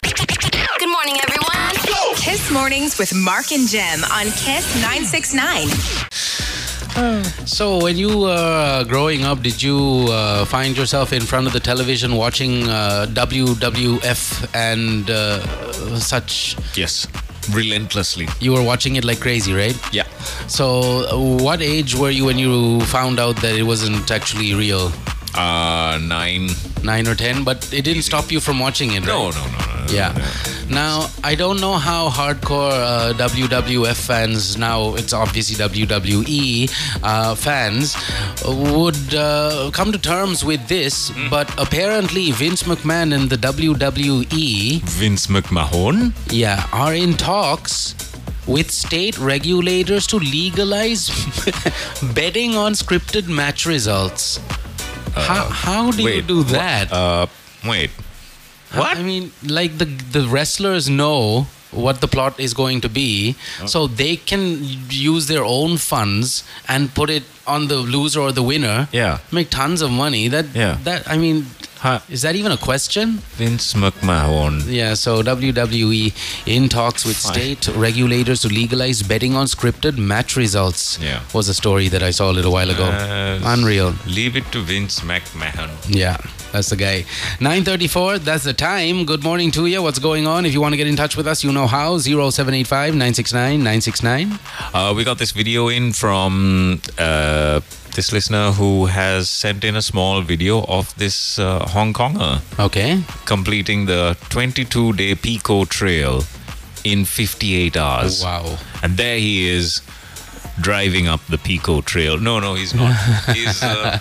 A: Good morning, everyone. Kiss Mornings with Mark and Jem on Kiss 969.
C: So, when you were uh, growing up, did you uh, find yourself in front of the television watching uh, WWF and uh, such?
B: Yes, relentlessly.
C: You were watching it like crazy, right?
B: Yeah.
C: So, uh, what age were you when you found out that it wasn't actually real?
B: Uh, nine.
C: Nine or ten, but it didn't stop you from watching it, right?
B: No, no, no, no. no.
C: Yeah. Now I don't know how hardcore uh, WWF fans now it's obviously WWE uh, fans would uh, come to terms with this, but apparently Vince McMahon and the WWE
B: Vince McMahon?
C: yeah are in talks with state regulators to legalize betting on scripted match results. how how do you
B: wait,
C: do that?
B: Uh, wait. What?
C: I mean, like the the wrestlers know what the plot is going to be, so they can use their own funds and put it on the loser or the winner.
B: Yeah.
C: Make tons of money. That
B: Yeah.
C: that I mean, is that even a question?
B: Vince McMahon.
C: Yeah. So WWE in talks with state regulators to legalize betting on scripted match results.
B: Yeah.
C: Was a story that I saw a little while ago.
B: Uh,
C: Unreal.
B: Leave it to Vince McMahon.
C: Yeah, that's the guy. 934, that's the time. Good morning to you. What's going on? If you want to get in touch with us, you know how. 0785 969 969.
B: Uh, we got this video in from uh, this listener who has sent in a small video of this uh, Hong Konger
C: Okay.
B: completing the 22 day Pico Trail in 58 hours.
C: Oh, Wow.
B: And there he is driving up the Pico Trail. No, no, he's not. He's, uh,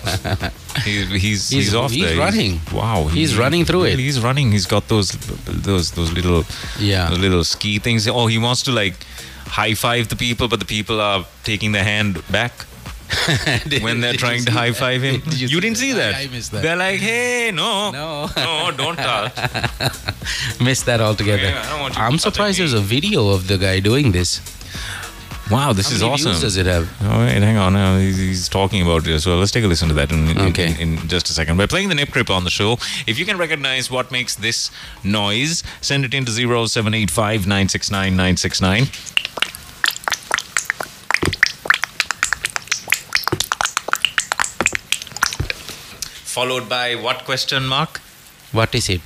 B: he- he's, he's,
C: He's-
B: off
C: he's
B: there.
C: running.
B: wow. he-
C: He's running through it.
B: He's running. He's got those those those little
C: Yeah.
B: those little ski things. Oh, he wants to like high five the people, but the people are taking their hand back when they're
C: Did you
B: trying to
C: see
B: high
C: that?
B: five him.
C: Did
B: you,
C: you see
B: didn't
C: that?
B: see that. Oh.
C: I- I missed that.
B: They're like, hey, no,
C: No.
B: no, don't touch.
C: Missed that altogether.
B: Yeah, I don't want you
C: I'm
B: touching
C: surprised
B: me.
C: there's a video of the guy doing this.
B: Wow, this is
C: How many
B: awesome.
C: views does it have?
B: All right, hang on. Uh, he's, he's talking about it as well. Let's take a listen to that in, in-
C: Okay.
B: in, in just a second. We're playing the Nip Crip on the show. If you can recognize what makes this noise, send it into 0785 969 969. Followed by what question mark?
C: What is it?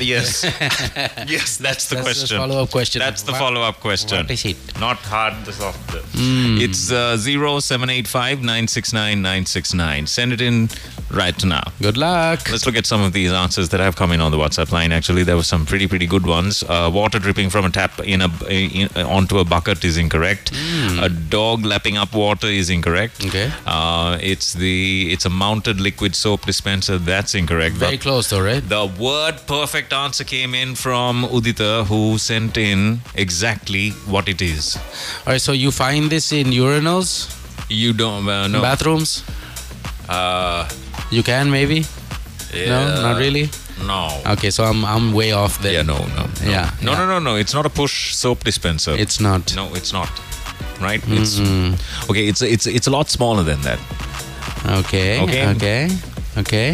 B: Yes. yes, that's the
C: That's the
B: question.
C: follow-up question.
B: That's the
C: What-
B: follow up question.
C: What is it?
B: Not hard, the softer. It's uh, 0785 969 969. Send it in right now.
C: Good luck.
B: Let's look at some of these answers that have come in on the WhatsApp line. Actually, there were some pretty, pretty good ones. Uh, water dripping from a tap in a in, onto a bucket is incorrect. A dog lapping up water is incorrect.
C: Hmm. Okay.
B: Uh, it's the it's a mounted liquid soap dispenser. That's incorrect.
C: Very
B: But-
C: close, though, right?
B: the word perfect answer came in from Udita, who sent in exactly what it is.
C: All right, so you find this in urinals,
B: You don't uh, know.
C: bathrooms?
B: uh,
C: You can, maybe?
B: yeah,
C: No, not really?
B: No.
C: Okay, so I'm, I'm way off there.
B: Yeah, no, no, no.
C: Yeah,
B: No,
C: yeah.
B: no, no, no. It's not a push soap dispenser.
C: It's Mm-hmm. not.
B: no, it's not. Right? It's okay. It's it's it's a lot smaller than that.
C: Okay.
B: Okay.
C: Okay. Okay.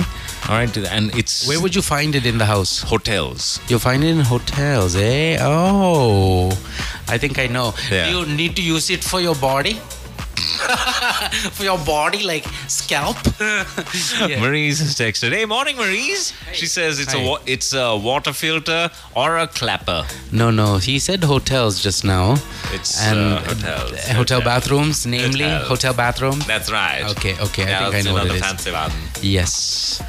B: All right, and it's
C: Where would you find it in the house?
B: hotels.
C: You'll find it in hotels, eh? Oh, I think I know.
B: Yeah.
C: Do you need to use it for your body? for your body, like scalp? Yeah.
B: Marie's has texted. Hey, morning, Marie's. She says it's
C: Hi.
B: a wa- it's a water filter or a clapper.
C: No, no. He said hotels just now.
B: It's,
C: and
B: uh, hotels.
C: Hotel,
B: Hotel.
C: bathrooms, namely
B: Hotels.
C: hotel bathrooms.
B: That's right.
C: Okay, okay, I
B: Now
C: think I
B: it's
C: know what
B: another
C: it is.
B: fancy one.
C: Yes.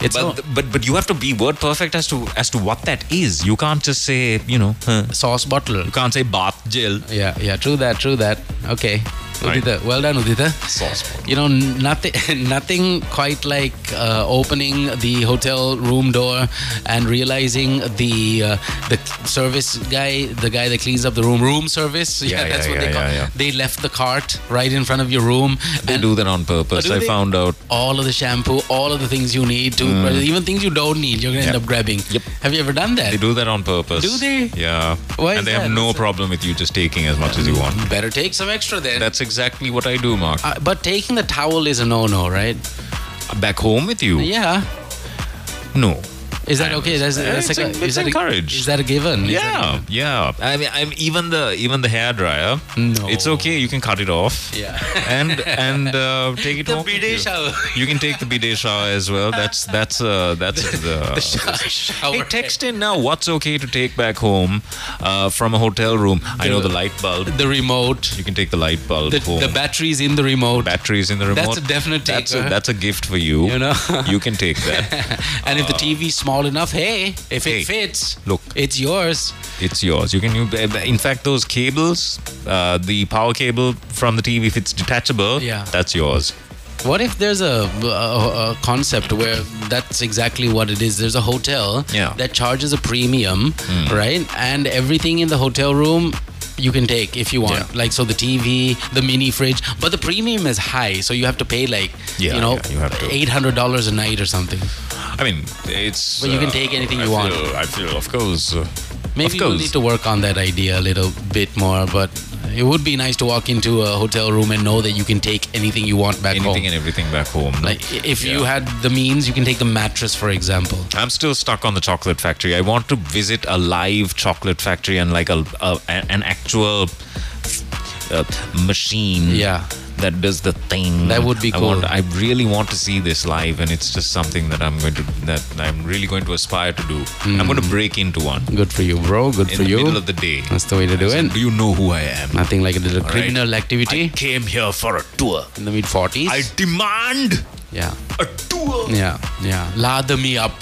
C: It's
B: but,
C: all-
B: but but you have to be word perfect as to as to what that is. You can't just say you know. huh.
C: sauce bottle.
B: You can't say bath gel.
C: Yeah, yeah. True that. True that. Okay. Udita, well done, Udita. You know, nothing, nothing quite like uh, opening the hotel room door and realizing the uh, the service guy, the guy that cleans up the room, room service.
B: Yeah,
C: Yeah,
B: yeah,
C: that's what
B: yeah,
C: they call.
B: yeah, yeah.
C: They left the cart right in front of your room.
B: They do that on purpose.
C: Oh, do
B: I
C: they?
B: found out.
C: All of the shampoo, all of the things you need, to,
B: Mm.
C: even things you don't need, you're gonna end
B: Yep.
C: up grabbing. Yep. Have you ever done that?
B: They do that on purpose.
C: Do they?
B: Yeah.
C: Why
B: and
C: is
B: they
C: that?
B: have no problem with you just taking as much as you want.
C: Better take some extra then.
B: That's exactly what I do, Mark.
C: Uh, but taking the towel is a no-no, right?
B: Back home with you?
C: Yeah.
B: No.
C: Is that okay? That's,
B: Yeah,
C: that's
B: it's
C: like
B: en-
C: a,
B: it's
C: is that
B: encouraged.
C: A, is that a given? Is that
B: Yeah, yeah. I mean, I'm even the even the hair dryer. No, it's okay. You can cut it off.
C: Yeah.
B: and and uh, take it
C: The
B: home with
C: bidet
B: you.
C: shower.
B: You can take the bidet shower as well. That's that's uh that's the.
C: a sh- shower
B: Hey, text in now. What's okay to take back home uh, from a hotel room? I know the light bulb,
C: the remote.
B: You can take the light bulb.
C: The-
B: home.
C: the batteries in the remote.
B: Batteries in the remote.
C: That's a definite take,
B: That's a,
C: huh?
B: that's a gift for you. You
C: know,
B: you can take that.
C: and if the TV's small enough, hey, if it fits,
B: Look,
C: it's yours.
B: It's yours. You can. In fact, those cables, uh, the power cable from the TV, if it's detachable,
C: Yeah.
B: that's yours.
C: What if there's a, a, a concept where that's exactly what it is? There's a hotel
B: Yeah. Hmm.
C: that charges a premium, right? And everything in the hotel room you can take if you want. Like, so the TV, the mini fridge, but the premium is high. So you have to pay like,
B: Yeah,
C: you know,
B: yeah, you have to.
C: $800 a night or something.
B: I mean, it's. uh,
C: But you can take anything
B: I
C: you want.
B: feel- I feel, of course. uh,
C: Maybe
B: of
C: you
B: course.
C: need to work on that idea a little bit more, but it would be nice to walk into a hotel room and know that you can take anything you want back
B: anything
C: home.
B: and everything back home. no?
C: Like i- if you
B: Yeah.
C: had the means, you can take the mattress, for example.
B: I'm still stuck on the chocolate factory. I want to visit a live chocolate factory and like a, a an actual uh, machine.
C: Yeah.
B: That does the thing.
C: That would be
B: I
C: cool.
B: want- I really want to see this live, and it's just something that I'm going to that I'm really going to aspire to do. I'm going to break into one
C: Good Hmm. for you, bro. Good
B: in
C: for
B: the
C: you.
B: middle of the day.
C: That's the way to do it.
B: Do you know who I am?
C: Nothing like a little
B: All right.
C: criminal activity.
B: I came here for a tour.
C: in the mid 40s.
B: I demand
C: yeah.
B: a tour.
C: Yeah. Yeah. Lather me up.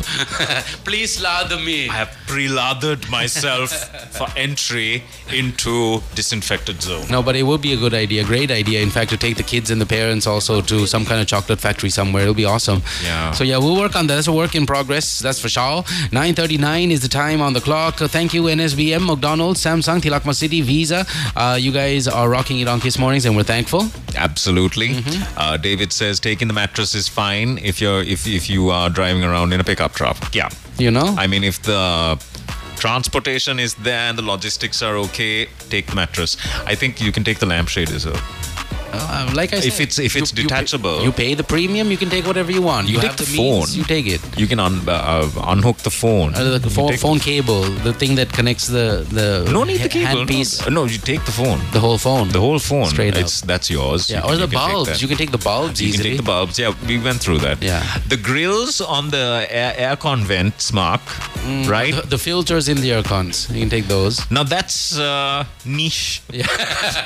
C: Please lather me.
B: I have pre-lathered myself for entry into disinfected zone.
C: No, but it would be a good idea, great idea. In fact, to take the kids and the parents also to some kind of chocolate factory somewhere. It'll be awesome.
B: Yeah.
C: So yeah, we'll work on that. That's a work in progress. That's for sure. 9:39 is the time on the clock. Uh, Thank you, NSBM, McDonald's, Samsung, Tilakma City, Visa. Uh, you guys are rocking it on Kiss Mornings, and we're thankful.
B: Absolutely. Uh, David says taking the mattress is fine if you're if if you are driving around in a pickup truck. Yeah.
C: You know.
B: I mean, if the transportation is there and the logistics are okay, take the mattress. I think you can take the lampshade as well.
C: Uh, like I said,
B: If it's if it's
C: you pay-
B: detachable,
C: you pay the premium. You can take whatever you want.
B: You
C: You,
B: take
C: have
B: the
C: means,
B: phone.
C: you take it.
B: you can un- uh, uh, unhook the phone.
C: Uh, the
B: You
C: phone,
B: take-
C: phone cable, the thing that connects the the
B: No need the
C: ha-
B: cable.
C: handpiece,
B: No, you take the phone.
C: the whole phone.
B: The whole phone.
C: Straight up.
B: it's that's yours.
C: Yeah,
B: You
C: or
B: can-
C: the
B: you can take
C: bulbs.
B: that.
C: You can take the bulbs
B: You can
C: easily.
B: take the bulbs. Yeah, we went through that.
C: Yeah.
B: The grills on the air, aircon vents, Mark. right.
C: The, the filters in the aircons. You can take those.
B: now that's uh, niche.
C: Yeah.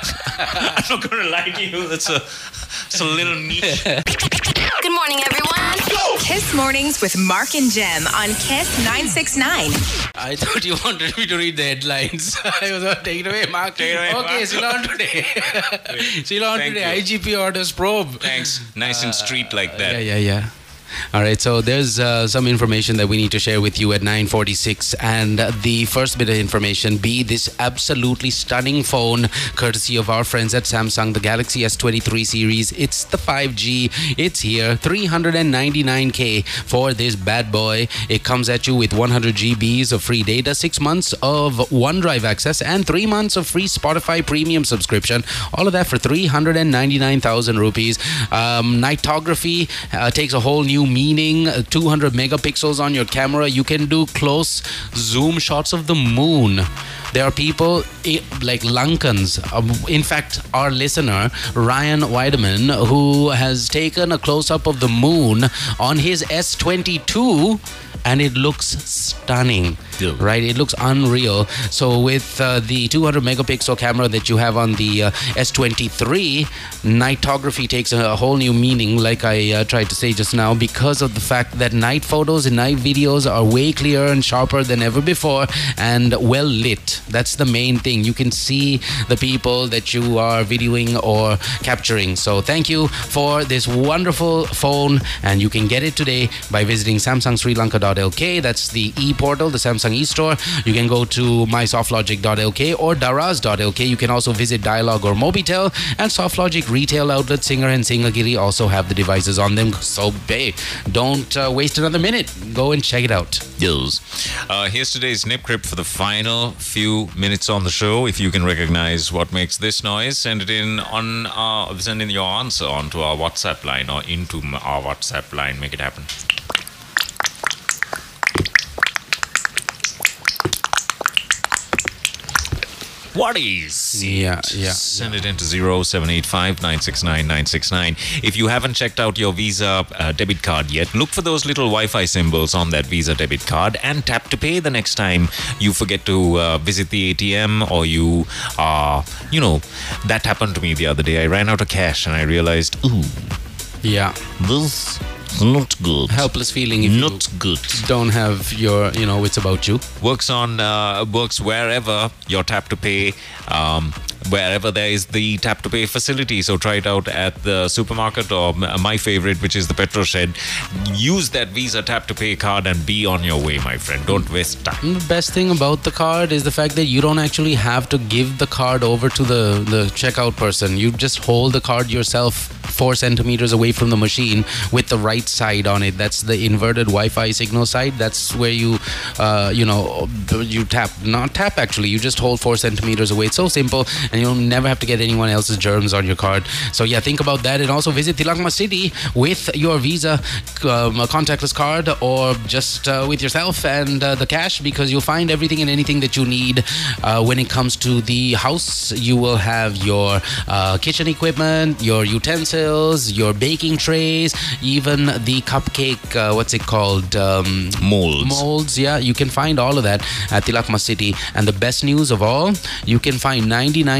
B: I'm not gonna lie to you. That's a, it's a little niche.
D: Good morning, everyone.
A: Kiss Mornings with Mark and Jem on Kiss 969.
C: I thought you wanted me to read the headlines. I was like, take it away, Mark.
B: Take it away,
C: okay,
B: Mark.
C: Ceylon today. Ceylon
B: Thank
C: today.
B: you.
C: IGP orders probe.
B: Thanks. Nice and street like that.
C: Uh, Yeah, yeah, yeah. All right, so there's uh, some information that we need to share with you at 9:46, and uh, the first bit of information be this absolutely stunning phone, courtesy of our friends at Samsung, the Galaxy S23 series. It's the 5G. It's here, 399k for this bad boy. It comes at you with 100 GBs of free data, six months of OneDrive access, and three months of free Spotify Premium subscription. All of that for 399,000 rupees. Um, nightography uh, takes a whole new meaning. Uh, 200 megapixels on your camera. You can do close zoom shots of the moon. There are people i- like Lankans. Um, in fact, our listener, Ryan Weideman, who has taken a close up of the moon on his S22 and it looks stunning right it looks unreal so with uh, the 200 megapixel camera that you have on the uh, s23 nightography takes a whole new meaning like i uh, tried to say just now because of the fact that night photos and night videos are way clearer and sharper than ever before and well lit it. That's the main thing. You can see the people that you are videoing or capturing. So thank you for this wonderful phone, and you can get it today by visiting samsungsrilanka.lk. That's the e portal, the Samsung e store. You can go to mysoftlogic.lk or daraz.lk. You can also visit Dialog or Mobitel and Softlogic retail outlet Singer and Singagiri also have the devices on them. So hey, don't uh, waste another minute. Go and check it out.
B: Yes. Uh, here's today's Nip Crip for the final few minutes on the show. If you can recognize what makes this noise, send it in on uh, send in your answer onto our WhatsApp line or into m- our WhatsApp line. Make it happen. What is
C: Yeah, yeah.
B: Send it into 0785 969 969. If you haven't checked out your Visa uh, debit card yet, look for those little Wi Fi symbols on that Visa debit card and tap to pay the next time you forget to uh, visit the ATM or you are, you know, that happened to me the other day. I ran out of cash and I realized, ooh,
C: yeah,
B: this is not good.
C: Helpless feeling if
B: not good.
C: Don't have your you know it's about you.
B: works on uh, works wherever your tap to pay um, wherever there is the tap to pay facility so try it out at the supermarket or m- uh, my favorite which is the petrol shed use that visa tap to pay card and be on your way my friend don't waste time
C: And the best thing about the card is the fact that you don't actually have to give the card over to the, the checkout person. You just hold the card yourself four centimeters away from the machine with the right side on it. That's the inverted Wi-Fi signal side. That's where you, uh, you know, you tap. Not tap actually. You just hold four centimeters away. It's so simple, and you'll never have to get anyone else's germs on your card. So yeah, think about that, and also visit Tilakma City with your Visa um, contactless card or just uh, with yourself and uh, the cash because you'll find everything and anything that you need uh, when it comes to the house. You will have your uh, kitchen equipment, your utensils, your baking trays, even the cupcake. Uh, what's it called? Um,
B: molds
C: molds. Yeah, you can find all of that at Tilakma City. And the best news of all, you can find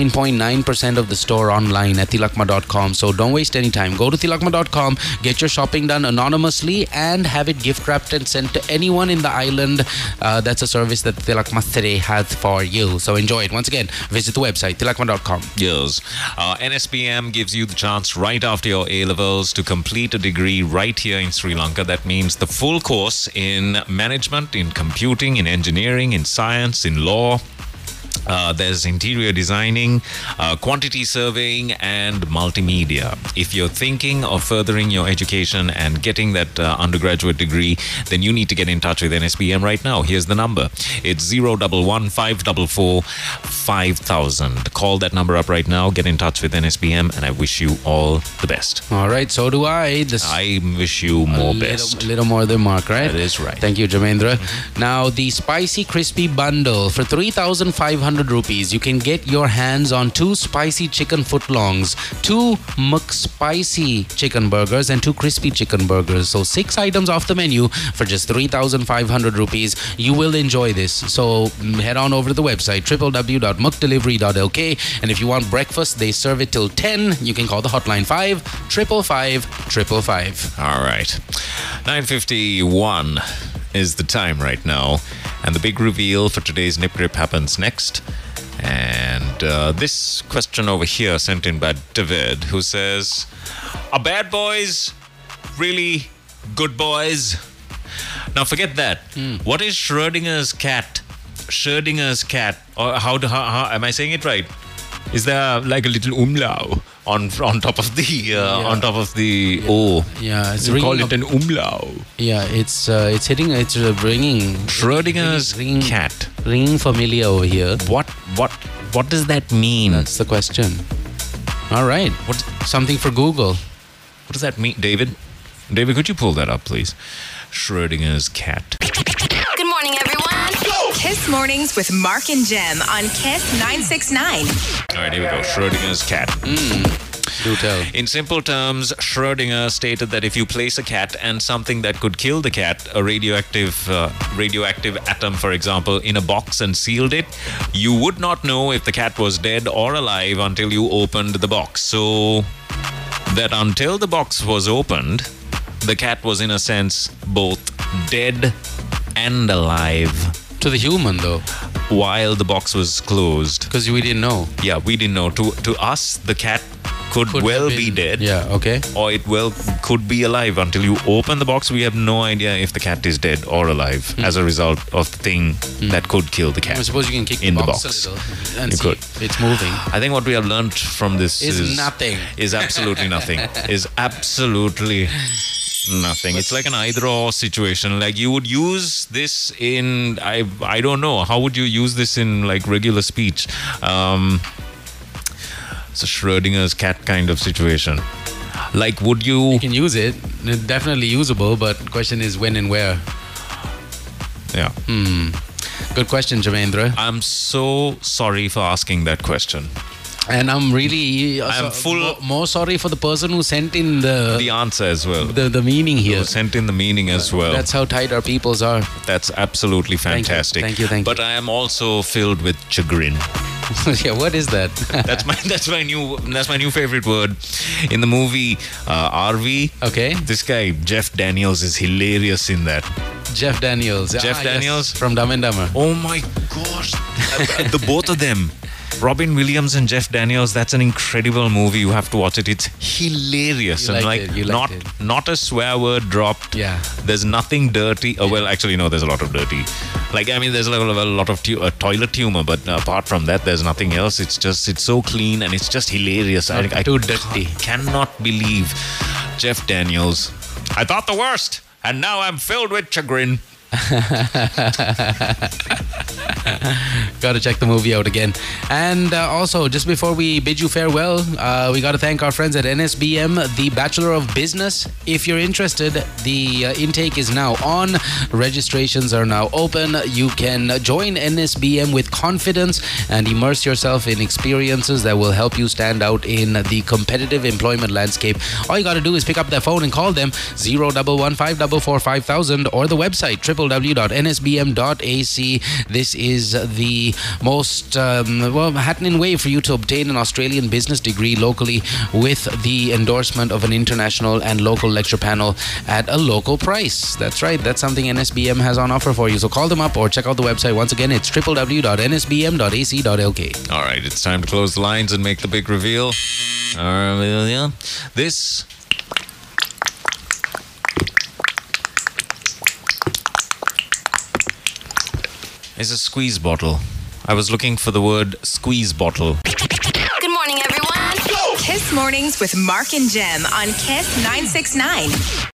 C: 99.9% of the store online at tilakma.com. So don't waste any time. Go to tilakma.com, get your shopping done anonymously, and have it gift wrapped and sent to anyone in the island. Uh, that's a service that Tilakma City has for you. So enjoy it. Once again, visit the website tilakma.com.
B: Yes. Uh, NSPM gives you the chance right after your A levels to complete a degree right here in Sri Lanka. That means the full course in management, in computing, in engineering, in science, in law. Uh, there's interior designing, uh, quantity surveying, and multimedia. If you're thinking of furthering your education and getting that uh, undergraduate degree, then you need to get in touch with NSPM right now. Here's the number it's 011 544 5000. Call that number up right now, get in touch with NSPM, and I wish you all the best.
C: All right, so do I. This
B: I wish you more best.
C: Little, little more than Mark, right?
B: That is right.
C: Thank you, Jamendra. Now, the spicy crispy bundle for 3,500 rupees, you can get your hands on two spicy chicken footlongs, two McSpicy chicken burgers, and two crispy chicken burgers. So, six items off the menu for just 3,500 rupees. You will enjoy this. So, mm, head on over to the website www.mukdelivery.lk. And if you want breakfast, they serve it till 10. You can call the hotline 5 555 555.
B: All right. 951 is the time right now. And the big reveal for today's Nip Grip happens next. And uh, this question over here, sent in by David, who says Are bad boys really good boys? Now, forget that. What is Schrodinger's cat? Schrodinger's cat. Or how, do, how, how am I saying it right? Is there like a little umlau on on top of the uh, on top of the oh, O?
C: Yeah, it's
B: You
C: ringing
B: call it
C: up-
B: an umlau.
C: Yeah, it's uh, it's hitting. It's uh, ringing.
B: Schrodinger's
C: ringing,
B: cat.
C: Ringing familiar over here.
B: What what what does that mean?
C: That's the question. All right.
B: What
C: something for Google?
B: What does that mean, David? David, could you pull that up, please? Schrodinger's cat.
A: Good morning, everyone. Kiss Mornings with Mark and Jem on Kiss 969.
B: All right, here we go. Schrodinger's cat.
C: Do tell.
B: In simple terms, Schrödinger stated that if you place a cat and something that could kill the cat, a radioactive uh, radioactive atom, for example, in a box and sealed it, you would not know if the cat was dead or alive until you opened the box. So that until the box was opened, the cat was in a sense both dead and alive.
C: To the human, though.
B: while the box was closed.
C: Because we didn't know.
B: Yeah, we didn't know. To to us, the cat could, well be dead.
C: Yeah, okay.
B: Or it well could be alive. Until you open the box, we have no idea if the cat is dead or alive as a result of the thing that could kill the cat.
C: Hmm. I suppose you can kick
B: in
C: the
B: the
C: box,
B: box.
C: a little and
B: You
C: see
B: could.
C: if it's moving.
B: I think what we have learned from this
C: Is
B: is,
C: nothing.
B: Is absolutely nothing. is absolutely nothing. It's like an either or situation. Like you would use this in I I don't know how would you use this in like regular speech. Um, it's a Schrodinger's cat kind of situation. Like would you?
C: You can use it. It's Definitely usable, but question is when and where.
B: Yeah.
C: Hmm. Good question, Jamendra.
B: I'm so sorry for asking that question.
C: And I'm really uh,
B: I'm
C: so-
B: full-
C: mo- more sorry for the person who sent in the
B: the answer as well.
C: The, the meaning here.
B: You sent in the meaning as well.
C: That's how tight our peoples are.
B: That's absolutely
C: Thank you,
B: fantastic.
C: thank you, thank
B: But I am also filled with chagrin.
C: yeah, what is that?
B: That's my that's my new that's my new favorite word. In the movie uh, RV,
C: okay,
B: this guy Jeff Daniels is hilarious in that.
C: Jeff Daniels.
B: Jeff
C: Ah, yes,
B: Daniels?
C: from Dumb and Dumber.
B: Oh my gosh, Uh, the both of them. Robin Williams and Jeff Daniels. That's an incredible movie. You have to watch it. It's hilarious
C: You
B: and like
C: liked it, you
B: not
C: liked
B: not a swear word dropped.
C: Yeah.
B: There's nothing dirty. Oh, well, actually, no. There's a lot of dirty. Like I mean, there's a lot of a lot of tu- uh, toilet humor, but apart from that, there's nothing else. It's just it's so clean and it's just hilarious.
C: Not
B: I, I
C: too dirty.
B: cannot believe Jeff Daniels. I thought the worst, and now I'm filled with chagrin.
C: got to check the movie out again. And uh, also, just before we bid you farewell, uh, we got to thank our friends at NSBM, the Bachelor of Business. If you're interested, the uh, intake is now on. Registrations are now open. You can join NSBM with confidence and immerse yourself in experiences that will help you stand out in the competitive employment landscape. All you got to do is pick up their phone and call them 011 544 5000 or the website www.nsbm.ac. This is the most um, well happening way for you to obtain an Australian business degree locally with the endorsement of an international and local lecture panel at a local price. That's right. That's something NSBM has on offer for you. So call them up or check out the website. Once again, it's www.nsbm.ac.lk.
B: All right, it's time to close the lines and make the big reveal. Uh, yeah. This is a squeeze bottle. I was looking for the word squeeze bottle.
A: Good morning, everyone. Kiss Mornings with Mark and Jem on Kiss 969.